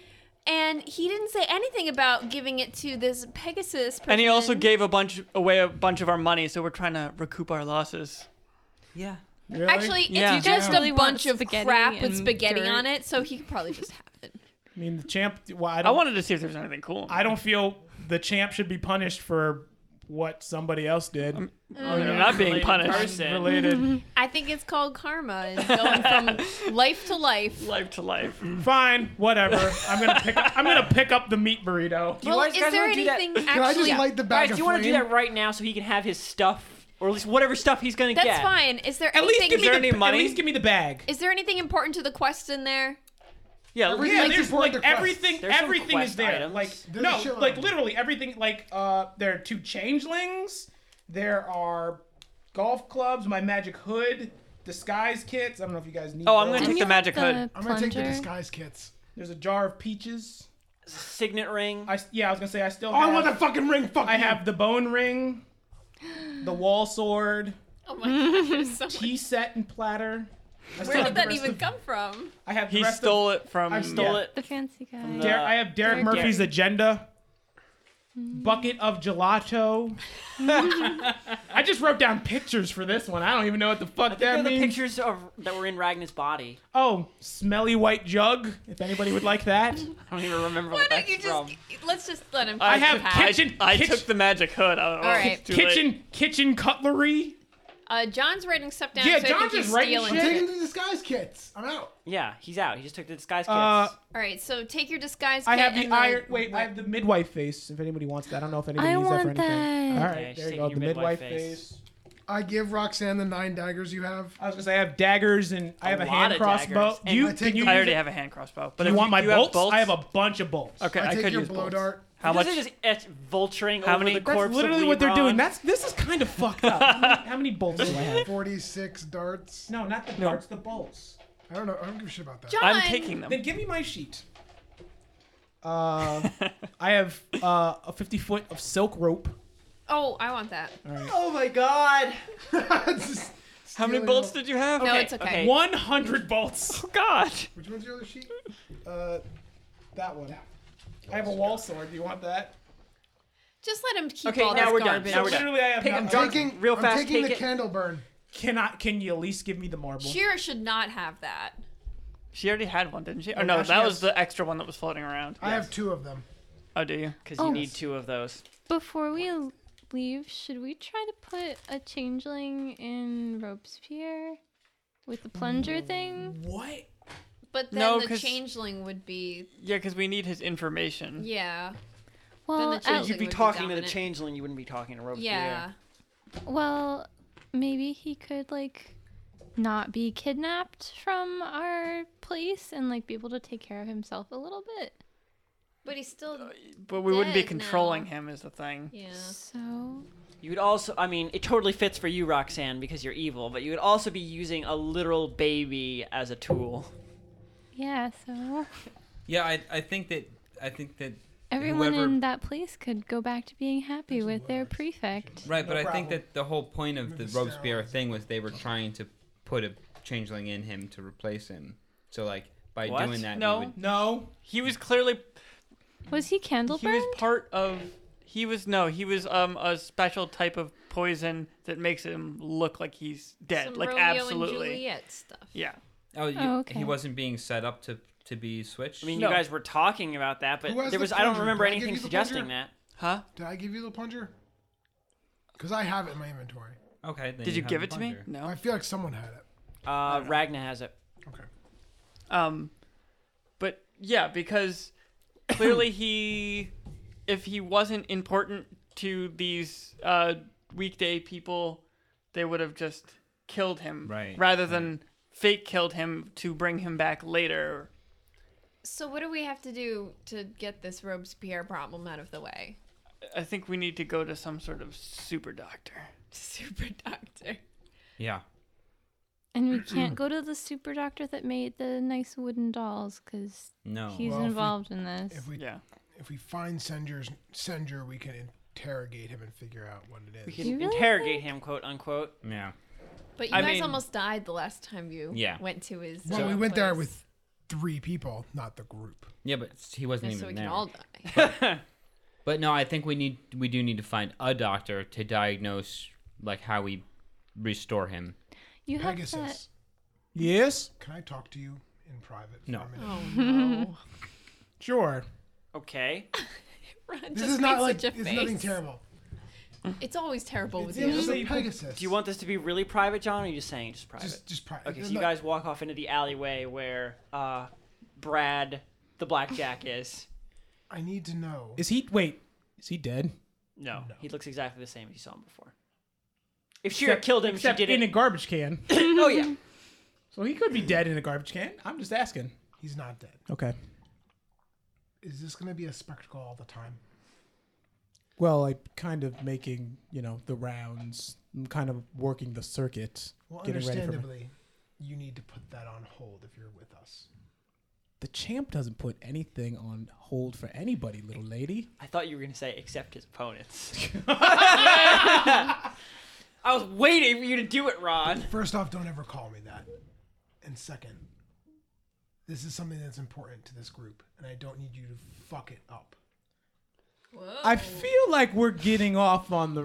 Speaker 3: and he didn't say anything about giving it to this Pegasus person.
Speaker 5: and he also gave a bunch away a bunch of our money, so we're trying to recoup our losses.
Speaker 4: Yeah.
Speaker 3: Actually, it's
Speaker 5: Yeah.
Speaker 3: just
Speaker 7: Really
Speaker 3: a
Speaker 7: want
Speaker 3: bunch of
Speaker 7: spaghetti
Speaker 3: crap with
Speaker 7: and
Speaker 3: spaghetti
Speaker 7: dirt.
Speaker 3: on it, so he could probably just have it.
Speaker 2: I mean, the champ. Well, I
Speaker 5: I
Speaker 2: don't. I,
Speaker 5: wanted to see if there was anything cool.
Speaker 2: don't feel the champ should be punished for what somebody else did.
Speaker 5: They're Mm. not being punished.
Speaker 1: Person.
Speaker 2: Related.
Speaker 3: I think it's called karma. It's going from life to life.
Speaker 5: Life to life.
Speaker 2: Mm. Fine, whatever. I'm gonna pick. Up, I'm gonna pick up the meat burrito.
Speaker 3: Well,
Speaker 1: guys-
Speaker 3: is
Speaker 1: guys
Speaker 3: there
Speaker 1: wanna do that?
Speaker 3: anything
Speaker 6: Can I just
Speaker 3: actually?
Speaker 6: light the
Speaker 1: Guys,
Speaker 6: bag
Speaker 1: do
Speaker 6: of
Speaker 1: you want to do
Speaker 6: flame?
Speaker 1: that right now so he can have his stuff, or at least whatever stuff he's gonna
Speaker 3: That's
Speaker 1: get?
Speaker 3: fine. Is there
Speaker 2: At
Speaker 3: anything?
Speaker 2: least give me
Speaker 5: there
Speaker 2: the,
Speaker 5: any money?
Speaker 2: At least give me the bag.
Speaker 3: Is there anything important to the quest in there?
Speaker 1: Yeah,
Speaker 6: Every-
Speaker 2: Yeah,
Speaker 6: Like,
Speaker 2: there's
Speaker 6: support
Speaker 2: like
Speaker 6: the quest.
Speaker 2: everything.
Speaker 1: There's some
Speaker 2: everything is
Speaker 1: quest
Speaker 2: there.
Speaker 1: items.
Speaker 2: Like
Speaker 6: There's a
Speaker 2: no,
Speaker 6: shitload
Speaker 2: like
Speaker 6: of them.
Speaker 2: literally everything. Like uh, there are two changelings. There are golf clubs. My magic hood. Disguise kits. I don't know if you guys need.
Speaker 5: Oh, I'm
Speaker 2: those.
Speaker 5: gonna
Speaker 7: And
Speaker 5: take
Speaker 7: you
Speaker 5: the magic
Speaker 7: like
Speaker 5: hood.
Speaker 7: the
Speaker 6: I'm gonna take the
Speaker 7: plunger?
Speaker 6: disguise kits.
Speaker 2: There's a jar of peaches.
Speaker 1: signet ring.
Speaker 2: I s- yeah, I was gonna say I still.
Speaker 6: Oh,
Speaker 2: have,
Speaker 6: I want that fucking ring. Fuck
Speaker 2: I
Speaker 6: you.
Speaker 2: have the bone ring, the wall sword,
Speaker 3: Oh my god! there's so much-
Speaker 2: tea set and platter. I still
Speaker 3: Where
Speaker 2: have
Speaker 3: did
Speaker 2: the
Speaker 3: that
Speaker 2: rest
Speaker 3: even
Speaker 2: of-
Speaker 3: come from?
Speaker 2: I have. the
Speaker 5: He
Speaker 2: rest of-
Speaker 5: stole it from.
Speaker 2: I stole
Speaker 5: Yeah.
Speaker 2: it.
Speaker 7: The fancy guy.
Speaker 1: the-
Speaker 2: Der- I have Derek
Speaker 7: Derek
Speaker 2: Murphy's
Speaker 7: Derek.
Speaker 2: agenda. Bucket of gelato. I just wrote down pictures for this one. I don't even know what the fuck
Speaker 1: Here
Speaker 2: that
Speaker 1: are the
Speaker 2: means.
Speaker 1: pictures of that were in Ragnar's body.
Speaker 2: Oh, smelly white jug. If anybody would like that,
Speaker 1: I don't even remember
Speaker 3: Why
Speaker 1: what
Speaker 3: don't
Speaker 1: that's
Speaker 3: you just
Speaker 1: from.
Speaker 3: let's just let him?
Speaker 2: I
Speaker 3: keep
Speaker 2: have
Speaker 3: the pack.
Speaker 2: kitchen.
Speaker 5: I
Speaker 2: kitchen,
Speaker 5: took the magic hood. I don't know.
Speaker 3: All right.
Speaker 5: It's too late.
Speaker 2: kitchen kitchen cutlery.
Speaker 3: Uh, John's writing stuff down.
Speaker 2: Yeah,
Speaker 3: so I
Speaker 2: John's
Speaker 3: think he's
Speaker 2: just writing
Speaker 3: stealing
Speaker 6: I'm
Speaker 2: shit.
Speaker 3: shit.
Speaker 6: taking the disguise kits. I'm out.
Speaker 1: Yeah, he's out. He just took the disguise kits.
Speaker 2: Uh,
Speaker 3: All right, so take your disguise.
Speaker 2: I
Speaker 3: kit
Speaker 2: have the
Speaker 3: and then-
Speaker 2: iron. Wait, I have the midwife face. If anybody wants that, I don't know if anybody
Speaker 7: I
Speaker 2: needs that for
Speaker 7: want
Speaker 2: anything.
Speaker 7: that.
Speaker 2: All right,
Speaker 1: Yeah, she's
Speaker 2: there
Speaker 1: taking
Speaker 2: you go.
Speaker 1: your
Speaker 2: The midwife,
Speaker 1: midwife
Speaker 2: face.
Speaker 1: face.
Speaker 6: I give Roxanne the nine daggers you have.
Speaker 2: I was gonna say I have daggers and I
Speaker 1: A
Speaker 2: have a
Speaker 1: lot
Speaker 2: hand
Speaker 1: of
Speaker 2: crossbow.
Speaker 1: daggers.
Speaker 2: Do you
Speaker 6: And I take
Speaker 2: can you?
Speaker 6: the-
Speaker 5: I
Speaker 2: use
Speaker 5: already
Speaker 2: it?
Speaker 5: have a hand crossbow. But
Speaker 2: Do
Speaker 5: if
Speaker 2: you want my
Speaker 5: you
Speaker 2: bolts?
Speaker 5: Have bolts?
Speaker 2: I have a bunch of bolts.
Speaker 5: Okay,
Speaker 6: I,
Speaker 5: I,
Speaker 6: take
Speaker 5: could
Speaker 6: your
Speaker 5: use
Speaker 6: blow
Speaker 5: bolts.
Speaker 6: dart.
Speaker 5: How
Speaker 1: Because
Speaker 5: much?
Speaker 1: It is, it's vulturing
Speaker 5: How
Speaker 1: over
Speaker 5: many-
Speaker 1: the
Speaker 5: That's
Speaker 1: corpse
Speaker 2: That's
Speaker 1: of
Speaker 2: literally what they're
Speaker 1: Lebron.
Speaker 2: doing. That's this is kind of fucked up. How many, how many bolts do I have?
Speaker 6: Forty-six darts.
Speaker 2: No, not the darts, the bolts.
Speaker 6: I don't know. I don't give a shit about that.
Speaker 3: John,
Speaker 5: I'm taking them.
Speaker 2: Then give me my sheet. Uh, I have uh, a 50 foot of silk rope.
Speaker 3: Oh, I want that.
Speaker 1: Oh my god.
Speaker 6: Just
Speaker 5: How many
Speaker 6: stealing
Speaker 5: bolts
Speaker 6: all-
Speaker 5: did you have?
Speaker 3: No,
Speaker 1: Okay,
Speaker 3: it's okay.
Speaker 1: okay.
Speaker 2: 100 bolts.
Speaker 5: Oh God.
Speaker 6: Which one's your other sheet?
Speaker 2: Uh, that one. I have a wall sword. Do you want that?
Speaker 3: Just let him keep
Speaker 1: Okay,
Speaker 3: all
Speaker 1: now
Speaker 3: this
Speaker 1: we're done.
Speaker 3: garbage.
Speaker 1: Now we're done.
Speaker 2: Literally, I have.
Speaker 1: Pick
Speaker 2: Not,
Speaker 6: I'm
Speaker 1: up John,
Speaker 6: taking.
Speaker 1: real
Speaker 6: I'm
Speaker 1: fast,
Speaker 6: taking
Speaker 1: take
Speaker 6: the
Speaker 1: it.
Speaker 6: candle burn.
Speaker 2: cannot. Can you at least give me the marble?
Speaker 3: Kira should not have that.
Speaker 5: She already had one, didn't she? Oh
Speaker 6: Oh,
Speaker 5: no,
Speaker 6: now she
Speaker 5: that was
Speaker 6: has-
Speaker 5: the extra one that was floating around.
Speaker 6: I have two of them.
Speaker 5: Oh, do you?
Speaker 1: Because
Speaker 7: Oh.
Speaker 1: you need two of those.
Speaker 7: Before we l- leave, should we try to put a changeling in Robespierre with the plunger thing?
Speaker 2: What?
Speaker 3: But then
Speaker 5: No,
Speaker 3: the
Speaker 5: 'cause-
Speaker 3: changeling would be
Speaker 5: Yeah, because we need his information.
Speaker 3: yeah,
Speaker 7: Well,
Speaker 3: the changeling
Speaker 7: at-
Speaker 1: You'd be
Speaker 3: would be
Speaker 1: talking to the
Speaker 3: dominant.
Speaker 1: changeling. You wouldn't be talking to Robespierre.
Speaker 3: yeah.
Speaker 7: well, maybe he could like not be kidnapped from our place and like be able to take care of himself a little bit.
Speaker 3: But he's still
Speaker 5: But we wouldn't be
Speaker 3: Dead now.
Speaker 5: controlling him, is the thing.
Speaker 3: yeah.
Speaker 7: So
Speaker 1: You would also, I mean, it totally fits for you, Roxanne, because you're evil, but you would also be using a literal baby as a tool.
Speaker 7: yeah, so
Speaker 4: Yeah, I, I think that I think that
Speaker 7: Everyone
Speaker 4: whoever-
Speaker 7: in that place could go back to being happy with their prefect.
Speaker 4: Right,
Speaker 6: No
Speaker 4: but I
Speaker 6: problem.
Speaker 4: think that the whole point of the
Speaker 6: Move the
Speaker 4: Robespierre
Speaker 6: steroids.
Speaker 4: thing was they were trying to put a changeling in him to replace him. So like by
Speaker 5: What?
Speaker 4: doing that,
Speaker 5: No.
Speaker 4: we would,
Speaker 2: No.
Speaker 5: He was clearly
Speaker 7: Was he candle
Speaker 5: he was
Speaker 7: burned?
Speaker 5: part of. He was no. He was um a special type of poison that makes him look like he's dead.
Speaker 8: Some
Speaker 5: like
Speaker 8: Romeo
Speaker 5: absolutely.
Speaker 8: and Juliet stuff.
Speaker 5: Yeah.
Speaker 4: oh, you,
Speaker 7: Oh, okay.
Speaker 4: he wasn't being set up to to be switched.
Speaker 1: I mean,
Speaker 5: No.
Speaker 1: you guys were talking about that, but
Speaker 6: Who has
Speaker 1: there
Speaker 6: the
Speaker 1: was I don't
Speaker 6: plunger?
Speaker 1: remember
Speaker 6: Did I give
Speaker 1: anything
Speaker 6: you the
Speaker 1: suggesting
Speaker 6: plunger?
Speaker 1: that.
Speaker 5: Huh?
Speaker 6: Did I give you the plunger? Because I have it in my inventory.
Speaker 4: okay. Then
Speaker 5: Did you
Speaker 4: have
Speaker 5: give
Speaker 4: the
Speaker 5: it to me?
Speaker 4: plunger.
Speaker 5: No.
Speaker 6: I feel like someone had it.
Speaker 1: Uh, Ragna has it.
Speaker 6: Okay.
Speaker 5: Um, but yeah, because clearly he, if he wasn't important to these uh, weekday people, they would have just killed him
Speaker 4: Right,
Speaker 5: rather than fake killed him to bring him back later.
Speaker 8: So what do we have to do to get this Robespierre problem out of the way?
Speaker 5: I think we need to go to some sort of super doctor.
Speaker 8: Super doctor.
Speaker 4: Yeah.
Speaker 7: And we can't go to the super doctor that made the nice wooden dolls because
Speaker 4: No.
Speaker 7: he's
Speaker 6: Well, if we-
Speaker 7: involved in this.
Speaker 6: If we
Speaker 5: Yeah.
Speaker 6: if we find Senger's Senger, we can interrogate him and figure out what it
Speaker 1: We
Speaker 6: is.
Speaker 1: can
Speaker 7: You really
Speaker 1: interrogate him, quote unquote.
Speaker 4: yeah.
Speaker 8: But you
Speaker 5: I
Speaker 8: guys
Speaker 5: mean-
Speaker 8: almost died the last time you
Speaker 4: Yeah.
Speaker 8: went to his.
Speaker 6: Well,
Speaker 8: uh,
Speaker 6: we went there
Speaker 8: place.
Speaker 6: with three people, not the group.
Speaker 4: Yeah, but he wasn't even
Speaker 8: so we
Speaker 4: there.
Speaker 8: can all die.
Speaker 4: But no, I think we need we do need to find a doctor to diagnose like how we restore him.
Speaker 7: you have that.
Speaker 6: Pegasus,
Speaker 2: Yes.
Speaker 6: can I talk to you in private? for
Speaker 4: No.
Speaker 6: a minute?
Speaker 8: Oh no!
Speaker 2: Sure.
Speaker 1: Okay.
Speaker 8: Ron
Speaker 6: This
Speaker 8: just
Speaker 6: is not
Speaker 8: made
Speaker 6: like
Speaker 8: such
Speaker 6: it's
Speaker 8: a face.
Speaker 6: nothing terrible.
Speaker 8: It's always terrible
Speaker 6: It's
Speaker 8: with
Speaker 6: just
Speaker 8: you.
Speaker 6: a Pegasus.
Speaker 1: Do you want this to be really private, John, or are you just saying just private?
Speaker 6: just just private?
Speaker 1: okay, so you guys walk off into the alleyway where uh, Brad the blackjack is.
Speaker 6: I need to know.
Speaker 2: Is he? Wait. Is he dead?
Speaker 1: No, he looks exactly the same as you saw him before. If Shira killed him, she
Speaker 2: Except
Speaker 1: did
Speaker 2: in a
Speaker 1: it.
Speaker 2: garbage can.
Speaker 1: oh yeah.
Speaker 2: so he could be dead in a garbage can. I'm just asking.
Speaker 6: He's not dead.
Speaker 2: Okay.
Speaker 6: Is this going to be a spectacle all the time?
Speaker 2: Well, I'm kind of making you know the rounds. I'm kind of working the circuit,
Speaker 6: Well,
Speaker 2: getting ready for my-
Speaker 6: understandably, you need to put that on hold if you're with us.
Speaker 2: the champ. Doesn't put anything on hold for anybody, little lady.
Speaker 1: I thought you were gonna say except his opponents. I was waiting for you to do it, Ron.
Speaker 6: First off, don't ever call me that. And second, this is something that's important to this group, and I don't need you to fuck it up.
Speaker 1: Oh.
Speaker 2: I feel like we're getting off on the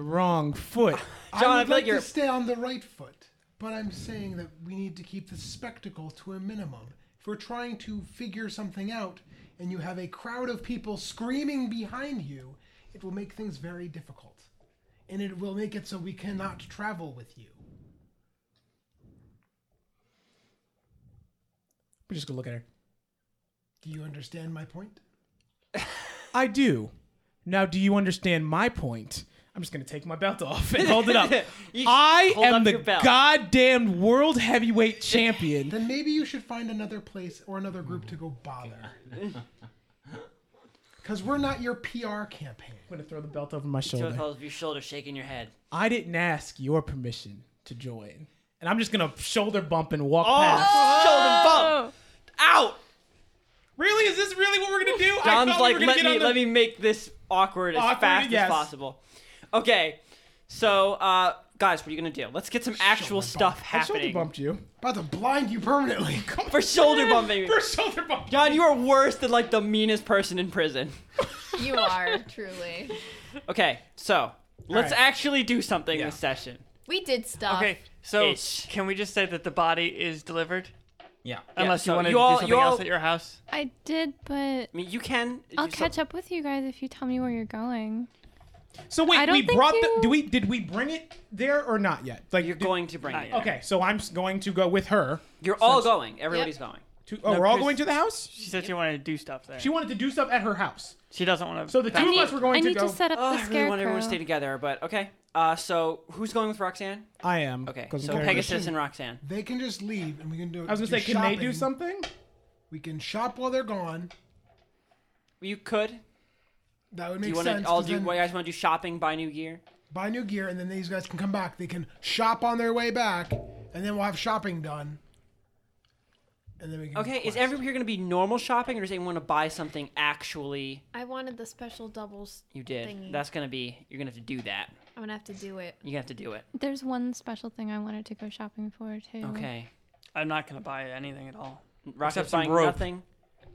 Speaker 2: wrong foot.
Speaker 1: John, I feel
Speaker 6: I would
Speaker 1: like
Speaker 6: like
Speaker 1: you're-
Speaker 6: to stay on the right foot, but I'm saying that we need to keep the spectacle to a minimum. If we're trying to figure something out, and you have a crowd of people screaming behind you, it will make things very difficult, and it will make it so we cannot travel with you.
Speaker 2: We're just gonna look at her.
Speaker 6: Do you understand my point?
Speaker 2: I do. Now, do you understand my point? I'm just gonna take my belt off and hold it up.
Speaker 1: You
Speaker 2: I
Speaker 1: hold
Speaker 2: am
Speaker 1: up
Speaker 2: the
Speaker 1: your belt.
Speaker 2: goddamn world heavyweight champion.
Speaker 6: Then maybe you should find another place or another group
Speaker 1: Oh
Speaker 6: to go bother. Because we're not your PR campaign.
Speaker 2: I'm gonna throw the belt over my
Speaker 1: Two
Speaker 2: shoulder.
Speaker 1: of your shoulder shaking your head.
Speaker 2: I didn't ask your permission to join, and I'm just gonna shoulder bump and walk past.
Speaker 1: Shoulder bump. Out.
Speaker 2: Really? Is this really what we're gonna do?
Speaker 1: John's like, let me let me make this awkward as
Speaker 2: Awkward,
Speaker 1: fast
Speaker 2: yes.
Speaker 1: as possible. Okay, so uh, guys, what are you gonna do? Let's get some actual
Speaker 6: Shoulder
Speaker 1: stuff
Speaker 2: I shoulder
Speaker 1: happening.
Speaker 2: bumped you.
Speaker 6: About to blind you permanently.
Speaker 1: For shoulder bumping.
Speaker 2: For shoulder bump.
Speaker 1: John, you are worse than like the meanest person in prison.
Speaker 8: You are truly.
Speaker 1: Okay, so let's
Speaker 2: right.
Speaker 1: actually do something this session.
Speaker 8: We did stuff.
Speaker 5: Okay, so
Speaker 1: Ish.
Speaker 5: can we just say that the body is delivered?
Speaker 4: Yeah.
Speaker 5: Unless
Speaker 1: so
Speaker 5: you wanted
Speaker 1: you
Speaker 5: to
Speaker 1: all-
Speaker 5: do
Speaker 1: you
Speaker 5: something else
Speaker 1: all-
Speaker 5: at your house.
Speaker 7: I did, but
Speaker 1: I mean, you can.
Speaker 7: I'll
Speaker 1: you still-
Speaker 7: catch up with you guys if you tell me where you're going.
Speaker 2: So wait,
Speaker 7: I don't
Speaker 2: we
Speaker 7: think
Speaker 2: brought
Speaker 7: you-
Speaker 2: the. Do we? Did we bring it there or not yet? Like
Speaker 1: You're
Speaker 2: did-
Speaker 1: going to bring. It.
Speaker 2: Okay, so I'm s- going to go with her.
Speaker 1: You're all going. Everybody's going.
Speaker 2: To, oh, we're all
Speaker 5: Chris-
Speaker 2: going to the house.
Speaker 5: She said she wanted to do stuff there.
Speaker 2: She wanted to do stuff at her house.
Speaker 5: She doesn't want to.
Speaker 2: So the two of us were going
Speaker 7: I
Speaker 2: to
Speaker 7: need
Speaker 2: go.
Speaker 7: to set up
Speaker 1: Oh,
Speaker 7: the
Speaker 1: I really want everyone to stay
Speaker 7: scarecrow.
Speaker 1: together, but okay. Uh, so who's going with Roxanne?
Speaker 2: I am.
Speaker 1: Okay,
Speaker 2: 'cause I'm
Speaker 1: so
Speaker 2: carrying her.
Speaker 1: Pegasus and Roxanne.
Speaker 6: They can just leave and we can do
Speaker 2: I was gonna
Speaker 6: do
Speaker 2: say, can they do
Speaker 6: shopping.
Speaker 2: something?
Speaker 6: We can shop while they're gone.
Speaker 1: You could.
Speaker 6: That would
Speaker 1: Do
Speaker 6: make
Speaker 1: you want
Speaker 6: sense.
Speaker 1: to all
Speaker 6: 'cause
Speaker 1: do?
Speaker 6: then
Speaker 1: What you guys want to do? Shopping, buy new gear.
Speaker 6: buy new gear and then these guys can come back. They can shop on their way back and then we'll have shopping done. and then we can.
Speaker 1: Okay, is
Speaker 6: quest.
Speaker 1: everyone here going to be normal shopping, or does anyone want to buy something actually
Speaker 8: I wanted the special doubles.
Speaker 1: you did?
Speaker 8: Thingy.
Speaker 1: That's going to be, you're going to have to do that.
Speaker 8: I'm gonna have to do it.
Speaker 1: You have to do it.
Speaker 7: There's one special thing I wanted to go shopping for too.
Speaker 1: Okay.
Speaker 5: I'm not gonna buy anything at all.
Speaker 1: Rocket's
Speaker 5: Except some
Speaker 1: buying
Speaker 5: rope.
Speaker 1: nothing.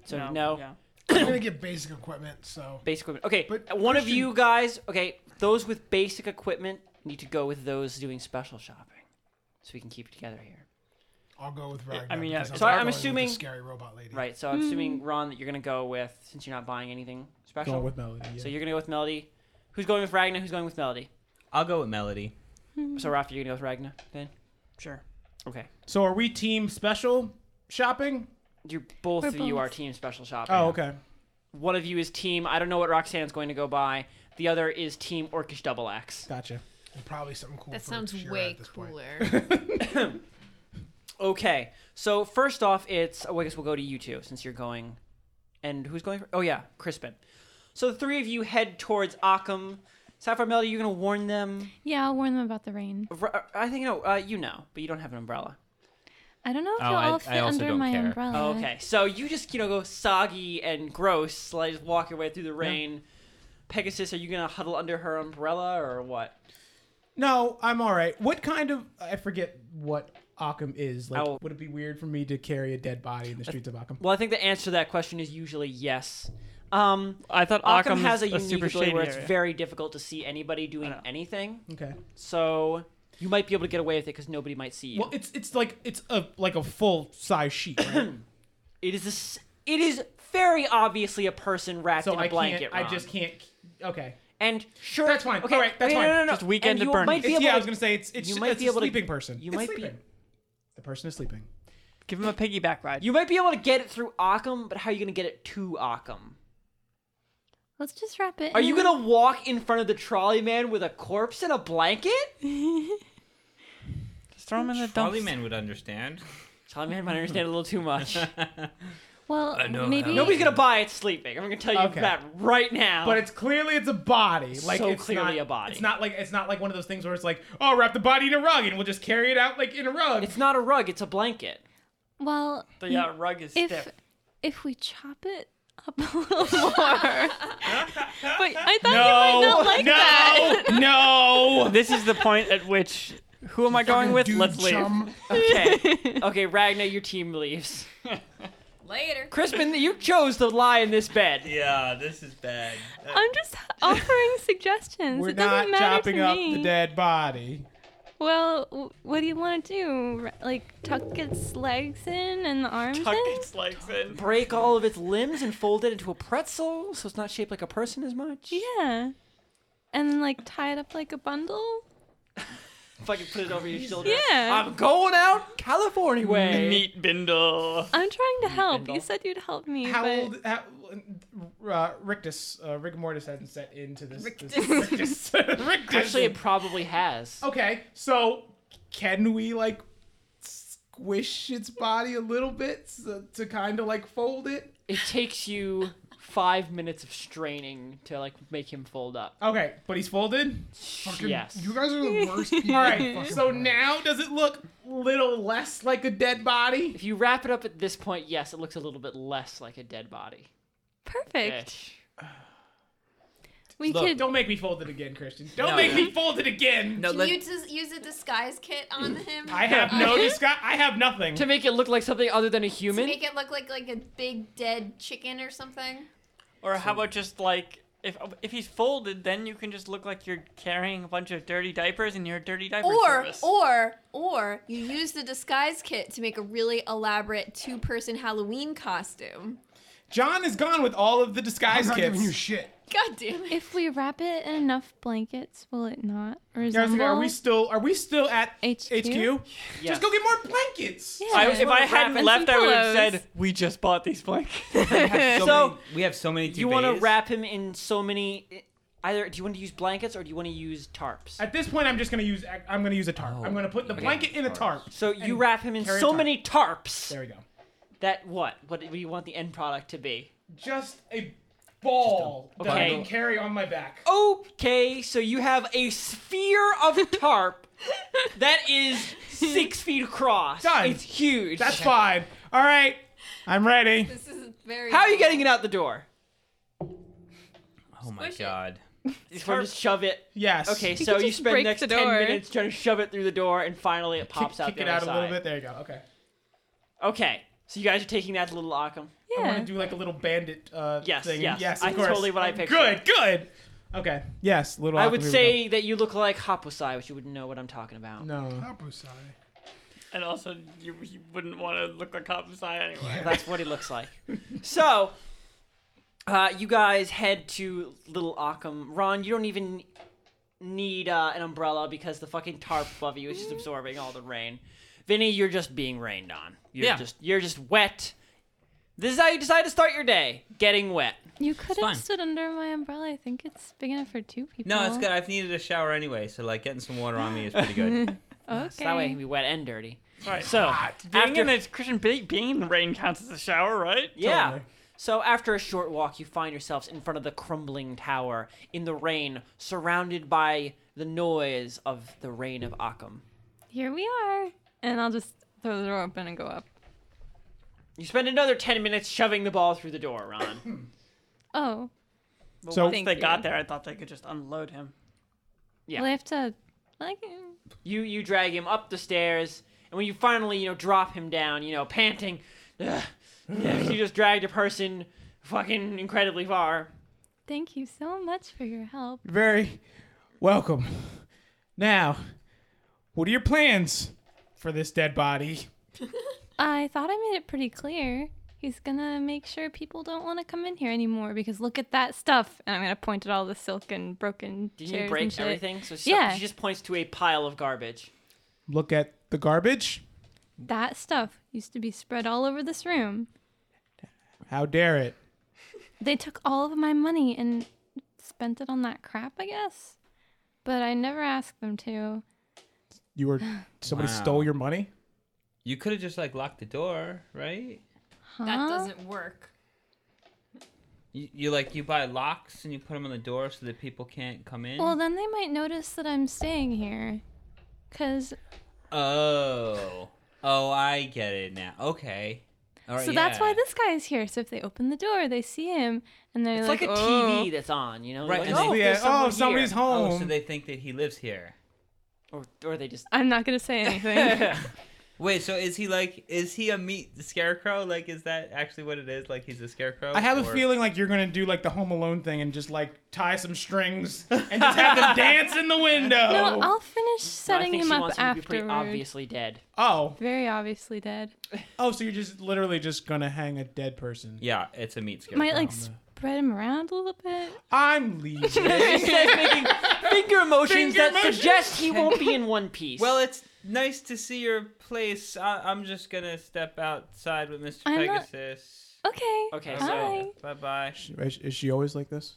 Speaker 1: So no.
Speaker 5: Yeah.
Speaker 6: I'm gonna get basic equipment. So
Speaker 1: Basic equipment. Okay,
Speaker 6: But
Speaker 1: one of
Speaker 6: Christian-
Speaker 1: you guys, okay, those with basic equipment need to go with those doing special shopping. So we can keep it together here.
Speaker 6: I'll go with Ragnar.
Speaker 5: I mean, yeah,
Speaker 6: because
Speaker 1: so I'm
Speaker 6: going with the
Speaker 1: assuming-
Speaker 6: scary robot lady.
Speaker 1: Right, so I'm assuming, Ron, that you're going to go with, since you're not buying anything special.
Speaker 2: Going with Melody.
Speaker 1: So you're going to go with Melody. Who's going with Ragna? Who's going with Melody?
Speaker 4: I'll go with Melody.
Speaker 7: Mm-hmm.
Speaker 1: So, Rafa, you're going to go with Ragna then?
Speaker 5: Sure.
Speaker 1: Okay.
Speaker 2: So are we team special shopping?
Speaker 1: You're both
Speaker 7: We're
Speaker 1: of you are
Speaker 7: both.
Speaker 1: team special shopping.
Speaker 2: Oh, okay.
Speaker 1: One of you is team. I don't know what Roxanne's going to go by. The other is team Orcish Double Axe.
Speaker 2: Gotcha.
Speaker 6: And probably something cool.
Speaker 8: That
Speaker 6: for
Speaker 8: sounds
Speaker 6: Shira
Speaker 8: way
Speaker 6: at this point.
Speaker 8: cooler.
Speaker 1: Okay. So first off, it's oh, I guess we'll go to you two since you're going. And who's going? For, oh yeah, Crispin. So the three of you head towards Occam. Sapphire Melody, you're gonna warn them.
Speaker 7: Yeah, I'll warn them about the rain.
Speaker 1: R- I think no, uh, you know, but you don't have an umbrella.
Speaker 7: I don't know if
Speaker 4: Oh,
Speaker 7: you'll
Speaker 4: I-
Speaker 7: all fit
Speaker 4: I also
Speaker 7: under
Speaker 4: don't
Speaker 7: my
Speaker 4: care.
Speaker 2: Uh-huh.
Speaker 7: umbrella.
Speaker 1: Oh, Okay, so you just you know go soggy and gross, like just walk your way through the rain. Pegasus, are you gonna huddle under her umbrella or what?
Speaker 2: No, I'm all right. What kind of I forget what Occam is. Like,
Speaker 1: Owl.
Speaker 2: would it be weird for me to carry a dead body in the streets of Occam?
Speaker 1: Well, I think the answer to that question is usually yes. Um,
Speaker 5: I thought
Speaker 1: Occam,
Speaker 5: Occam
Speaker 1: has a
Speaker 5: is
Speaker 1: unique
Speaker 5: super
Speaker 1: ability
Speaker 5: shady
Speaker 1: where it's
Speaker 5: area.
Speaker 1: very difficult to see anybody doing
Speaker 5: know.
Speaker 1: anything,
Speaker 2: Okay.
Speaker 1: so you might be able to get away with it because nobody might see you.
Speaker 2: Well, it's it's like it's a like a full size sheet. Right?
Speaker 1: it is a s it is very obviously a person wrapped
Speaker 2: so
Speaker 1: in a
Speaker 2: I
Speaker 1: blanket.
Speaker 2: can't. I
Speaker 1: Ron.
Speaker 2: just can't. Okay.
Speaker 1: and sure
Speaker 2: That's fine.
Speaker 1: Okay,
Speaker 2: All right, that's
Speaker 1: okay,
Speaker 2: fine.
Speaker 1: No, no, no.
Speaker 5: Just weekend
Speaker 1: and
Speaker 5: at
Speaker 1: you
Speaker 5: Bernie's.
Speaker 1: might be
Speaker 2: It's-
Speaker 1: able
Speaker 2: yeah,
Speaker 1: to-
Speaker 2: I was gonna say it's it's,
Speaker 1: you
Speaker 2: you
Speaker 1: might
Speaker 2: it's
Speaker 1: be
Speaker 2: a
Speaker 1: able to-
Speaker 2: sleeping person.
Speaker 1: you
Speaker 2: It's
Speaker 1: might be-
Speaker 2: sleeping. The person is sleeping.
Speaker 5: Give him a piggyback ride.
Speaker 1: you might be able to get it through Occam, but how are you gonna get it to Occam?
Speaker 7: Let's just wrap it.
Speaker 1: Are you
Speaker 7: in.
Speaker 1: gonna walk in front of the trolley man with a corpse and a blanket?
Speaker 5: Just throw him in the dump.
Speaker 4: Trolley man would understand.
Speaker 1: Trolley man might understand a little too much.
Speaker 7: Well,
Speaker 4: know
Speaker 7: maybe.
Speaker 4: how-
Speaker 1: Nobody's gonna buy it sleeping. I'm gonna tell you
Speaker 2: Okay.
Speaker 1: that right now.
Speaker 2: But it's clearly it's a body. Like
Speaker 1: Oh. So
Speaker 2: it's
Speaker 1: clearly
Speaker 2: not-
Speaker 1: a body.
Speaker 2: It's not like it's not like one of those things where it's like, oh, wrap the body in a rug and we'll just carry it out like in a rug.
Speaker 1: It's not a rug, it's a blanket.
Speaker 7: Well,
Speaker 5: The uh, rug is
Speaker 7: if
Speaker 5: stiff.
Speaker 7: if we chop it up a little more. Wait, I thought you
Speaker 2: no,
Speaker 7: might not like
Speaker 2: no,
Speaker 7: that.
Speaker 2: no.
Speaker 5: This is the point at which who am I going with?
Speaker 6: Dude,
Speaker 5: Let's leave.
Speaker 6: chum.
Speaker 1: Okay. okay, Ragnar, your team leaves.
Speaker 8: Later.
Speaker 1: Crispin, you chose to lie in this bed.
Speaker 4: Yeah, this is bad.
Speaker 7: I'm just offering suggestions.
Speaker 2: We're
Speaker 7: it doesn't
Speaker 2: not
Speaker 7: matter
Speaker 2: chopping
Speaker 7: to
Speaker 2: up
Speaker 7: me.
Speaker 2: the dead body.
Speaker 7: Well, w- what do you want to do? Re- Like tuck its legs in and the arms
Speaker 5: Tuck
Speaker 7: in?
Speaker 5: its legs in.
Speaker 1: Break all of its limbs and fold it into a pretzel so it's not shaped like a person as much.
Speaker 7: Yeah. And then like tie it up like a bundle?
Speaker 1: Fucking put it over your shoulder.
Speaker 7: Yeah.
Speaker 1: I'm going out California way.
Speaker 5: Neat bindle.
Speaker 7: I'm trying to help.
Speaker 1: bundle.
Speaker 7: You said you'd help me.
Speaker 2: How
Speaker 7: but...
Speaker 2: old? How, uh, Rictus, uh, Rigor Mortis hasn't set into this. this- Rictus. Rictus.
Speaker 1: Actually, it probably has.
Speaker 2: okay. So, can we like squish its body a little bit so, to kind of like fold it?
Speaker 1: It takes you five minutes of straining to like make him fold up.
Speaker 2: Okay, but he's folded.
Speaker 6: Fucking-
Speaker 1: yes.
Speaker 6: You guys are the worst people.
Speaker 2: All
Speaker 6: in the
Speaker 2: right.
Speaker 6: fucking
Speaker 2: so
Speaker 6: world.
Speaker 2: now does it look little less like a dead body?
Speaker 1: If you wrap it up at this point, yes, it looks a little bit less like a dead body.
Speaker 7: Perfect.
Speaker 1: Ish.
Speaker 7: We
Speaker 4: Look,
Speaker 7: could
Speaker 2: Don't make me fold it again, Christian. Don't
Speaker 4: No.
Speaker 2: make me fold it again.
Speaker 4: No,
Speaker 8: Can
Speaker 4: let,
Speaker 8: you just use a disguise kit on
Speaker 1: Mm.
Speaker 8: him?
Speaker 2: I have no disguise. I have nothing.
Speaker 1: To make it look like something other than a
Speaker 8: To
Speaker 1: human.
Speaker 8: make it look like like a big dead chicken or something.
Speaker 5: Or how about just like if if he's folded, then you can just look like you're carrying a bunch of dirty diapers and you're a dirty diaper
Speaker 8: Or
Speaker 5: service.
Speaker 8: or or you use the disguise kit to make a really elaborate two person Halloween costume.
Speaker 2: John is gone with all of the
Speaker 6: I'm
Speaker 2: disguise
Speaker 6: not giving you
Speaker 2: kits.
Speaker 6: shit.
Speaker 8: God damn it.
Speaker 7: if we wrap it in enough blankets, will it not
Speaker 2: Guys,
Speaker 7: resemble?
Speaker 2: are we still? Are we still at
Speaker 7: HQ?
Speaker 1: Yes.
Speaker 2: Just go get more blankets.
Speaker 7: Yeah.
Speaker 5: I, if I hadn't
Speaker 7: And
Speaker 5: left,
Speaker 7: some
Speaker 5: I would have
Speaker 7: pillows.
Speaker 5: said we just bought these blankets.
Speaker 4: we have so,
Speaker 1: So-
Speaker 4: many, we have so many.
Speaker 1: you want to
Speaker 4: debats.
Speaker 1: wrap him in so many either do you want to use blankets or do you want to use tarps
Speaker 2: At this point, I'm just gonna use. I'm gonna use a tarp.
Speaker 1: Oh,
Speaker 2: I'm gonna put the blanket in a tarp.
Speaker 1: so you wrap him in
Speaker 2: carry a
Speaker 1: so
Speaker 2: tarp.
Speaker 1: many tarps
Speaker 2: There we go.
Speaker 1: that what what do you want the end product to be
Speaker 2: Just a ball that I
Speaker 1: Okay.
Speaker 2: can carry on my back.
Speaker 7: Oh,
Speaker 1: okay so you have a sphere of tarp that is six feet across.
Speaker 2: Done.
Speaker 1: It's huge.
Speaker 2: That's fine. All right, I'm ready.
Speaker 8: This is very.
Speaker 1: How are you getting it out the door?
Speaker 4: Oh my
Speaker 8: Squish it.
Speaker 4: god.
Speaker 1: You just shove it.
Speaker 2: Yes.
Speaker 1: Okay,
Speaker 7: could
Speaker 1: so you
Speaker 7: just
Speaker 1: spend
Speaker 7: break
Speaker 1: next
Speaker 7: the
Speaker 1: ten
Speaker 7: door.
Speaker 1: minutes trying to shove it through the door, and finally it
Speaker 2: Kick,
Speaker 1: pops out
Speaker 2: kick
Speaker 1: the
Speaker 2: it
Speaker 1: other
Speaker 2: out a little
Speaker 1: side.
Speaker 2: bit. There you go. Okay.
Speaker 1: Okay, so you guys are taking that to Little Occam.
Speaker 2: I want
Speaker 7: Yeah.
Speaker 2: to do like a little bandit uh,
Speaker 1: Yes,
Speaker 2: thing.
Speaker 1: yes.
Speaker 2: yes, of
Speaker 1: That's
Speaker 2: course.
Speaker 1: totally what I pictured.
Speaker 2: Good, good. Okay. Yes, little.
Speaker 1: I
Speaker 2: Aquaman
Speaker 1: would
Speaker 2: we
Speaker 1: say that you look like Hapusai, which you wouldn't know what I'm talking
Speaker 2: go.
Speaker 1: about.
Speaker 2: no.
Speaker 6: Hapusai.
Speaker 5: And also, you, you wouldn't want to look like Hapusai anyway.
Speaker 1: That's what he looks like. so, uh, you guys head to Little Occam. Ron, you don't even need uh, an umbrella because the fucking tarp above you is just absorbing all the rain. Vinny, you're just being rained on. You're
Speaker 4: Yeah.
Speaker 1: just you're just wet. This is how you decide to start your day: getting wet.
Speaker 7: You could
Speaker 4: fine.
Speaker 7: have stood under my umbrella. I think it's big enough for two people.
Speaker 4: No, it's good. I've needed a shower anyway, so like getting some water on me is pretty good.
Speaker 7: Okay.
Speaker 1: So that way it can be wet and dirty.
Speaker 5: Right.
Speaker 1: So
Speaker 5: Being
Speaker 1: after
Speaker 5: in a Christian be- being in the rain counts as a shower, right?
Speaker 1: yeah.
Speaker 2: Totally.
Speaker 1: So after a short walk, you find yourselves in front of the crumbling tower in the rain, surrounded by the noise of the rain of Occam.
Speaker 7: Here we are. And I'll just throw the door open and go up.
Speaker 1: You spend another 10 minutes shoving the ball through the door, Ron.
Speaker 7: Oh,
Speaker 2: So-
Speaker 5: once
Speaker 7: Thank
Speaker 5: they
Speaker 7: you.
Speaker 5: got there, I thought they could just unload him.
Speaker 1: Yeah.
Speaker 7: well, I have to. Like, eh.
Speaker 1: you you drag him up the stairs, and when you finally, you know, drop him down, you know, panting, ugh, ugh, you just dragged a person fucking incredibly far.
Speaker 7: thank you so much for your help.
Speaker 2: Very welcome. Now, what are your plans for this dead body?
Speaker 7: I thought I made it pretty clear. He's gonna make sure people don't want to come in here anymore because look at that stuff. And I'm gonna point at all the silk and broken
Speaker 1: Did
Speaker 7: chairs
Speaker 1: you
Speaker 7: and
Speaker 1: break
Speaker 7: shit.
Speaker 1: everything? So she,
Speaker 7: Yeah.
Speaker 1: she just points to a pile of garbage.
Speaker 2: Look at the garbage.
Speaker 7: That stuff used to be spread all over this room.
Speaker 2: How dare it?
Speaker 7: They took all of my money and spent it on that crap, I guess. But I never asked them to.
Speaker 2: You were somebody
Speaker 4: Wow.
Speaker 2: stole your money.
Speaker 4: you could have just like locked the door, right?
Speaker 7: Huh?
Speaker 8: That doesn't work.
Speaker 4: You, you like you buy locks and you put them on the door so that people can't come in.
Speaker 7: Well, then they might notice that I'm staying here. Cause
Speaker 4: oh, oh, I get it now. Okay. All
Speaker 1: Oh,
Speaker 4: right.
Speaker 7: so that's why
Speaker 4: yeah.
Speaker 7: this guy is here. So if they open the door, they see him and they're
Speaker 1: It's
Speaker 7: like,
Speaker 1: like, a
Speaker 7: "Oh."
Speaker 1: TV that's on, you know?
Speaker 4: Right,
Speaker 1: Like,
Speaker 4: and
Speaker 1: oh,
Speaker 4: they-
Speaker 1: there's someone
Speaker 2: oh, somebody's
Speaker 1: here."
Speaker 2: home.
Speaker 4: Oh, so they think that he lives here.
Speaker 1: Or, or they just
Speaker 7: I'm not gonna say anything.
Speaker 4: Wait, so is he like is he a meat scarecrow? Like is that actually what it is? Like he's a scarecrow?
Speaker 2: I have a
Speaker 4: Or-
Speaker 2: feeling like you're gonna do like the Home Alone thing and just like tie some strings and just have them dance in the window.
Speaker 7: no, I'll
Speaker 1: Oh. No,
Speaker 7: finish
Speaker 1: I
Speaker 7: setting
Speaker 1: think
Speaker 7: him
Speaker 1: she
Speaker 7: up
Speaker 1: wants him to be
Speaker 7: afterward.
Speaker 1: pretty obviously dead.
Speaker 2: oh,
Speaker 7: Very obviously dead.
Speaker 2: oh, so you're just literally just gonna hang a dead person.
Speaker 4: Yeah, it's a meat scarecrow.
Speaker 7: Might like spread him around a little bit.
Speaker 2: I'm leaving.
Speaker 1: He says making finger motions
Speaker 2: Finger
Speaker 1: that
Speaker 2: motions?
Speaker 1: suggest he won't be in one piece.
Speaker 4: Well, it's nice to see your place. I- I'm just gonna step outside with mister
Speaker 7: I'm not-
Speaker 4: Pegasus.
Speaker 7: Okay.
Speaker 1: Okay, so-
Speaker 7: Bye.
Speaker 4: Bye bye.
Speaker 2: is, is she always like this?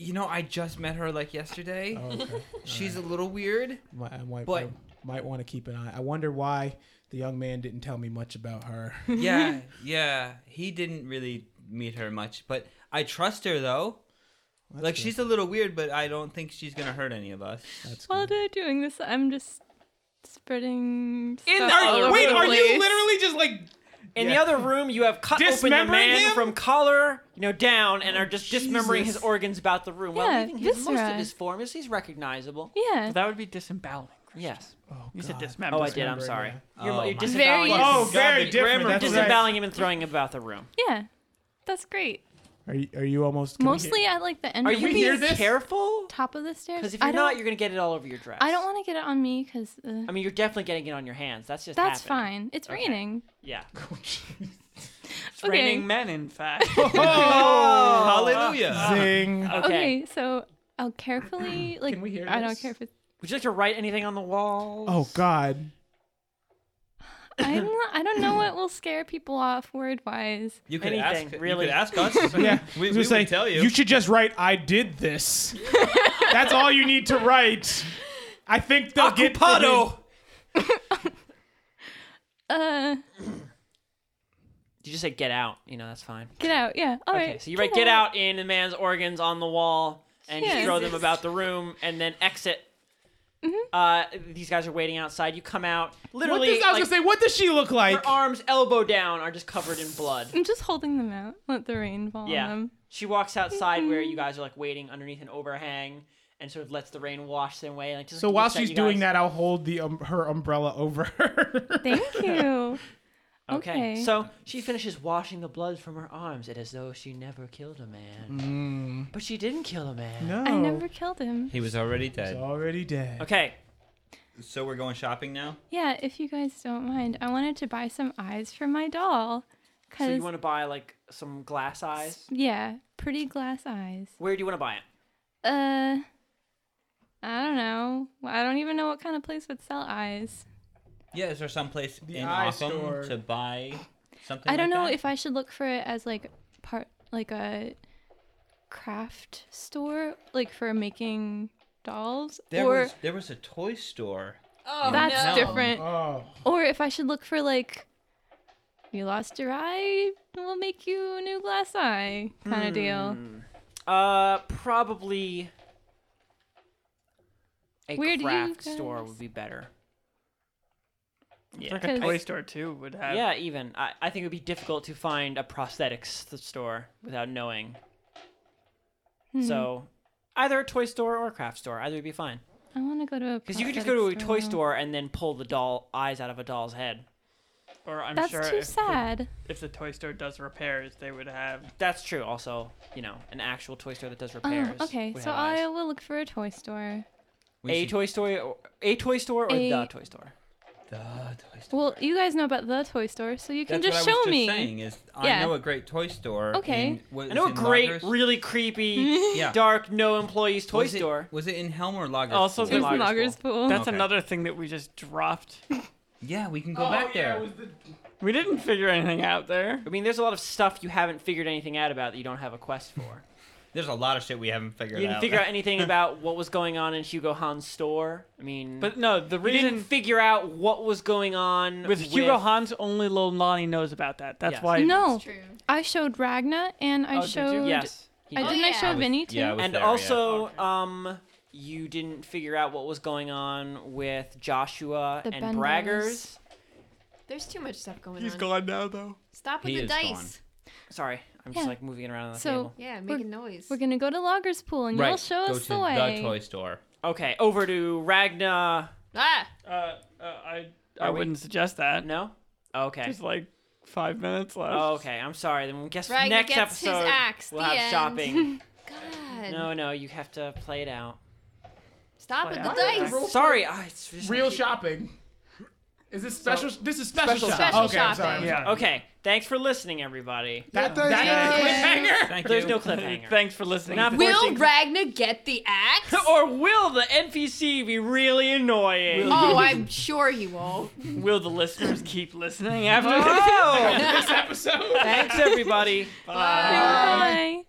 Speaker 4: You know, I just met her like yesterday.
Speaker 2: Oh, okay.
Speaker 4: She's a little weird.
Speaker 2: Mi- I might,
Speaker 4: But-
Speaker 2: I might want to keep an eye. I wonder why the young man didn't tell me much about her.
Speaker 4: Yeah, yeah. He didn't really meet her much, but I trust her though.
Speaker 2: That's
Speaker 4: like
Speaker 2: good.
Speaker 4: she's a little weird, but I don't think she's gonna hurt any of us.
Speaker 2: That's
Speaker 7: While
Speaker 2: good.
Speaker 7: they're doing this, I'm just spreading
Speaker 2: In,
Speaker 7: stuff all
Speaker 2: are,
Speaker 7: over
Speaker 2: wait,
Speaker 7: the
Speaker 2: are you
Speaker 7: place.
Speaker 2: literally just like
Speaker 1: in
Speaker 2: yeah.
Speaker 1: the other room, you have cut open the
Speaker 2: Dismembering
Speaker 1: man
Speaker 2: him?
Speaker 1: from collar, you know, down, and are just dismembering his
Speaker 2: Jesus.
Speaker 1: organs about the room.
Speaker 7: Yeah,
Speaker 1: well, leaving his, most of
Speaker 7: viscera.
Speaker 1: his form is he's recognizable.
Speaker 7: Yeah.
Speaker 5: That would be disemboweling.
Speaker 1: Yes.
Speaker 2: Oh,
Speaker 5: You said
Speaker 2: God.
Speaker 5: dismember.
Speaker 1: Oh, I did. I'm sorry. You're,
Speaker 4: Oh,
Speaker 1: you're
Speaker 4: my-
Speaker 1: disemboweling.
Speaker 7: Very-
Speaker 2: Oh,
Speaker 1: him.
Speaker 2: very
Speaker 1: God,
Speaker 2: different,
Speaker 1: Grammar
Speaker 2: that's right.
Speaker 1: disemboweling him and throwing him about the room.
Speaker 7: Yeah. That's great.
Speaker 2: Are you, are you almost? can we
Speaker 7: Mostly
Speaker 2: hear-
Speaker 7: at like the end
Speaker 1: Are
Speaker 7: of
Speaker 1: you
Speaker 7: the
Speaker 1: being
Speaker 2: hear this?
Speaker 1: careful?
Speaker 7: top of the stairs.
Speaker 1: Because if
Speaker 7: I
Speaker 1: you're
Speaker 7: don't,
Speaker 1: not, you're gonna get it all over your dress.
Speaker 7: I don't want to get it on me because uh,
Speaker 1: I mean, you're definitely getting it on your hands. That's just.
Speaker 7: that's
Speaker 1: happening.
Speaker 7: fine. It's
Speaker 1: Okay.
Speaker 7: raining.
Speaker 1: Yeah.
Speaker 5: It's raining men, in fact.
Speaker 4: Oh, Hallelujah. Uh,
Speaker 2: Zing.
Speaker 1: Okay.
Speaker 7: Okay, so I'll carefully like.
Speaker 2: Can we hear
Speaker 7: I don't
Speaker 2: this?
Speaker 7: care if it's.
Speaker 1: Would you like to write anything on the wall?
Speaker 2: Oh God.
Speaker 7: I'm not, I don't know what will scare people off word wise.
Speaker 4: You could
Speaker 1: Anything,
Speaker 4: ask.
Speaker 1: really.
Speaker 4: You could ask us.
Speaker 2: Yeah.
Speaker 4: we,
Speaker 2: I was gonna
Speaker 4: we would
Speaker 2: say,
Speaker 4: tell you.
Speaker 2: You should just write. I did this. That's all you need to write. I think they'll get. the
Speaker 1: Occupado.
Speaker 2: hint.
Speaker 7: Uh,
Speaker 1: You just say get out. You know that's fine.
Speaker 7: get out. Yeah. All right.
Speaker 1: Okay, so you write get out in the man's organs on the wall and just
Speaker 7: Yes.
Speaker 1: throw them about the room and then exit Uh, these guys are waiting outside. You come out.
Speaker 2: Mm-hmm. What
Speaker 1: Literally,
Speaker 2: does, I was
Speaker 1: like,
Speaker 2: gonna say, what does she look like?
Speaker 1: her arms, elbow down, are just covered in blood.
Speaker 7: I'm just holding them out. Let the rain fall
Speaker 1: Yeah.
Speaker 7: on them.
Speaker 1: She walks outside where
Speaker 2: Mm-hmm.
Speaker 1: you guys are like waiting underneath an overhang and sort of lets the rain wash them away. Like, just,
Speaker 2: So
Speaker 1: like,
Speaker 2: while
Speaker 1: looks at
Speaker 2: she's
Speaker 1: you
Speaker 2: doing
Speaker 1: guys.
Speaker 2: that, I'll hold the um, her umbrella over her.
Speaker 7: Thank you.
Speaker 1: Okay.
Speaker 7: Okay.
Speaker 1: So she finishes washing the blood from her arms. It is though she never killed a man. But she didn't kill a man.
Speaker 2: Mm. no,
Speaker 7: I never killed him.
Speaker 4: He was already
Speaker 2: He's
Speaker 4: dead.
Speaker 2: already dead.
Speaker 1: Okay.
Speaker 4: So we're going shopping now.
Speaker 7: Yeah, if you guys don't mind, I wanted to buy some eyes for my doll. Cause
Speaker 1: So you want to buy like some glass eyes?
Speaker 7: yeah, pretty glass eyes.
Speaker 1: Where do you want to buy it?
Speaker 7: Uh, I don't know. I don't even know what kind of place would sell eyes.
Speaker 4: Yeah, is there some place in
Speaker 2: eye
Speaker 4: Opham
Speaker 2: store.
Speaker 4: to buy something?
Speaker 7: I don't
Speaker 4: like
Speaker 7: know
Speaker 4: that?
Speaker 7: if I should look for it as like part, like a craft store, like for making dolls,
Speaker 4: there
Speaker 7: or
Speaker 4: was there was a toy store.
Speaker 8: Oh,
Speaker 7: that's
Speaker 4: no.
Speaker 7: different,
Speaker 2: Oh,
Speaker 7: or if I should look for like. You lost your eye, we'll make you a new glass eye kind of deal.
Speaker 1: Uh, probably a
Speaker 7: Where do you
Speaker 1: craft store
Speaker 7: guys-
Speaker 1: would be better.
Speaker 5: It's like
Speaker 7: Cause-
Speaker 5: a toy store too would have.
Speaker 1: yeah, even I, I think it would be difficult to find a prosthetics th- store without knowing.
Speaker 7: Hmm.
Speaker 1: So, either a toy store or a craft store, either would be fine.
Speaker 7: I want to go to a
Speaker 1: Because you could just go
Speaker 7: prosthetic
Speaker 1: to a toy
Speaker 7: though.
Speaker 1: store and then pull the doll eyes out of a doll's head.
Speaker 5: Or I'm
Speaker 7: That's
Speaker 5: sure
Speaker 7: too
Speaker 5: if the-
Speaker 7: sad.
Speaker 5: if the toy store does repairs, they would have
Speaker 1: That's true. Also, you know, an actual toy store that does
Speaker 7: Oh,
Speaker 1: repairs.
Speaker 7: okay.
Speaker 1: would
Speaker 7: So
Speaker 1: have eyes.
Speaker 7: I will look for a toy store.
Speaker 4: We
Speaker 1: a
Speaker 4: should-
Speaker 1: toy store, or, a toy store, or
Speaker 7: A-
Speaker 1: the toy store.
Speaker 4: the toy store.
Speaker 7: Well, you guys know about the toy store, so you can
Speaker 4: That's
Speaker 7: just
Speaker 4: what I
Speaker 7: show
Speaker 4: was
Speaker 7: me.
Speaker 4: Just saying is, I
Speaker 7: Yeah.
Speaker 4: know a great toy store.
Speaker 7: Okay.
Speaker 4: in- what
Speaker 1: I
Speaker 4: is
Speaker 1: know a
Speaker 4: in
Speaker 1: great,
Speaker 4: Loggers?
Speaker 1: really creepy,
Speaker 4: Yeah.
Speaker 1: dark, no employees toy
Speaker 4: was it,
Speaker 1: store.
Speaker 4: Was it in Helm or Lagers?
Speaker 5: Also,
Speaker 7: It was
Speaker 1: Lager's
Speaker 7: in Lager's pool.
Speaker 5: That's
Speaker 4: Okay.
Speaker 5: another thing that we just dropped.
Speaker 4: yeah, we can go back there.
Speaker 5: We didn't figure anything out there.
Speaker 1: I mean, there's a lot of stuff you haven't figured anything out about that you don't have a quest for.
Speaker 4: There's a lot of shit we haven't figured
Speaker 1: You didn't
Speaker 4: out.
Speaker 1: figure out anything about what was going on in Hugo Han's store. I mean,
Speaker 5: But no, the
Speaker 1: you didn't
Speaker 5: reason
Speaker 1: figure out what was going on
Speaker 5: with Hugo Hans, only Lil Lonnie knows about that. That's
Speaker 1: Yes.
Speaker 5: why.
Speaker 7: no,
Speaker 6: Oh.
Speaker 8: That's true.
Speaker 7: I showed Ragna and I
Speaker 5: Oh, did you?
Speaker 7: showed.
Speaker 1: Yes. he
Speaker 7: I
Speaker 1: did.
Speaker 8: Oh,
Speaker 7: didn't. I
Speaker 8: yeah.
Speaker 7: show
Speaker 8: I was-
Speaker 7: Vinny too.
Speaker 4: yeah, I was
Speaker 1: and
Speaker 4: there, yeah.
Speaker 1: also, um, you didn't figure out what was going on with Joshua
Speaker 7: The
Speaker 1: and
Speaker 7: Benders.
Speaker 1: Braggers.
Speaker 8: There's too much stuff going on.
Speaker 5: gone now, though.
Speaker 8: Stop with
Speaker 4: He
Speaker 8: the
Speaker 4: is
Speaker 8: dice.
Speaker 4: gone.
Speaker 1: Sorry, I'm just
Speaker 7: Yeah.
Speaker 1: like moving it around on the
Speaker 7: So-
Speaker 1: table.
Speaker 8: Yeah,
Speaker 7: We're-
Speaker 8: making noise.
Speaker 7: We're gonna go to Logger's pool and
Speaker 4: right.
Speaker 7: you'll show
Speaker 4: go
Speaker 7: us
Speaker 4: to
Speaker 7: the way.
Speaker 4: the toy store.
Speaker 1: Okay, over to Ragna.
Speaker 8: ah,
Speaker 5: Uh, uh, I I
Speaker 1: Are we-
Speaker 5: wouldn't suggest that.
Speaker 1: No. Okay.
Speaker 5: There's like five minutes left.
Speaker 1: Oh, Okay, I'm sorry. Then we'll guess
Speaker 8: Ragna
Speaker 1: next
Speaker 8: gets his
Speaker 1: episode
Speaker 8: axe,
Speaker 1: we'll
Speaker 8: the
Speaker 1: have
Speaker 8: end.
Speaker 1: shopping.
Speaker 8: God.
Speaker 1: no, no, you have to play it out.
Speaker 8: Stop with the
Speaker 5: Why
Speaker 8: dice.
Speaker 1: Sorry, I it's just-
Speaker 2: real shopping. Is this special? this is special,
Speaker 1: Special
Speaker 2: shop.
Speaker 8: shopping.
Speaker 2: Okay, I'm sorry. I'm
Speaker 5: Yeah.
Speaker 2: sorry.
Speaker 1: Okay, thanks for listening, everybody.
Speaker 2: That,
Speaker 6: Yeah,
Speaker 2: that
Speaker 8: thank
Speaker 2: cliffhanger.
Speaker 4: Thank
Speaker 1: There's
Speaker 4: you.
Speaker 1: no cliffhanger.
Speaker 5: Thanks for listening.
Speaker 1: Not
Speaker 5: to-
Speaker 8: Will
Speaker 1: forcing-
Speaker 8: Ragna get the axe?
Speaker 1: or will the NPC be really annoying?
Speaker 8: oh, I'm sure he won't.
Speaker 5: Will the listeners keep listening after this?
Speaker 1: Oh,
Speaker 2: this episode.
Speaker 1: thanks everybody.
Speaker 7: Uh, Bye.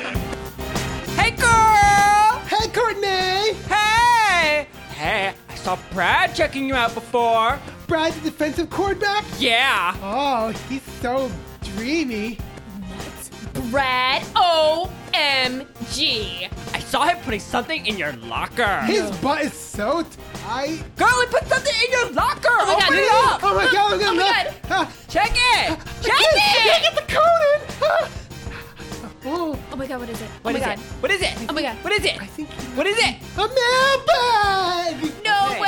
Speaker 1: Hey girl! Hey Courtney! Hey! Hey, I saw Brad checking you out before.
Speaker 6: Brad's a defensive quarterback.
Speaker 1: Yeah.
Speaker 6: Oh, he's so dreamy.
Speaker 8: Brad OMG.
Speaker 1: I saw him putting something in your locker.
Speaker 6: His butt is so tight.
Speaker 1: Girl, he put something in your locker!
Speaker 8: my God.
Speaker 1: Open it up!
Speaker 6: Oh my god, I'm
Speaker 8: Oh
Speaker 6: gonna
Speaker 8: my
Speaker 6: laugh. Ah,
Speaker 1: Check it! Check
Speaker 6: I
Speaker 1: it!
Speaker 6: can't get the cone in. Ah.
Speaker 8: Oh my god, what is it?
Speaker 1: What
Speaker 8: oh my
Speaker 1: is
Speaker 8: god.
Speaker 1: it? What is it?
Speaker 3: Um,
Speaker 8: Oh my god.
Speaker 1: What is it?
Speaker 6: I think
Speaker 1: What is it?
Speaker 6: a mailbag.
Speaker 8: No
Speaker 1: Okay.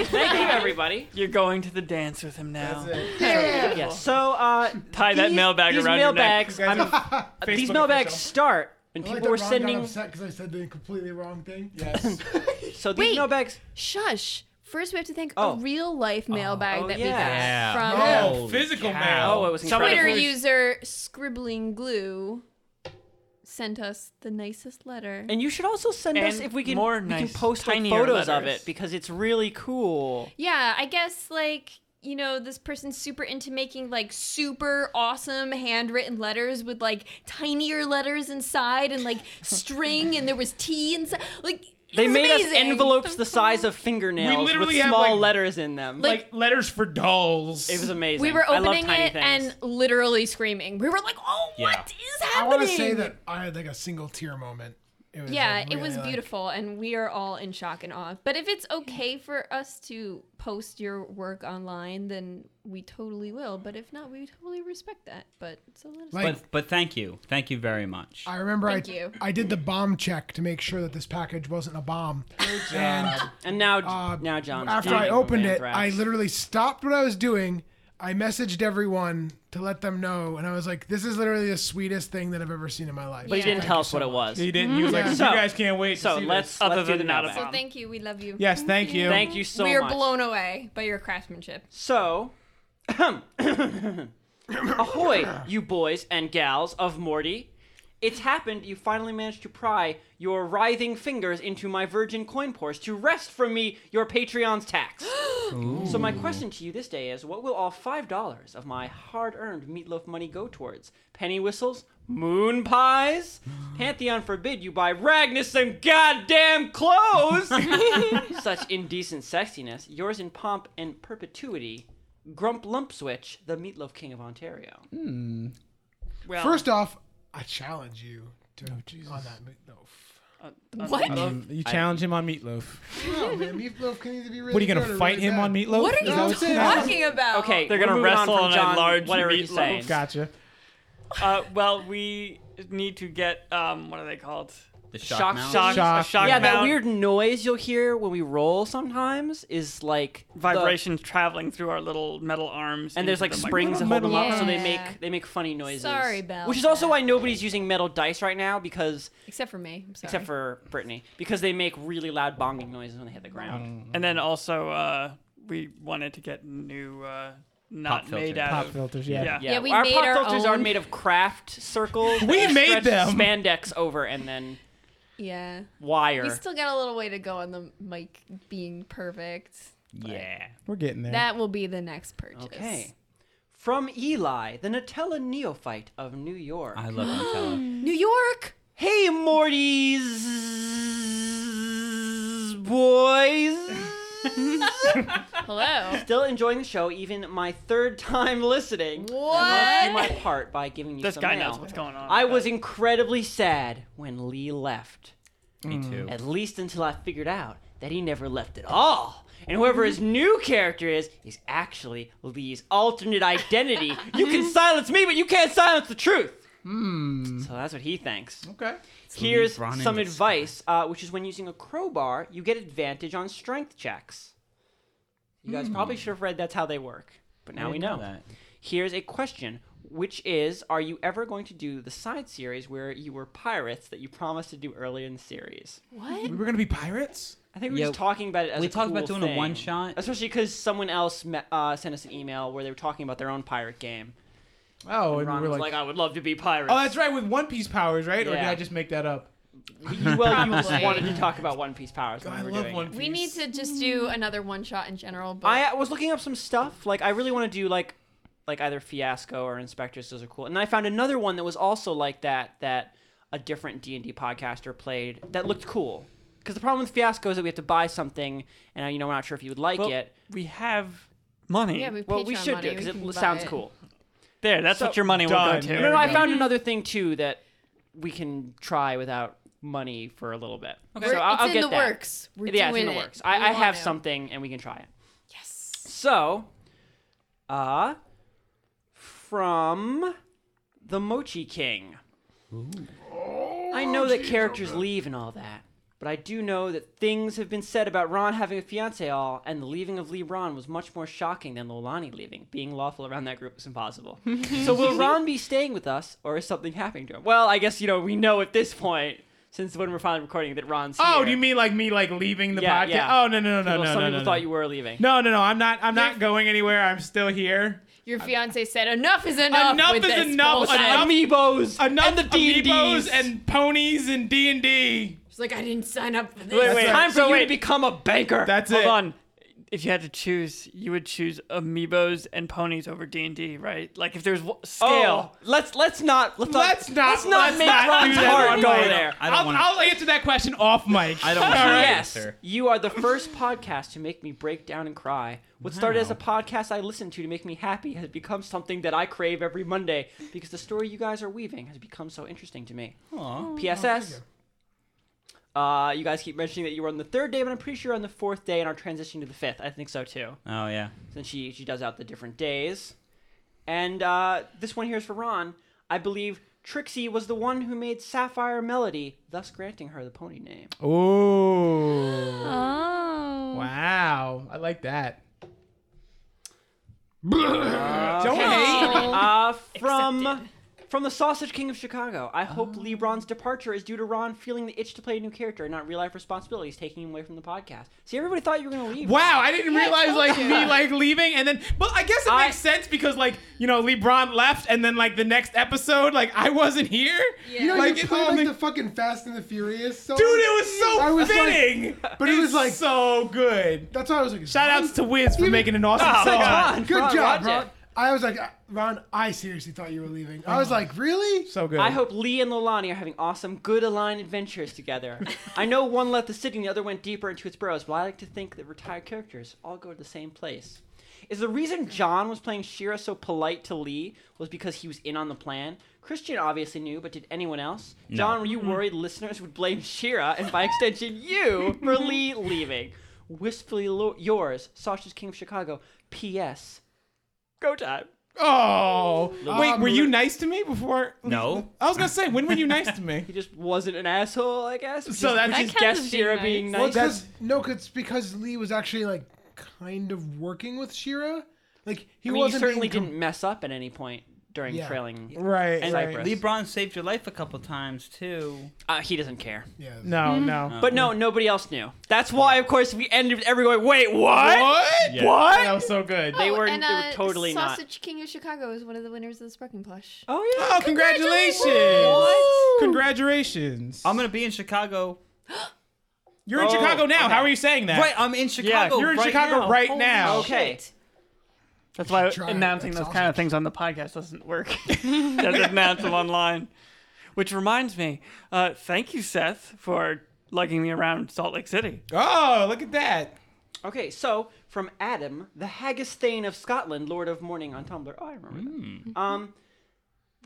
Speaker 8: way!
Speaker 1: Thank you, everybody.
Speaker 5: You're going to the dance with him now.
Speaker 1: Yes. So, uh,
Speaker 5: Tie that
Speaker 1: these-
Speaker 5: mailbag
Speaker 1: these
Speaker 5: around
Speaker 1: mailbags,
Speaker 5: your neck.
Speaker 1: I mean, these
Speaker 2: Facebook
Speaker 1: mailbags
Speaker 2: official.
Speaker 1: start when
Speaker 6: Like
Speaker 1: people
Speaker 6: that
Speaker 1: were
Speaker 6: Ron got
Speaker 1: sending.
Speaker 6: upset because I said the completely wrong thing.
Speaker 2: Yes.
Speaker 1: So these
Speaker 8: Wait.
Speaker 1: mailbags.
Speaker 8: Shush. First, we have to thank
Speaker 1: Oh.
Speaker 8: a real life mailbag
Speaker 1: oh,
Speaker 8: that
Speaker 1: yeah.
Speaker 8: we got from
Speaker 2: Yeah. Oh,
Speaker 4: Holy
Speaker 2: physical
Speaker 4: cow.
Speaker 2: mail.
Speaker 1: Oh, it was incredible.
Speaker 8: Twitter user Scribbling Glue. Sent us the nicest letter.
Speaker 1: And you should also send us
Speaker 5: And
Speaker 1: if we can.
Speaker 5: more
Speaker 1: we
Speaker 5: nice,
Speaker 1: can post like,
Speaker 5: tinier
Speaker 1: photos of
Speaker 5: letters.
Speaker 1: it because it's really cool.
Speaker 8: Yeah, I guess like you know this person's super into making like super awesome handwritten letters with like tinier letters inside and like string and there was T inside. Like
Speaker 1: They
Speaker 3: It's
Speaker 1: made us
Speaker 3: amazing.
Speaker 1: envelopes the size of
Speaker 2: We
Speaker 1: fingernails with
Speaker 2: literally have,
Speaker 1: small
Speaker 2: like-
Speaker 1: letters in them.
Speaker 2: Like, letters for dolls.
Speaker 1: it was amazing.
Speaker 3: We were
Speaker 1: I love
Speaker 3: opening
Speaker 1: tiny
Speaker 3: it
Speaker 1: things.
Speaker 3: and literally screaming. We were like, "Oh,
Speaker 4: Yeah.
Speaker 3: what is
Speaker 6: I
Speaker 3: happening?"
Speaker 6: want to say that I had like a single tear moment. It was
Speaker 8: Yeah,
Speaker 6: like,
Speaker 8: it was
Speaker 6: really, like-
Speaker 8: beautiful, and we are all in shock and awe. But if it's okay for us to post your work online, then we totally will. But if not, we totally respect that. But so let us.
Speaker 6: Like,
Speaker 4: But but thank you, thank you very much.
Speaker 6: I remember
Speaker 8: Thank
Speaker 6: I,
Speaker 8: you.
Speaker 6: I did the bomb check to make sure that this package wasn't a bomb. And
Speaker 1: And now,
Speaker 6: uh,
Speaker 1: now John's
Speaker 6: after
Speaker 1: dying
Speaker 6: I
Speaker 1: of
Speaker 6: opened it,
Speaker 1: anthrax.
Speaker 6: I literally stopped what I was doing. I messaged everyone to let them know, and I was like, "This is literally the sweetest thing that I've ever seen in my life."
Speaker 1: But he didn't tell us what it was.
Speaker 2: He didn't. He was like,
Speaker 6: Yeah.
Speaker 2: you
Speaker 1: So-
Speaker 2: guys can't wait. to
Speaker 1: So
Speaker 2: see
Speaker 1: let's,
Speaker 2: this."
Speaker 1: let's
Speaker 5: Other
Speaker 1: do
Speaker 5: than
Speaker 1: the
Speaker 5: not a
Speaker 1: mailbag.
Speaker 5: bomb.
Speaker 8: So thank you. We love you.
Speaker 2: Yes, thank you.
Speaker 1: Thank you so
Speaker 8: we are
Speaker 1: much.
Speaker 8: blown away by your craftsmanship.
Speaker 1: So, ahoy, you boys and gals of Morty. It's happened, you finally managed to pry your writhing fingers into my virgin coin pores to wrest from me your Patreon's tax. so, my question to you this day is what will all $5 of my hard earned meatloaf money go towards? Penny whistles? Moon pies? Pantheon forbid you buy Ragnus some goddamn clothes! such indecent sexiness, yours in pomp and perpetuity, Grump Lumpswitch, the meatloaf king of Ontario.
Speaker 5: Well,
Speaker 6: First off, I challenge you to
Speaker 2: Oh,
Speaker 6: on that meatloaf.
Speaker 1: uh,
Speaker 8: What?
Speaker 2: Um, you challenge him on meatloaf.
Speaker 6: No, man, meatloaf can either be really.
Speaker 2: What are you
Speaker 6: good
Speaker 2: gonna
Speaker 6: or
Speaker 2: fight
Speaker 6: really
Speaker 2: him
Speaker 6: bad.
Speaker 2: on meatloaf?
Speaker 8: What are
Speaker 2: Is that
Speaker 8: you
Speaker 2: what's going on?
Speaker 8: talking about?
Speaker 1: Okay,
Speaker 5: They're
Speaker 1: we're
Speaker 5: gonna
Speaker 1: moving on
Speaker 5: wrestle
Speaker 1: from
Speaker 5: in a
Speaker 1: John,
Speaker 5: large
Speaker 1: whatever he's
Speaker 5: meatloaf.
Speaker 1: saying.
Speaker 2: Gotcha.
Speaker 5: uh, well, we need to get um, what are they called?
Speaker 4: The
Speaker 1: shock-
Speaker 4: shock, mount.
Speaker 5: Shock,
Speaker 2: Shock
Speaker 5: a shock
Speaker 1: Yeah, that
Speaker 5: mount.
Speaker 1: weird noise you'll hear when we roll sometimes is like the-
Speaker 5: vibrations traveling through our little metal arms.
Speaker 1: and there's
Speaker 5: into
Speaker 1: like
Speaker 5: the
Speaker 1: springs that
Speaker 5: microphone.
Speaker 1: hold them up, so they
Speaker 8: Yeah.
Speaker 1: make they make funny noises.
Speaker 8: Sorry about
Speaker 1: Which is also
Speaker 8: that.
Speaker 1: why nobody's using metal dice right now because,
Speaker 8: Except for me. I'm sorry.
Speaker 1: except for Brittany, because they make really loud bonging noises when they hit the ground.
Speaker 5: And then also, uh, we wanted to get new, uh, not
Speaker 4: Pop
Speaker 5: made
Speaker 4: filter.
Speaker 5: out
Speaker 2: Pop
Speaker 5: of.
Speaker 2: filters. Yeah.
Speaker 5: Yeah.
Speaker 1: Yeah,
Speaker 8: we
Speaker 1: our
Speaker 8: made
Speaker 1: pop
Speaker 8: our
Speaker 1: filters are
Speaker 8: own.
Speaker 1: made of craft circles.
Speaker 2: We
Speaker 1: that are
Speaker 2: made
Speaker 1: stretched
Speaker 2: them.
Speaker 1: spandex over and then
Speaker 8: Yeah.
Speaker 1: wire.
Speaker 8: We still got a little way to go on the mic being perfect.
Speaker 4: Yeah.
Speaker 2: We're getting there.
Speaker 8: That will be the next purchase.
Speaker 1: Okay. From Eli, the Nutella neophyte of New York.
Speaker 4: I love Nutella.
Speaker 8: New York.
Speaker 1: Hey, Morty's boys.
Speaker 3: Hello.
Speaker 1: Still enjoying the show, even my third time listening. I
Speaker 8: What?
Speaker 1: loved you my part by giving you
Speaker 5: This
Speaker 1: some
Speaker 5: guy
Speaker 1: mail.
Speaker 5: knows what's going on.
Speaker 1: I was incredibly sad when Lee left.
Speaker 4: Me too.
Speaker 1: At least until I figured out that he never left at all. And whoever his new character is, is actually Lee's alternate identity. you can silence me, but you can't silence the truth. Hmm. So that's what he thinks.
Speaker 2: okay.
Speaker 1: Here's
Speaker 4: Ron in
Speaker 1: some
Speaker 4: the
Speaker 1: advice, uh, which is when using a crowbar, you get advantage on strength checks. You guys probably should have read that's how they work, but now we know.
Speaker 4: that.
Speaker 1: Here's a question, which is Are you ever going to do the side series where you were pirates that you promised to do earlier in the series?
Speaker 2: We were gonna be pirates.
Speaker 1: I think we were
Speaker 4: Yeah,
Speaker 1: just talking about it as
Speaker 4: we
Speaker 1: a
Speaker 4: talked about
Speaker 1: cool
Speaker 4: doing a
Speaker 1: thing.
Speaker 4: one-shot.
Speaker 1: especially because someone else me- uh, sent us an email where they were talking about their own pirate game.
Speaker 2: Oh, and
Speaker 1: Ron
Speaker 2: we were
Speaker 1: was
Speaker 2: like,
Speaker 1: like, "I would love to be pirates."
Speaker 2: oh, that's right, with One Piece powers, right? Or did
Speaker 1: Yeah.
Speaker 2: I just make that up?
Speaker 1: You- well, you
Speaker 3: Probably.
Speaker 1: wanted to talk about One Piece powers. When
Speaker 2: I
Speaker 1: we were
Speaker 2: love
Speaker 1: doing
Speaker 2: One
Speaker 1: it.
Speaker 2: Piece.
Speaker 8: We need to just do another one shot in general. But
Speaker 1: I was looking up some stuff. Like I really want to do like like either Fiasco or Inspectors. Those are cool. And I found another one that was also like that that a different D and D podcaster played that looked cool. Because the problem with Fiasco is that we have to buy something, and uh, you know we're not sure if you would like
Speaker 5: Well,
Speaker 1: it.
Speaker 5: We have money.
Speaker 8: yeah, we
Speaker 1: Well, we
Speaker 8: Patreon
Speaker 1: should
Speaker 8: money,
Speaker 1: do because
Speaker 8: we
Speaker 1: it
Speaker 8: can
Speaker 1: l-
Speaker 8: buy
Speaker 1: sounds
Speaker 8: it.
Speaker 1: cool.
Speaker 5: There, that's
Speaker 1: So-
Speaker 5: what your money will
Speaker 2: Done.
Speaker 5: go to.
Speaker 2: No,
Speaker 1: No, no, I
Speaker 2: go.
Speaker 1: found another thing too that we can try without money for a little bit.
Speaker 8: We're-
Speaker 1: So I'll,
Speaker 8: it's
Speaker 1: I'll
Speaker 8: in
Speaker 1: get
Speaker 8: the
Speaker 1: that.
Speaker 8: works. We're
Speaker 1: yeah,
Speaker 8: doing
Speaker 1: it's in the
Speaker 8: it.
Speaker 1: works. I, I
Speaker 8: We
Speaker 1: have
Speaker 8: wanna.
Speaker 1: something, and we can try it.
Speaker 8: Yes.
Speaker 1: So, uh, from the Mochi King. I know that characters leave and all that, but I do know that things have been said about Ron having a fiance all, and the leaving of Lee Ron was much more shocking than Lolani leaving. Being lawful around that group is impossible. so will Ron be staying with us, or is something happening to him? Well, I guess you know we know at this point, since when we're finally recording, that Ron's.
Speaker 2: Oh,
Speaker 1: here.
Speaker 2: do you mean like me, like leaving the
Speaker 1: Yeah,
Speaker 2: podcast?
Speaker 1: yeah.
Speaker 2: Oh no, no, no, no,
Speaker 1: Well,
Speaker 2: no,
Speaker 1: some
Speaker 2: no,
Speaker 1: people
Speaker 2: no,
Speaker 1: thought
Speaker 2: no.
Speaker 1: you were leaving.
Speaker 2: No, no, no. I'm not. I'm not going anywhere. I'm still here.
Speaker 3: Your fiance said enough is enough.
Speaker 2: Enough
Speaker 3: with
Speaker 2: is
Speaker 3: this
Speaker 2: enough.
Speaker 3: bullshit."
Speaker 2: Enough-
Speaker 1: Amiibos
Speaker 2: Enough
Speaker 1: and the D&Ds.
Speaker 2: amiibos and ponies and D and D.
Speaker 3: She's like, I didn't sign up for this.
Speaker 5: Wait, wait,
Speaker 1: Time for
Speaker 5: so
Speaker 1: you
Speaker 5: wait,
Speaker 1: to become a banker.
Speaker 2: That's
Speaker 5: hold
Speaker 2: it.
Speaker 5: on. if you had to choose, you would choose amiibos and ponies over D and D, right? Like if there's w- scale.
Speaker 1: Oh, let's let's not let's not
Speaker 2: Let's not-
Speaker 1: let's not
Speaker 2: let's
Speaker 1: make
Speaker 2: not
Speaker 1: Ron's
Speaker 2: do that
Speaker 1: heart
Speaker 2: one
Speaker 1: go
Speaker 2: way.
Speaker 1: there.
Speaker 4: I don't
Speaker 2: I'll,
Speaker 4: want to.
Speaker 2: I'll answer that question off mic.
Speaker 4: I don't want to.
Speaker 2: All right.
Speaker 1: Yes, you are the first podcast to make me break down and cry. What started as a podcast I listened to to make me happy has become something that I crave every Monday because the story you guys are weaving has become so interesting to me.
Speaker 2: Oh,
Speaker 1: PSS. Uh, you guys keep mentioning that you were on the third day, but I'm pretty sure you're on the fourth day and are transitioning to the fifth. I think so too.
Speaker 4: Oh yeah.
Speaker 1: Since she she does out the different days, and uh, this one here is for Ron. I believe Trixie was the one who made Sapphire Melody, thus granting her the pony name.
Speaker 2: Ooh.
Speaker 7: Oh.
Speaker 2: Wow. I like that.
Speaker 1: Don't Uh, from from the Sausage King of Chicago. I hope LeBron's departure is due to Ron feeling the itch to play a new character and not real life responsibilities taking him away from the podcast. See, everybody thought you were gonna leave.
Speaker 2: Wow, I didn't realize like me like leaving and then but I guess it
Speaker 1: I-
Speaker 2: makes sense because like, you know, LeBron left and then like the next episode, like I wasn't here.
Speaker 6: You know,
Speaker 2: Like,
Speaker 6: you
Speaker 2: it
Speaker 6: played
Speaker 2: all
Speaker 6: like
Speaker 2: make-
Speaker 6: the fucking Fast and the Furious. So
Speaker 2: Dude, it was so
Speaker 6: I was like-
Speaker 2: fitting.
Speaker 6: but it
Speaker 2: It's
Speaker 6: was like-
Speaker 2: so good.
Speaker 6: That's why I was like,
Speaker 2: Shout outs to Wiz for making an awesome
Speaker 1: Oh,
Speaker 2: song.
Speaker 1: God.
Speaker 6: Good
Speaker 1: Ron,
Speaker 6: job,
Speaker 1: Roger.
Speaker 6: Ron. I was like, uh, Ron, I seriously thought you were leaving. I was like, really?
Speaker 2: So good.
Speaker 1: I hope Lee and Lolani are having awesome, good aligned adventures together. I know one left the city and the other went deeper into its burrows, but I like to think that retired characters all go to the same place. Is the reason John was playing Shira so polite to Lee was because he was in on the plan? Christian obviously knew, but did anyone else? John, were you worried listeners would blame Shira and by extension you for Lee leaving? Wistfully lo- yours, Sausage King of Chicago. P.S. Go time.
Speaker 2: Oh. Wait,
Speaker 6: Um,
Speaker 2: were you nice to me before?
Speaker 4: No.
Speaker 2: I was going to say, when were you nice to me?
Speaker 1: He just wasn't an asshole, I guess. which
Speaker 2: So
Speaker 1: is-
Speaker 2: that's-
Speaker 1: which is
Speaker 7: That counts
Speaker 1: guess
Speaker 7: as being
Speaker 1: Shira
Speaker 7: nice.
Speaker 1: being nice.
Speaker 6: Well, it's
Speaker 2: That's-
Speaker 6: 'cause- no, 'cause- it's because Lee was actually like kind of working with Shira. Like he
Speaker 1: I mean, you
Speaker 6: wasn't
Speaker 1: certainly
Speaker 6: being com-
Speaker 1: didn't mess up at any point during
Speaker 6: Yeah.
Speaker 1: trailing.
Speaker 2: Right.
Speaker 1: And
Speaker 2: right.
Speaker 1: Cypress.
Speaker 4: LeBron saved your life a couple times too.
Speaker 1: Uh, he doesn't care.
Speaker 6: Yeah.
Speaker 2: No,
Speaker 1: Hmm.
Speaker 2: no.
Speaker 4: Uh,
Speaker 1: But no, nobody else knew. That's why, of course, we ended with everyone going, wait, what?
Speaker 2: Yeah.
Speaker 1: What?
Speaker 2: That was so good.
Speaker 1: They,
Speaker 8: Oh,
Speaker 1: were,
Speaker 8: and,
Speaker 1: they were
Speaker 8: uh,
Speaker 1: totally not.
Speaker 8: Sausage King of Chicago is one of the winners of the Sparking Plush.
Speaker 1: Oh, yeah.
Speaker 2: Oh, congratulations.
Speaker 1: What?
Speaker 2: Congratulations.
Speaker 4: I'm gonna be in Chicago.
Speaker 2: You're in
Speaker 1: Oh,
Speaker 2: Chicago now.
Speaker 1: okay.
Speaker 2: How are you saying that?
Speaker 4: Right, I'm in Chicago.
Speaker 2: You're in
Speaker 4: right
Speaker 2: Chicago
Speaker 4: now.
Speaker 2: right now.
Speaker 1: Okay.
Speaker 5: That's why
Speaker 6: Try it.
Speaker 5: announcing
Speaker 6: That's
Speaker 5: those kind
Speaker 6: awesome.
Speaker 5: of things on the podcast doesn't work. Just announce them online. Which reminds me, uh, thank you, Seth, for lugging me around Salt Lake City.
Speaker 2: Oh, look at that.
Speaker 1: Okay, so from Adam, the Haggis Thane of Scotland, Lord of Morning on Tumblr. Oh, I remember
Speaker 6: Hmm.
Speaker 1: that. Um,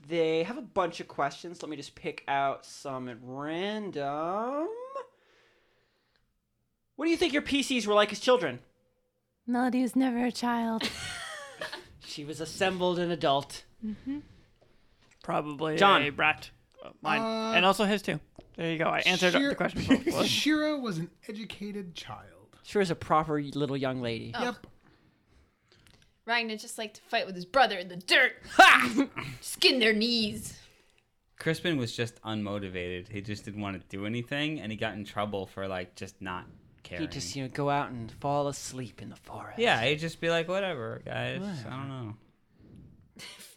Speaker 1: they have a bunch of questions. Let me just pick out some at random. What do you think your PCs were like as children?
Speaker 7: Melody was never a child.
Speaker 1: She was assembled an adult.
Speaker 5: Probably
Speaker 1: John.
Speaker 5: a brat. Uh, Mine.
Speaker 6: Uh,
Speaker 5: and also his, too. There you go. I answered
Speaker 6: Shir-
Speaker 5: the question. for both of us.
Speaker 6: Shira was an educated child.
Speaker 1: Sure is a proper little young lady.
Speaker 6: Yep.
Speaker 8: Ragnar just liked to fight with his brother in the dirt. Skin their knees.
Speaker 4: Crispin was just unmotivated. He just didn't want to do anything, and he got in trouble for like just not caring.
Speaker 1: You just you know go out and fall asleep in the forest.
Speaker 4: yeah, he'd just be like, whatever, guys. I don't know.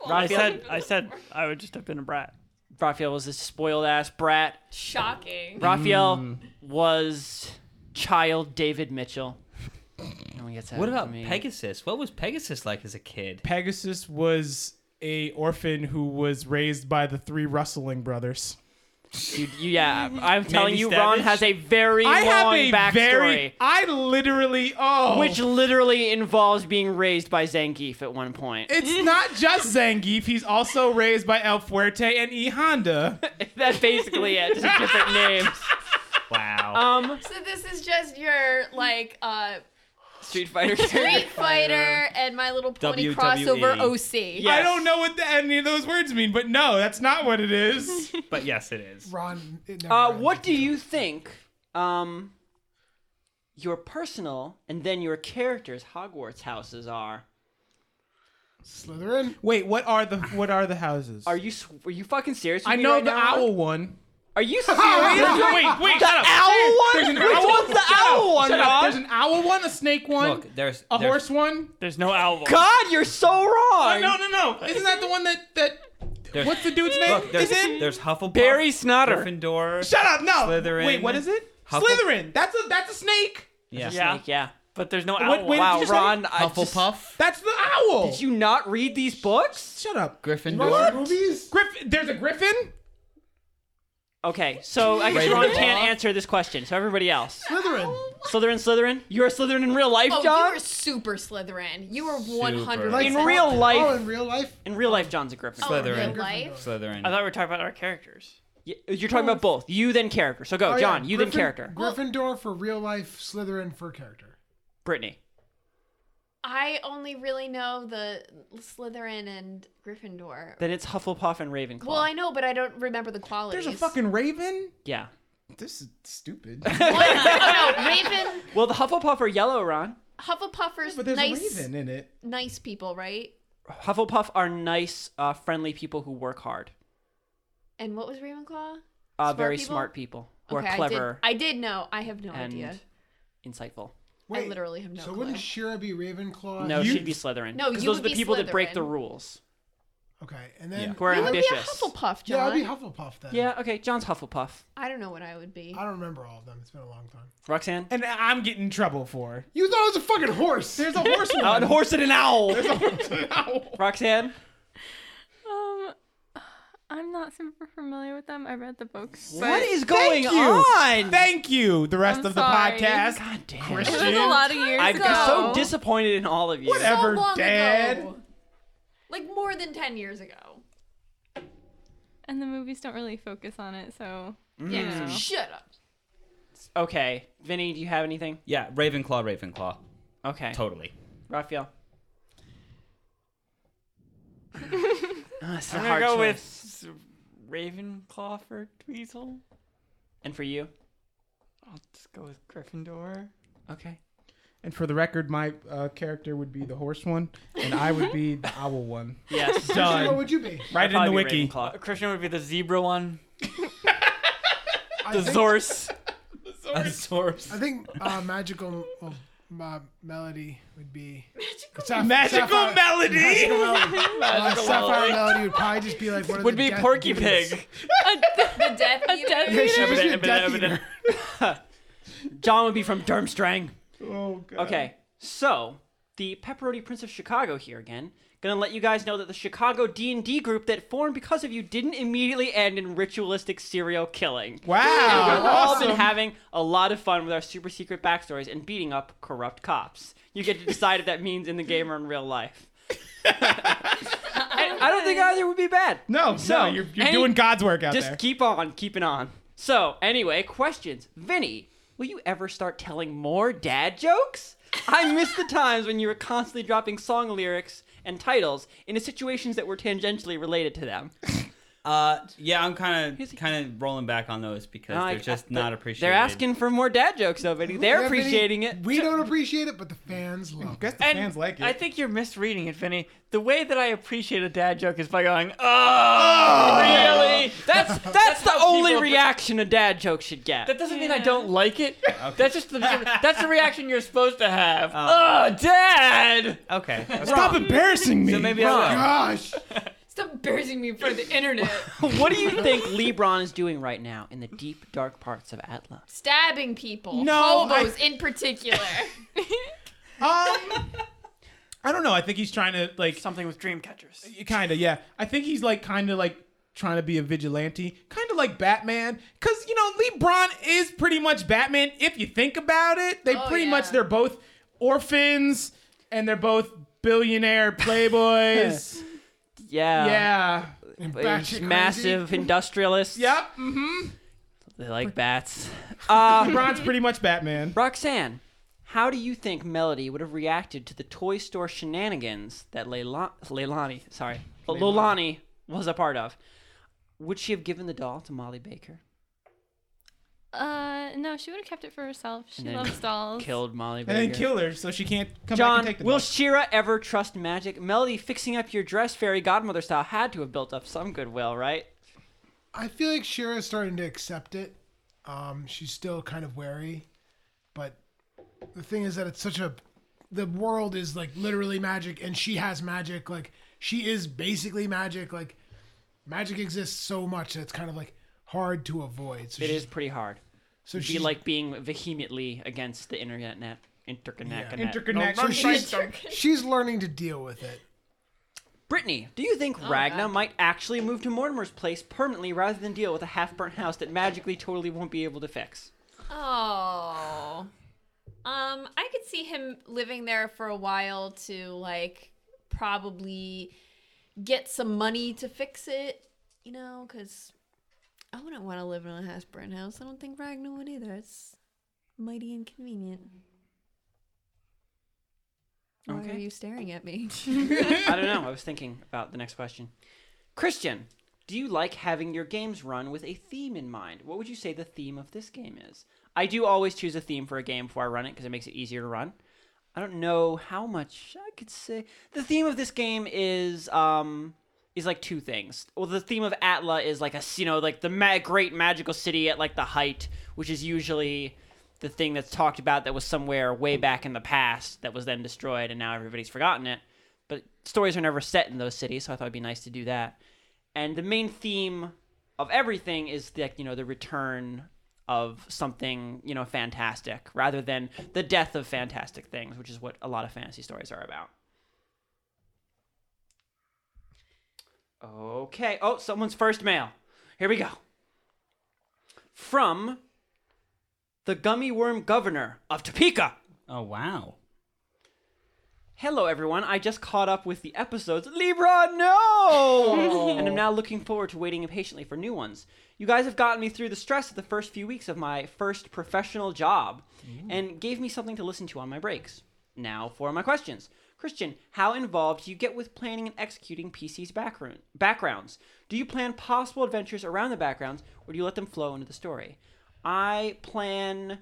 Speaker 5: I said, I said I would just have been a brat.
Speaker 1: Raphael was a spoiled ass brat.
Speaker 8: Shocking.
Speaker 1: Raphael
Speaker 2: Mm.
Speaker 1: was child David Mitchell. No one gets that
Speaker 4: What
Speaker 1: from
Speaker 4: about
Speaker 1: me.
Speaker 4: Pegasus? What was Pegasus like as a kid?
Speaker 2: Pegasus was a orphan who was raised by the three rustling brothers.
Speaker 1: You, you- yeah, I'm telling you, Ron
Speaker 4: Stavish?
Speaker 1: has a very
Speaker 2: I have
Speaker 1: long
Speaker 2: a
Speaker 1: backstory,
Speaker 2: very I literally oh
Speaker 1: which literally involves being raised by Zangief at one point.
Speaker 2: it's not just Zangief. He's also raised by El Fuerte and E Honda.
Speaker 1: That's basically it. Just different names.
Speaker 4: Wow.
Speaker 1: Um,
Speaker 8: So this is just your like uh
Speaker 1: Street Fighter.
Speaker 8: Street Fighter E. and My Little Pony
Speaker 4: WWE.
Speaker 8: crossover OC.
Speaker 1: Yeah.
Speaker 2: I don't know what the, any of those words mean, but no, that's not what it is.
Speaker 4: but yes, it is.
Speaker 6: Ron. It never
Speaker 1: Uh,
Speaker 6: ends.
Speaker 1: what do you think? Um, your personal and then your character's Hogwarts houses are.
Speaker 6: Slytherin.
Speaker 2: Wait, what are the what are the houses?
Speaker 1: Are you s- are you fucking serious? with
Speaker 2: I
Speaker 1: me
Speaker 2: know
Speaker 1: right
Speaker 2: the
Speaker 1: now, Ron?
Speaker 2: owl one.
Speaker 1: Are you
Speaker 2: wait,
Speaker 1: serious? The
Speaker 2: wait, shut up.
Speaker 1: owl
Speaker 2: There's
Speaker 1: one?
Speaker 2: an
Speaker 1: Which
Speaker 2: owl
Speaker 1: one's the
Speaker 2: Shut up,
Speaker 1: owl one,
Speaker 2: shut up.
Speaker 1: Ron?
Speaker 2: There's an owl one, a snake one,
Speaker 4: Look, there's
Speaker 2: Um, a
Speaker 4: there's-
Speaker 2: horse one.
Speaker 5: There's no owl.
Speaker 1: God, you're so wrong.
Speaker 2: No, no, no. Isn't that the one that that?
Speaker 4: There's,
Speaker 2: What's the dude's name?
Speaker 4: Look, there's,
Speaker 2: is it?
Speaker 4: there's Hufflepuff,
Speaker 5: Barry Snotter.
Speaker 4: Gryffindor.
Speaker 2: Shut up! No.
Speaker 4: Slytherin.
Speaker 2: Wait, what is it?
Speaker 4: Huffle-
Speaker 2: Slytherin. That's a that's a snake.
Speaker 4: Yeah.
Speaker 5: Yeah.
Speaker 1: Snake, yeah.
Speaker 5: But there's no
Speaker 2: What-
Speaker 5: owl.
Speaker 2: what-
Speaker 5: wow.
Speaker 1: Wow,
Speaker 2: you say?
Speaker 1: Ron, I just,
Speaker 4: Hufflepuff,
Speaker 2: That's the owl.
Speaker 1: did you not read these books?
Speaker 2: Shut up.
Speaker 4: Gryffindor.
Speaker 6: What? Movies?
Speaker 2: Griffin. There's a griffin.
Speaker 1: Okay, so I guess Ron
Speaker 4: Ravenclaw?
Speaker 1: can't answer this question. So everybody else,
Speaker 6: Slytherin.
Speaker 1: Slytherin, Slytherin, you're a Slytherin in real life,
Speaker 3: Oh,
Speaker 1: John.
Speaker 3: you were super Slytherin. You were one hundred
Speaker 4: Like,
Speaker 1: in
Speaker 6: Slytherin.
Speaker 1: real life-
Speaker 6: Oh, in real life?
Speaker 1: In real life, John's a Gryffindor.
Speaker 3: in
Speaker 4: Slytherin.
Speaker 3: real life.
Speaker 4: Slytherin.
Speaker 5: I thought we were talking about our characters.
Speaker 1: Y- You're talking about both. You then character. So go,
Speaker 6: Oh, yeah,
Speaker 1: John. You then
Speaker 6: Griffin-
Speaker 1: character.
Speaker 6: Gryffindor for real life, Slytherin for character.
Speaker 1: Brittany.
Speaker 3: I only really know the Slytherin and Gryffindor.
Speaker 1: Then it's Hufflepuff and Ravenclaw.
Speaker 3: Well, I know, but I don't remember the qualities.
Speaker 2: There's a fucking raven.
Speaker 1: yeah.
Speaker 9: This is stupid.
Speaker 3: oh, no, Raven,
Speaker 1: Well, the Hufflepuff are yellow, Ron.
Speaker 3: Hufflepuffers,
Speaker 9: but there's a
Speaker 3: nice,
Speaker 9: raven in it.
Speaker 3: nice people, right?
Speaker 1: Hufflepuff are nice, uh, friendly people who work hard.
Speaker 3: And what was Ravenclaw?
Speaker 1: Uh,
Speaker 3: Smart
Speaker 1: very
Speaker 3: people?
Speaker 1: smart people who
Speaker 3: okay,
Speaker 1: are clever
Speaker 3: I did, I did know. I have no
Speaker 1: and
Speaker 3: idea.
Speaker 1: insightful.
Speaker 6: Wait,
Speaker 3: I literally have no
Speaker 6: so
Speaker 3: clue.
Speaker 6: wouldn't Shira be Ravenclaw?
Speaker 1: No,
Speaker 2: You-
Speaker 1: she'd be Slytherin.
Speaker 3: Uh, No,
Speaker 1: 'Cause
Speaker 3: you
Speaker 1: those
Speaker 3: would
Speaker 1: are the
Speaker 3: be
Speaker 1: people that break the
Speaker 3: Slytherin.
Speaker 1: rules.
Speaker 6: Okay, and then
Speaker 1: Who are
Speaker 3: you would be a
Speaker 1: ambitious.
Speaker 3: Hufflepuff,
Speaker 6: yeah, I'd
Speaker 3: John.
Speaker 6: be Hufflepuff then.
Speaker 1: yeah, okay, John's Hufflepuff.
Speaker 3: I don't know what I would be.
Speaker 6: I don't remember all of them. It's been a long time.
Speaker 1: Roxanne?
Speaker 2: And I'm getting in trouble for.
Speaker 6: You thought it was a fucking horse.
Speaker 2: There's a horse one.
Speaker 1: Uh, and a horse and an owl. Roxanne?
Speaker 7: Um, I'm not super familiar with them. I read the books.
Speaker 1: What is
Speaker 2: Thank
Speaker 1: going
Speaker 2: you.
Speaker 1: on?
Speaker 2: Thank you. The rest
Speaker 7: I'm
Speaker 2: of the
Speaker 7: sorry.
Speaker 2: podcast.
Speaker 1: God damn.
Speaker 2: Christian.
Speaker 8: It was a lot of years
Speaker 1: I'm
Speaker 8: ago.
Speaker 1: so disappointed in all of you.
Speaker 2: Whatever.
Speaker 3: so
Speaker 2: ever
Speaker 3: long
Speaker 2: dead.
Speaker 3: ago. Like more than 10 years ago.
Speaker 7: And the movies don't really focus on it, so
Speaker 3: Yeah,
Speaker 7: Mm.
Speaker 3: shut up.
Speaker 1: Okay, Vinny, do you have anything?
Speaker 4: yeah, Ravenclaw, Ravenclaw.
Speaker 1: Okay,
Speaker 4: Totally.
Speaker 1: Raphael. Ah, this is a
Speaker 5: I'm
Speaker 1: hard
Speaker 5: gonna go
Speaker 1: choice.
Speaker 5: with s- Ravenclaw for Dweezil.
Speaker 1: And for you?
Speaker 5: I'll just go with Gryffindor.
Speaker 1: Okay.
Speaker 2: And for the record, my uh, character would be the horse one, and I would be the owl one.
Speaker 1: Yes.
Speaker 6: What
Speaker 2: Done.
Speaker 6: would you be?
Speaker 2: Write it in the
Speaker 1: Probably
Speaker 2: wiki.
Speaker 1: Ravenclaw.
Speaker 5: Uh, Christian would be the zebra one.
Speaker 6: I
Speaker 5: The
Speaker 6: think-
Speaker 5: Zorse.
Speaker 6: I think uh, magical well, my melody would be magical,
Speaker 2: Magical melody.
Speaker 6: Magical melody. Uh, sapphire melody would probably just be like one of
Speaker 5: Would
Speaker 6: the
Speaker 5: be
Speaker 6: death
Speaker 5: Porky
Speaker 6: demons.
Speaker 5: Pig.
Speaker 8: The Death Eater.
Speaker 6: Yeah, she was a
Speaker 5: Evident-
Speaker 6: death
Speaker 5: evident-
Speaker 6: eater.
Speaker 1: John would be from Durmstrang.
Speaker 2: Oh, God.
Speaker 1: Okay, so the Pepperoni Prince of Chicago here again. Gonna let you guys know that the Chicago D and D group that formed because of you didn't immediately end in ritualistic serial killing.
Speaker 2: Wow.
Speaker 1: We've all been having a lot of fun with our super secret backstories and beating up corrupt cops. You get to decide if that means in the game or in real life. I, I don't think either would be bad.
Speaker 2: No,
Speaker 1: So,
Speaker 2: no, you're, you're
Speaker 1: any-
Speaker 2: doing God's work out
Speaker 1: Just
Speaker 2: there.
Speaker 1: keep on keeping on. So, anyway, questions. Vinny, will you ever start telling more dad jokes? I miss the times when you were constantly dropping song lyrics and titles into situations that were tangentially related to them.
Speaker 4: Uh, yeah, I'm kind of kind of rolling back on those because
Speaker 1: And I-
Speaker 4: they're just
Speaker 1: I-
Speaker 4: not
Speaker 1: they're-
Speaker 4: appreciated.
Speaker 1: They're asking for more dad jokes, though, Vinny. They're
Speaker 6: Yeah, Vinny,
Speaker 1: appreciating it.
Speaker 6: We don't appreciate it, but the fans love it.
Speaker 2: Guess the
Speaker 5: And
Speaker 2: fans like it.
Speaker 5: I think you're misreading it, Vinny. The way that I appreciate a dad joke is by going, oh, really?
Speaker 1: That's Uh, that's the
Speaker 5: how
Speaker 1: only
Speaker 5: people-
Speaker 1: reaction a dad joke should get.
Speaker 5: That doesn't mean I don't like it. That's just the, that's the reaction you're supposed to have. Oh, dad!
Speaker 4: Okay.
Speaker 2: Stop embarrassing me.
Speaker 4: So maybe I will.
Speaker 6: Gosh,
Speaker 8: Stop embarrassing me in front of the internet.
Speaker 1: what do you think LeBron is doing right now in the deep dark parts of Atla?
Speaker 3: Stabbing people.
Speaker 2: No,
Speaker 3: Hobos in particular.
Speaker 2: Um, I don't know. I think he's trying to like
Speaker 5: Something with dream catchers.
Speaker 2: kind of yeah. I think he's like kind of like trying to be a vigilante, kind of like Batman, because you know LeBron is pretty much Batman if you think about it. They
Speaker 3: Oh,
Speaker 2: pretty
Speaker 3: yeah.
Speaker 2: much they're both orphans and they're both billionaire playboys.
Speaker 1: Yeah.
Speaker 2: yeah.
Speaker 1: They're
Speaker 6: batshit
Speaker 1: just
Speaker 6: crazy.
Speaker 1: massive industrialists.
Speaker 2: Yep. Mm-hmm.
Speaker 1: They like bats. Uh,
Speaker 2: LeBron's pretty much Batman.
Speaker 1: Roxanne, how do you think Melody would have reacted to the toy store shenanigans that Leila- Leilani, sorry, Lolani was a part of? Would she have given the doll to Molly Baker?
Speaker 7: Uh, no, she would have kept it for herself. She
Speaker 1: then
Speaker 7: loves dolls.
Speaker 1: Killed Molly Baker.
Speaker 2: And then kill her so she can't come back and
Speaker 1: John,
Speaker 2: take the
Speaker 1: will
Speaker 2: dog.
Speaker 1: Shira ever trust magic? Melody fixing up your dress fairy godmother style had to have built up some goodwill, right?
Speaker 6: I feel like Shira's starting to accept it. Um, she's still kind of wary, but the thing is that it's such a the world is like literally magic, and she has magic. Like she is basically magic. Like magic exists so much that it's kind of like hard to avoid. So
Speaker 1: It
Speaker 6: she's,
Speaker 1: is pretty hard.
Speaker 6: So
Speaker 1: Be
Speaker 6: she's
Speaker 1: like being vehemently against the internet net. interconnect.
Speaker 6: Yeah.
Speaker 1: connect.
Speaker 2: Interconnect.
Speaker 6: So she's,
Speaker 2: Interconnect.
Speaker 6: she's learning to deal with it.
Speaker 1: Brittany, do you think Ragna might actually move to Mortimer's place permanently rather than deal with a half-burnt house that magically totally won't be able to fix?
Speaker 8: Oh. Um, I could see him living there for a while to like probably get some money to fix it, you know, because I wouldn't want to live in a half burnt house. I don't think Ragnar would either. It's mighty inconvenient. Why are
Speaker 1: Okay.
Speaker 8: you staring at me?
Speaker 1: I don't know. I was thinking about the next question. Christian, do you like having your games run with a theme in mind? What would you say the theme of this game is? I do always choose a theme for a game before I run it because it makes it easier to run. I don't know how much I could say. The theme of this game is um is like two things. Well, the theme of Atla is like a s- you know like the ma- great magical city at like the height, which is usually the thing that's talked about that was somewhere way back in the past that was then destroyed and now everybody's forgotten it. But stories are never set in those cities, so I thought it'd be nice to do that. And the main theme of everything is that you know the return of something you know fantastic rather than the death of fantastic things, which is what a lot of fantasy stories are about. Okay. Oh, someone's first mail. Here we go. From the gummy worm governor of Topeka.
Speaker 4: Oh wow.
Speaker 1: Hello, everyone. I just caught up with the episodes. Libra, no! and I'm now looking forward to waiting impatiently for new ones. You guys have gotten me through the stress of the first few weeks of my first professional job and gave me something to listen to on my breaks. Now for my questions. Christian, how involved do you get with planning and executing PC's background, backgrounds? Do you plan possible adventures around the backgrounds or do you let them flow into the story? I plan.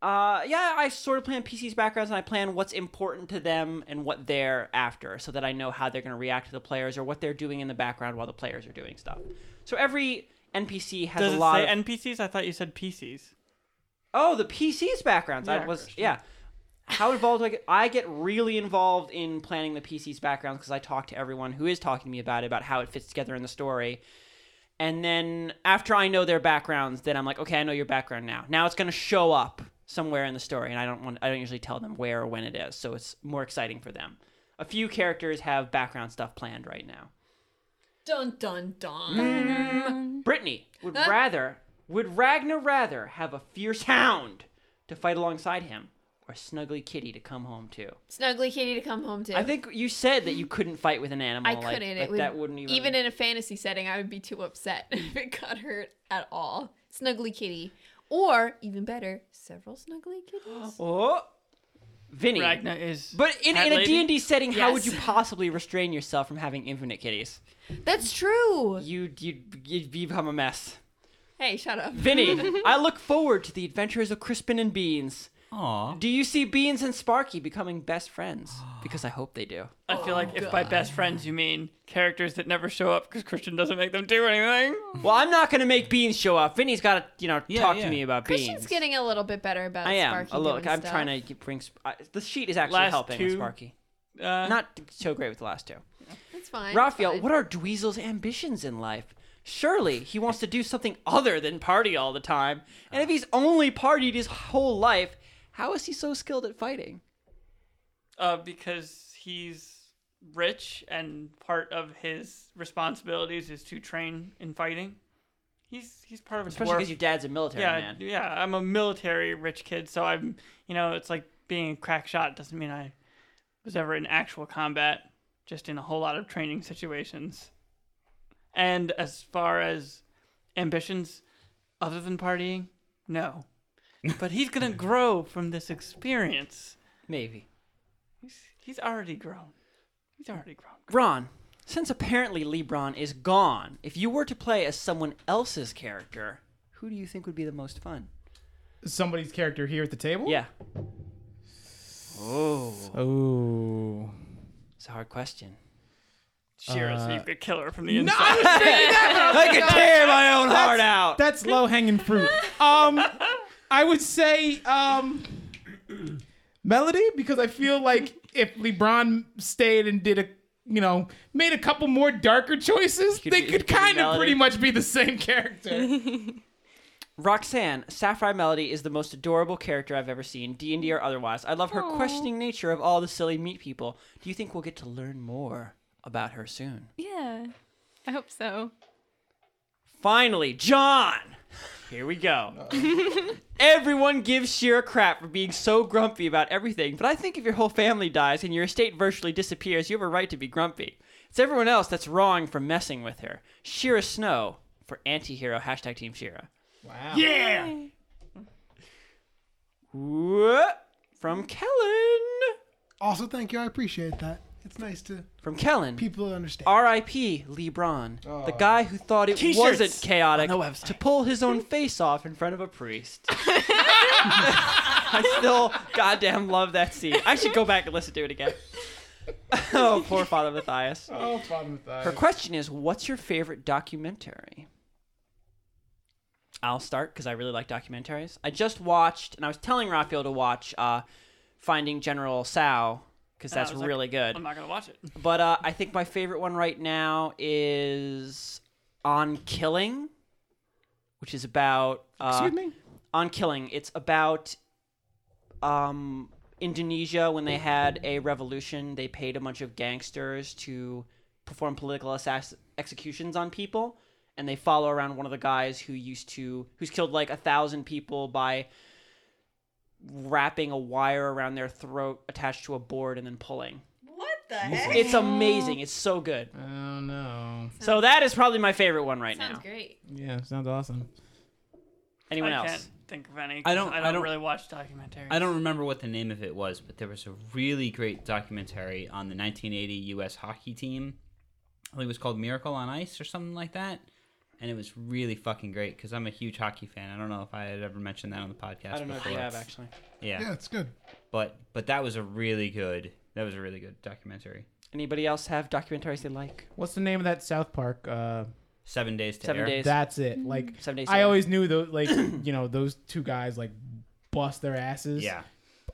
Speaker 1: Uh, yeah, I sort of plan PC's backgrounds and I plan what's important to them and what they're after so that I know how they're going to react to the players or what they're doing in the background while the players are doing stuff. So every NPC has
Speaker 5: Does
Speaker 1: a
Speaker 5: it
Speaker 1: lot
Speaker 5: say
Speaker 1: of.
Speaker 5: NPCs? I thought you said PCs.
Speaker 1: Oh, the PC's backgrounds. I
Speaker 5: Yeah,
Speaker 1: was
Speaker 5: Christian.
Speaker 1: yeah. How involved do I get? I get really involved in planning the PC's backgrounds because I talk to everyone who is talking to me about it, about how it fits together in the story. And then after I know their backgrounds, then I'm like, okay, I know your background now. Now it's gonna show up somewhere in the story, and I don't want I don't usually tell them where or when it is, so it's more exciting for them. A few characters have background stuff planned right now.
Speaker 8: dun dun dun.
Speaker 1: Brittany would rather would Ragnar rather have a fierce hound to fight alongside him or Snuggly Kitty to come home to?
Speaker 8: Snuggly kitty to come home to.
Speaker 1: I think you said that you couldn't fight with an animal.
Speaker 8: I
Speaker 1: like-
Speaker 8: couldn't.
Speaker 1: like
Speaker 8: it would,
Speaker 1: that wouldn't even.
Speaker 8: in a fantasy setting. I would be too upset if it got hurt at all. Snuggly kitty, or even better, several snuggly kitties.
Speaker 1: oh, Vinny.
Speaker 5: Ragna is.
Speaker 1: But in,
Speaker 5: Hat
Speaker 1: in a
Speaker 5: Lady?
Speaker 1: D and D setting, how would you
Speaker 8: Yes.
Speaker 1: possibly restrain yourself from having infinite kitties?
Speaker 8: That's true.
Speaker 1: You you you'd become a mess.
Speaker 8: Hey, shut up.
Speaker 1: Vinny, I look forward to the adventures of Crispin and Beans.
Speaker 4: Aw.
Speaker 1: Do you see Beans and Sparky becoming best friends? Because I hope they do.
Speaker 5: I feel like if
Speaker 1: Oh,
Speaker 5: by best friends you mean characters that never show up because Christian doesn't make them do anything.
Speaker 1: Well, I'm not gonna make Beans show up. Vinny's gotta, you know,
Speaker 4: Yeah,
Speaker 1: talk
Speaker 4: yeah.
Speaker 1: to me about
Speaker 8: Christian's
Speaker 1: Beans.
Speaker 8: getting a little bit better about.
Speaker 1: I am.
Speaker 8: Sparky
Speaker 1: Oh, look,
Speaker 8: doing
Speaker 1: I'm
Speaker 8: stuff.
Speaker 1: trying to get, bring. Sp- I, the sheet is actually
Speaker 5: Last
Speaker 1: helping with
Speaker 5: two?
Speaker 1: Sparky.
Speaker 5: Uh,
Speaker 1: Not so great with the last two.
Speaker 8: That's fine.
Speaker 1: Raphael,
Speaker 8: fine.
Speaker 1: what are Dweezil's ambitions in life? Surely he wants to do something other than party all the time. And
Speaker 5: Ah.
Speaker 1: if he's only partied his whole life, how is he so skilled at fighting?
Speaker 5: uh, because he's rich and part of his responsibilities is to train in fighting. He's he's part of a
Speaker 1: Especially
Speaker 5: dwarf-
Speaker 1: because your dad's a military
Speaker 5: yeah,
Speaker 1: man.
Speaker 5: yeah. I'm a military rich kid, so I'm you know it's like being a crack shot doesn't mean I was ever in actual combat, just in a whole lot of training situations. And as far as ambitions, other than partying, no. But he's gonna grow from this experience.
Speaker 1: Maybe.
Speaker 5: He's, he's already grown. He's already grown.
Speaker 1: Ron, since apparently Lebron is gone, if you were to play as someone else's character, who do you think would be the most fun?
Speaker 2: Somebody's character here at the table.
Speaker 1: Yeah,
Speaker 9: Oh.
Speaker 1: it's a hard question.
Speaker 5: Shira, so
Speaker 4: Uh,
Speaker 5: you could kill her from the
Speaker 2: No,
Speaker 5: inside.
Speaker 2: I was thinking that. but I was
Speaker 1: I
Speaker 2: like,
Speaker 1: could
Speaker 2: "Oh,
Speaker 1: tear my own heart
Speaker 2: that's-
Speaker 1: out.
Speaker 2: That's low hanging fruit. Um, I would say um, Melody because I feel like if LeBron stayed and did a you know made a couple more darker choices,
Speaker 1: Could
Speaker 2: they
Speaker 1: be-
Speaker 2: could
Speaker 1: could be
Speaker 2: kind of
Speaker 1: Melody.
Speaker 2: pretty much be the same character.
Speaker 1: Roxanne, Sapphire Melody is the most adorable character I've ever seen, D and D or otherwise. I love her
Speaker 7: Aw.
Speaker 1: questioning nature of all the silly meat people. Do you think we'll get to learn more about her soon?
Speaker 7: Yeah. I hope so.
Speaker 1: Finally, John. Here we go. Everyone gives Shira crap for being so grumpy about everything, but I think if your whole family dies and your estate virtually disappears, you have a right to be grumpy. It's everyone else that's wrong for messing with her. Shira Snow for anti-hero hashtag Team Shira.
Speaker 10: Wow.
Speaker 1: Yeah. Whoa. From Kellen.
Speaker 6: Also, thank you. I appreciate that. It's nice to
Speaker 1: From Kellen.
Speaker 6: people understand.
Speaker 1: R.I.P. LeBron, the guy who thought it
Speaker 5: T-shirts
Speaker 1: wasn't chaotic
Speaker 5: on the website.
Speaker 1: to pull his own face off in front of a priest. I still goddamn love that scene. I should go back and listen to it again. oh, poor Father Matthias.
Speaker 10: Oh, problem with that.
Speaker 1: Her question is, what's your favorite documentary? I'll start because I really like documentaries. I just watched, and I was telling Raphael to watch uh, Finding General Sow because
Speaker 5: And I
Speaker 1: that's
Speaker 5: Oh, was like,
Speaker 1: really good.
Speaker 5: I'm not gonna watch it.
Speaker 1: But uh, I think my favorite one right now is On Killing, which is about. Uh,
Speaker 10: Excuse me.
Speaker 1: On Killing. It's about um, Indonesia when they had a revolution. They paid a bunch of gangsters to perform political assass- executions on people, and they follow around one of the guys who used to who's killed like a thousand people by wrapping a wire around their throat attached to a board and then pulling.
Speaker 3: What the heck?
Speaker 1: It's amazing. It's so good.
Speaker 2: Oh no.
Speaker 1: So that is probably my favorite one right
Speaker 3: Sounds
Speaker 1: now.
Speaker 3: great.
Speaker 2: Yeah, sounds awesome.
Speaker 1: Anyone
Speaker 5: I
Speaker 1: else?
Speaker 5: can't think of any.
Speaker 4: I don't-
Speaker 5: I
Speaker 4: I
Speaker 5: don't,
Speaker 4: don't-
Speaker 5: really watch documentaries.
Speaker 4: I don't remember what the name of it was, but there was a really great documentary on the 1980 U.S. hockey team. I think it was called Miracle on Ice or something like that. And it was really fucking great because I'm a huge hockey fan. I don't know if I had ever mentioned that on the podcast.
Speaker 1: I don't know if
Speaker 4: before.
Speaker 1: you have actually.
Speaker 4: Yeah.
Speaker 6: Yeah, it's good.
Speaker 4: but but that was a really good. That was a really good documentary.
Speaker 1: Anybody else have documentaries they like?
Speaker 2: What's the name of that South Park? Uh,
Speaker 4: Seven days to
Speaker 1: Seven
Speaker 4: air.
Speaker 1: days.
Speaker 2: that's it. Like
Speaker 1: Seven days. to
Speaker 2: I
Speaker 1: Air.
Speaker 2: always knew those, like you know, those two guys like bust their asses.
Speaker 4: Yeah.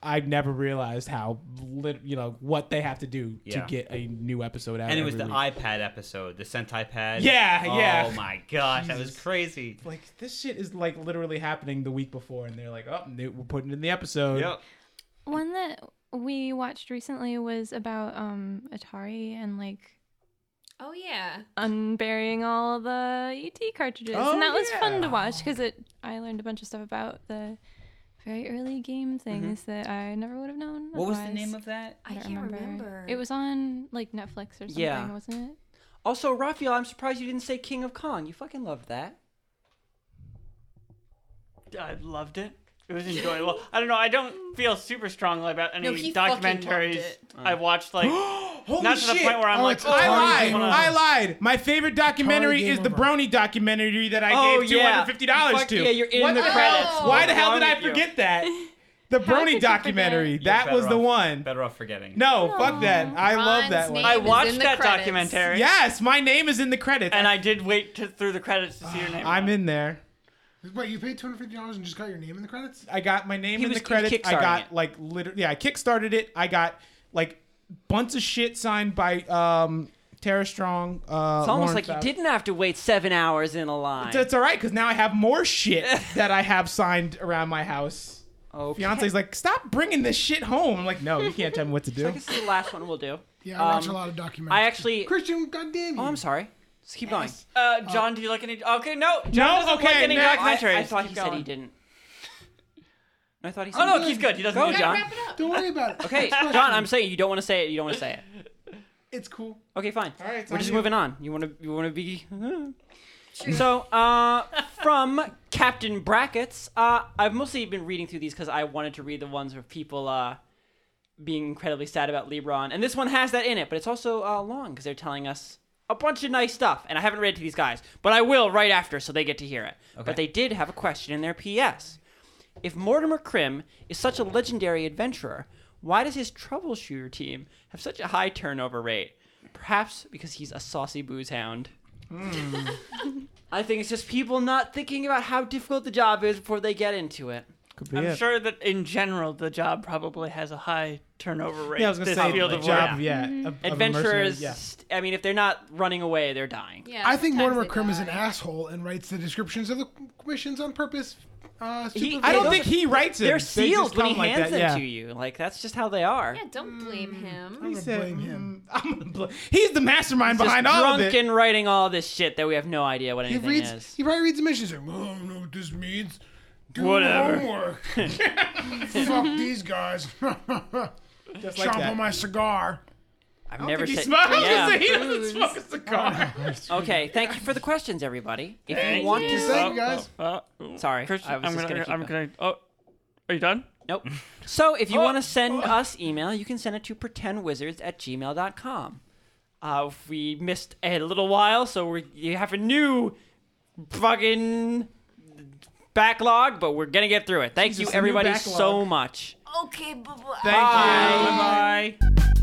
Speaker 2: I never realized how lit, you know what they have to do
Speaker 4: Yeah.
Speaker 2: to get a new episode out.
Speaker 4: And it was
Speaker 2: every
Speaker 4: the
Speaker 2: week.
Speaker 4: iPad episode, the Sentai pad.
Speaker 2: Yeah,
Speaker 4: oh,
Speaker 2: yeah.
Speaker 4: Oh my gosh, that was crazy.
Speaker 2: like this shit is like literally happening the week before, and they're like, oh, they- we're putting it in the episode.
Speaker 4: Yep.
Speaker 7: One that we watched recently was about um Atari and like
Speaker 3: Oh yeah.
Speaker 7: unburying all the ET cartridges,
Speaker 2: Oh,
Speaker 7: and that was fun to
Speaker 2: yeah.
Speaker 7: watch because it I learned a bunch of stuff about the very early game things that I never would have known.
Speaker 4: What was the
Speaker 7: otherwise.
Speaker 4: name of that?
Speaker 3: I
Speaker 7: don't
Speaker 3: can't remember.
Speaker 7: It was on like Netflix or something,
Speaker 1: Yeah.
Speaker 7: wasn't it?
Speaker 1: Also, Raphael, I'm surprised you didn't say King of Kong. You fucking loved that.
Speaker 5: I loved it. It was enjoyable. I don't know. I don't feel super strongly about any
Speaker 3: No, he fucking loved
Speaker 5: documentaries
Speaker 3: it.
Speaker 1: Uh.
Speaker 5: I've watched. Like
Speaker 2: Holy
Speaker 5: not to the
Speaker 2: shit.
Speaker 5: point where I'm
Speaker 6: Oh,
Speaker 5: like,
Speaker 6: it's
Speaker 5: oh,
Speaker 2: I
Speaker 6: Atari
Speaker 2: lied.
Speaker 6: game
Speaker 2: I
Speaker 6: over.
Speaker 2: liated. My favorite documentary
Speaker 6: game
Speaker 2: is the
Speaker 6: over.
Speaker 2: Brony documentary that I
Speaker 1: Oh,
Speaker 2: gave two
Speaker 1: yeah.
Speaker 2: hundred fifty dollars
Speaker 1: Fuck
Speaker 2: to.
Speaker 1: yeah, you're in
Speaker 2: What
Speaker 1: the credits.
Speaker 3: Oh.
Speaker 2: Why the
Speaker 1: What's
Speaker 2: hell did
Speaker 1: wrong
Speaker 2: I
Speaker 1: with you?
Speaker 2: forget that? The
Speaker 7: could you
Speaker 2: Brony
Speaker 7: forget?
Speaker 2: documentary.
Speaker 7: You're
Speaker 2: That
Speaker 4: better
Speaker 2: was the
Speaker 4: off-
Speaker 2: one.
Speaker 4: Better off forgetting.
Speaker 2: No, fuck that. I love
Speaker 3: Ron's
Speaker 2: that
Speaker 3: name
Speaker 2: one.
Speaker 5: I
Speaker 3: It was in
Speaker 5: watched
Speaker 3: the
Speaker 5: that
Speaker 3: credits.
Speaker 5: documentary.
Speaker 2: Yes, my name is in the credits.
Speaker 5: And I did wait to, through the credits to see your name.
Speaker 2: I'm in there.
Speaker 6: Wait, you paid two hundred fifty dollars and just got your name in the credits?
Speaker 2: I got my name
Speaker 1: He
Speaker 2: in
Speaker 1: was-
Speaker 2: the credits.
Speaker 1: he was
Speaker 2: I got
Speaker 1: kickstarting it.
Speaker 2: like literally, yeah, I kickstarted it. I got like bunch of shit signed by um Tara Strong. Uh,
Speaker 1: It's almost
Speaker 2: Lauren
Speaker 1: like
Speaker 2: Fab-
Speaker 1: you didn't have to wait seven hours in a line.
Speaker 2: It's, it's all right because now I have more shit that I have signed around my house.
Speaker 1: okay.
Speaker 2: Fiance's like, stop bringing this shit home. I'm like, no, you can't tell me what to
Speaker 1: I
Speaker 2: do.
Speaker 1: guess this is the last one we'll do.
Speaker 6: Yeah, I watch
Speaker 1: Um,
Speaker 6: a lot of documentaries.
Speaker 1: I actually.
Speaker 6: Christian, goddamn you!
Speaker 1: Oh, I'm sorry. Just keep going.
Speaker 5: Uh, John, do you like any? Okay, no. John
Speaker 2: No,
Speaker 5: doesn't like
Speaker 2: okay,
Speaker 5: any
Speaker 2: next.
Speaker 1: I,
Speaker 5: documentaries.
Speaker 1: I thought
Speaker 5: Keep
Speaker 1: he
Speaker 5: going.
Speaker 1: said he didn't. I thought he said.
Speaker 5: Oh no, he's good. He doesn't.
Speaker 1: Go,
Speaker 5: need to-
Speaker 1: John.
Speaker 3: Wrap it up.
Speaker 6: Don't worry about it.
Speaker 1: Okay,
Speaker 6: Next question.
Speaker 1: John, I'm saying you don't want to say it. You don't want to say it.
Speaker 6: It's cool.
Speaker 1: Okay, fine.
Speaker 2: All right, it's
Speaker 1: We're
Speaker 2: on
Speaker 1: just
Speaker 2: you.
Speaker 1: moving on. You want to you want to be So, uh from Captain Brackets, uh I've mostly been reading through these cuz I wanted to read the ones of people uh being incredibly sad about LeBron. And this one has that in it, but it's also uh long cuz they're telling us a bunch of nice stuff and I haven't read it to these guys, but I will right after so they get to hear it. But they did have a question in their PS. If Mortimer Krim is such a legendary adventurer, why does his troubleshooter team have such a high turnover rate? Perhaps because he's a saucy booze hound.
Speaker 2: Hmm.
Speaker 1: I think it's just people not thinking about how difficult the job is before they get into it.
Speaker 2: Could be
Speaker 5: I'm
Speaker 2: it.
Speaker 5: sure that in general the job probably has a high turnover rate.
Speaker 2: yeah, I was gonna
Speaker 5: this
Speaker 2: say
Speaker 5: field
Speaker 2: the
Speaker 5: of
Speaker 2: job.
Speaker 5: work.
Speaker 2: Yeah, of- of a mercenary,
Speaker 1: Adventurers,
Speaker 2: yeah.
Speaker 1: st- I mean, if they're not running away, they're dying.
Speaker 3: Yeah,
Speaker 6: I think
Speaker 3: sometimes
Speaker 6: Mortimer
Speaker 3: they
Speaker 6: Krim is an
Speaker 3: die.
Speaker 6: asshole and writes the descriptions of the missions on purpose. Uh,
Speaker 1: He-
Speaker 6: supervi-
Speaker 1: Those
Speaker 2: I don't think
Speaker 1: are-
Speaker 2: he writes it.
Speaker 1: They're
Speaker 2: They just
Speaker 1: sealed when he
Speaker 2: come like
Speaker 1: hands
Speaker 2: that,
Speaker 1: them
Speaker 2: yeah.
Speaker 1: to you. Like that's just how they are.
Speaker 3: Yeah, don't blame him.
Speaker 6: I'm
Speaker 2: He
Speaker 6: gonna
Speaker 2: said,
Speaker 6: blame him.
Speaker 2: "Mm, I'm gonna bl- He's the mastermind behind
Speaker 1: just
Speaker 2: all of
Speaker 1: drunk
Speaker 2: it.
Speaker 1: and writing all this shit that we have no idea what
Speaker 6: He
Speaker 1: anything
Speaker 6: reads.
Speaker 1: is.
Speaker 6: He probably reads the missions. Like, oh, I don't know what this means. Do
Speaker 1: Whatever."
Speaker 6: homework. Fuck these guys.
Speaker 2: Just like
Speaker 6: Chomp
Speaker 2: that.
Speaker 6: on my cigar.
Speaker 1: I've never
Speaker 2: He
Speaker 1: said.
Speaker 2: smiles.
Speaker 1: Yeah.
Speaker 2: he doesn't smoke a cigar.
Speaker 1: Okay, thank you for the questions, everybody. If you want to,
Speaker 6: Thank you guys.
Speaker 5: Uh,
Speaker 1: sorry,
Speaker 5: Christian,
Speaker 1: I was
Speaker 5: I'm
Speaker 1: just
Speaker 5: gonna,
Speaker 1: gonna keep
Speaker 5: I'm
Speaker 1: going.
Speaker 5: gonna. Oh, are you done?
Speaker 1: Nope. So if you want to send us email, you can send it to pretendwizards at gmail.com. Uh, we missed a little while, so we you have a new fucking backlog, but we're gonna get through it. Thank you,
Speaker 2: Jesus, a new
Speaker 1: everybody,
Speaker 2: backlog.
Speaker 1: so much.
Speaker 3: Okay, bye.
Speaker 2: Thank you. Bye.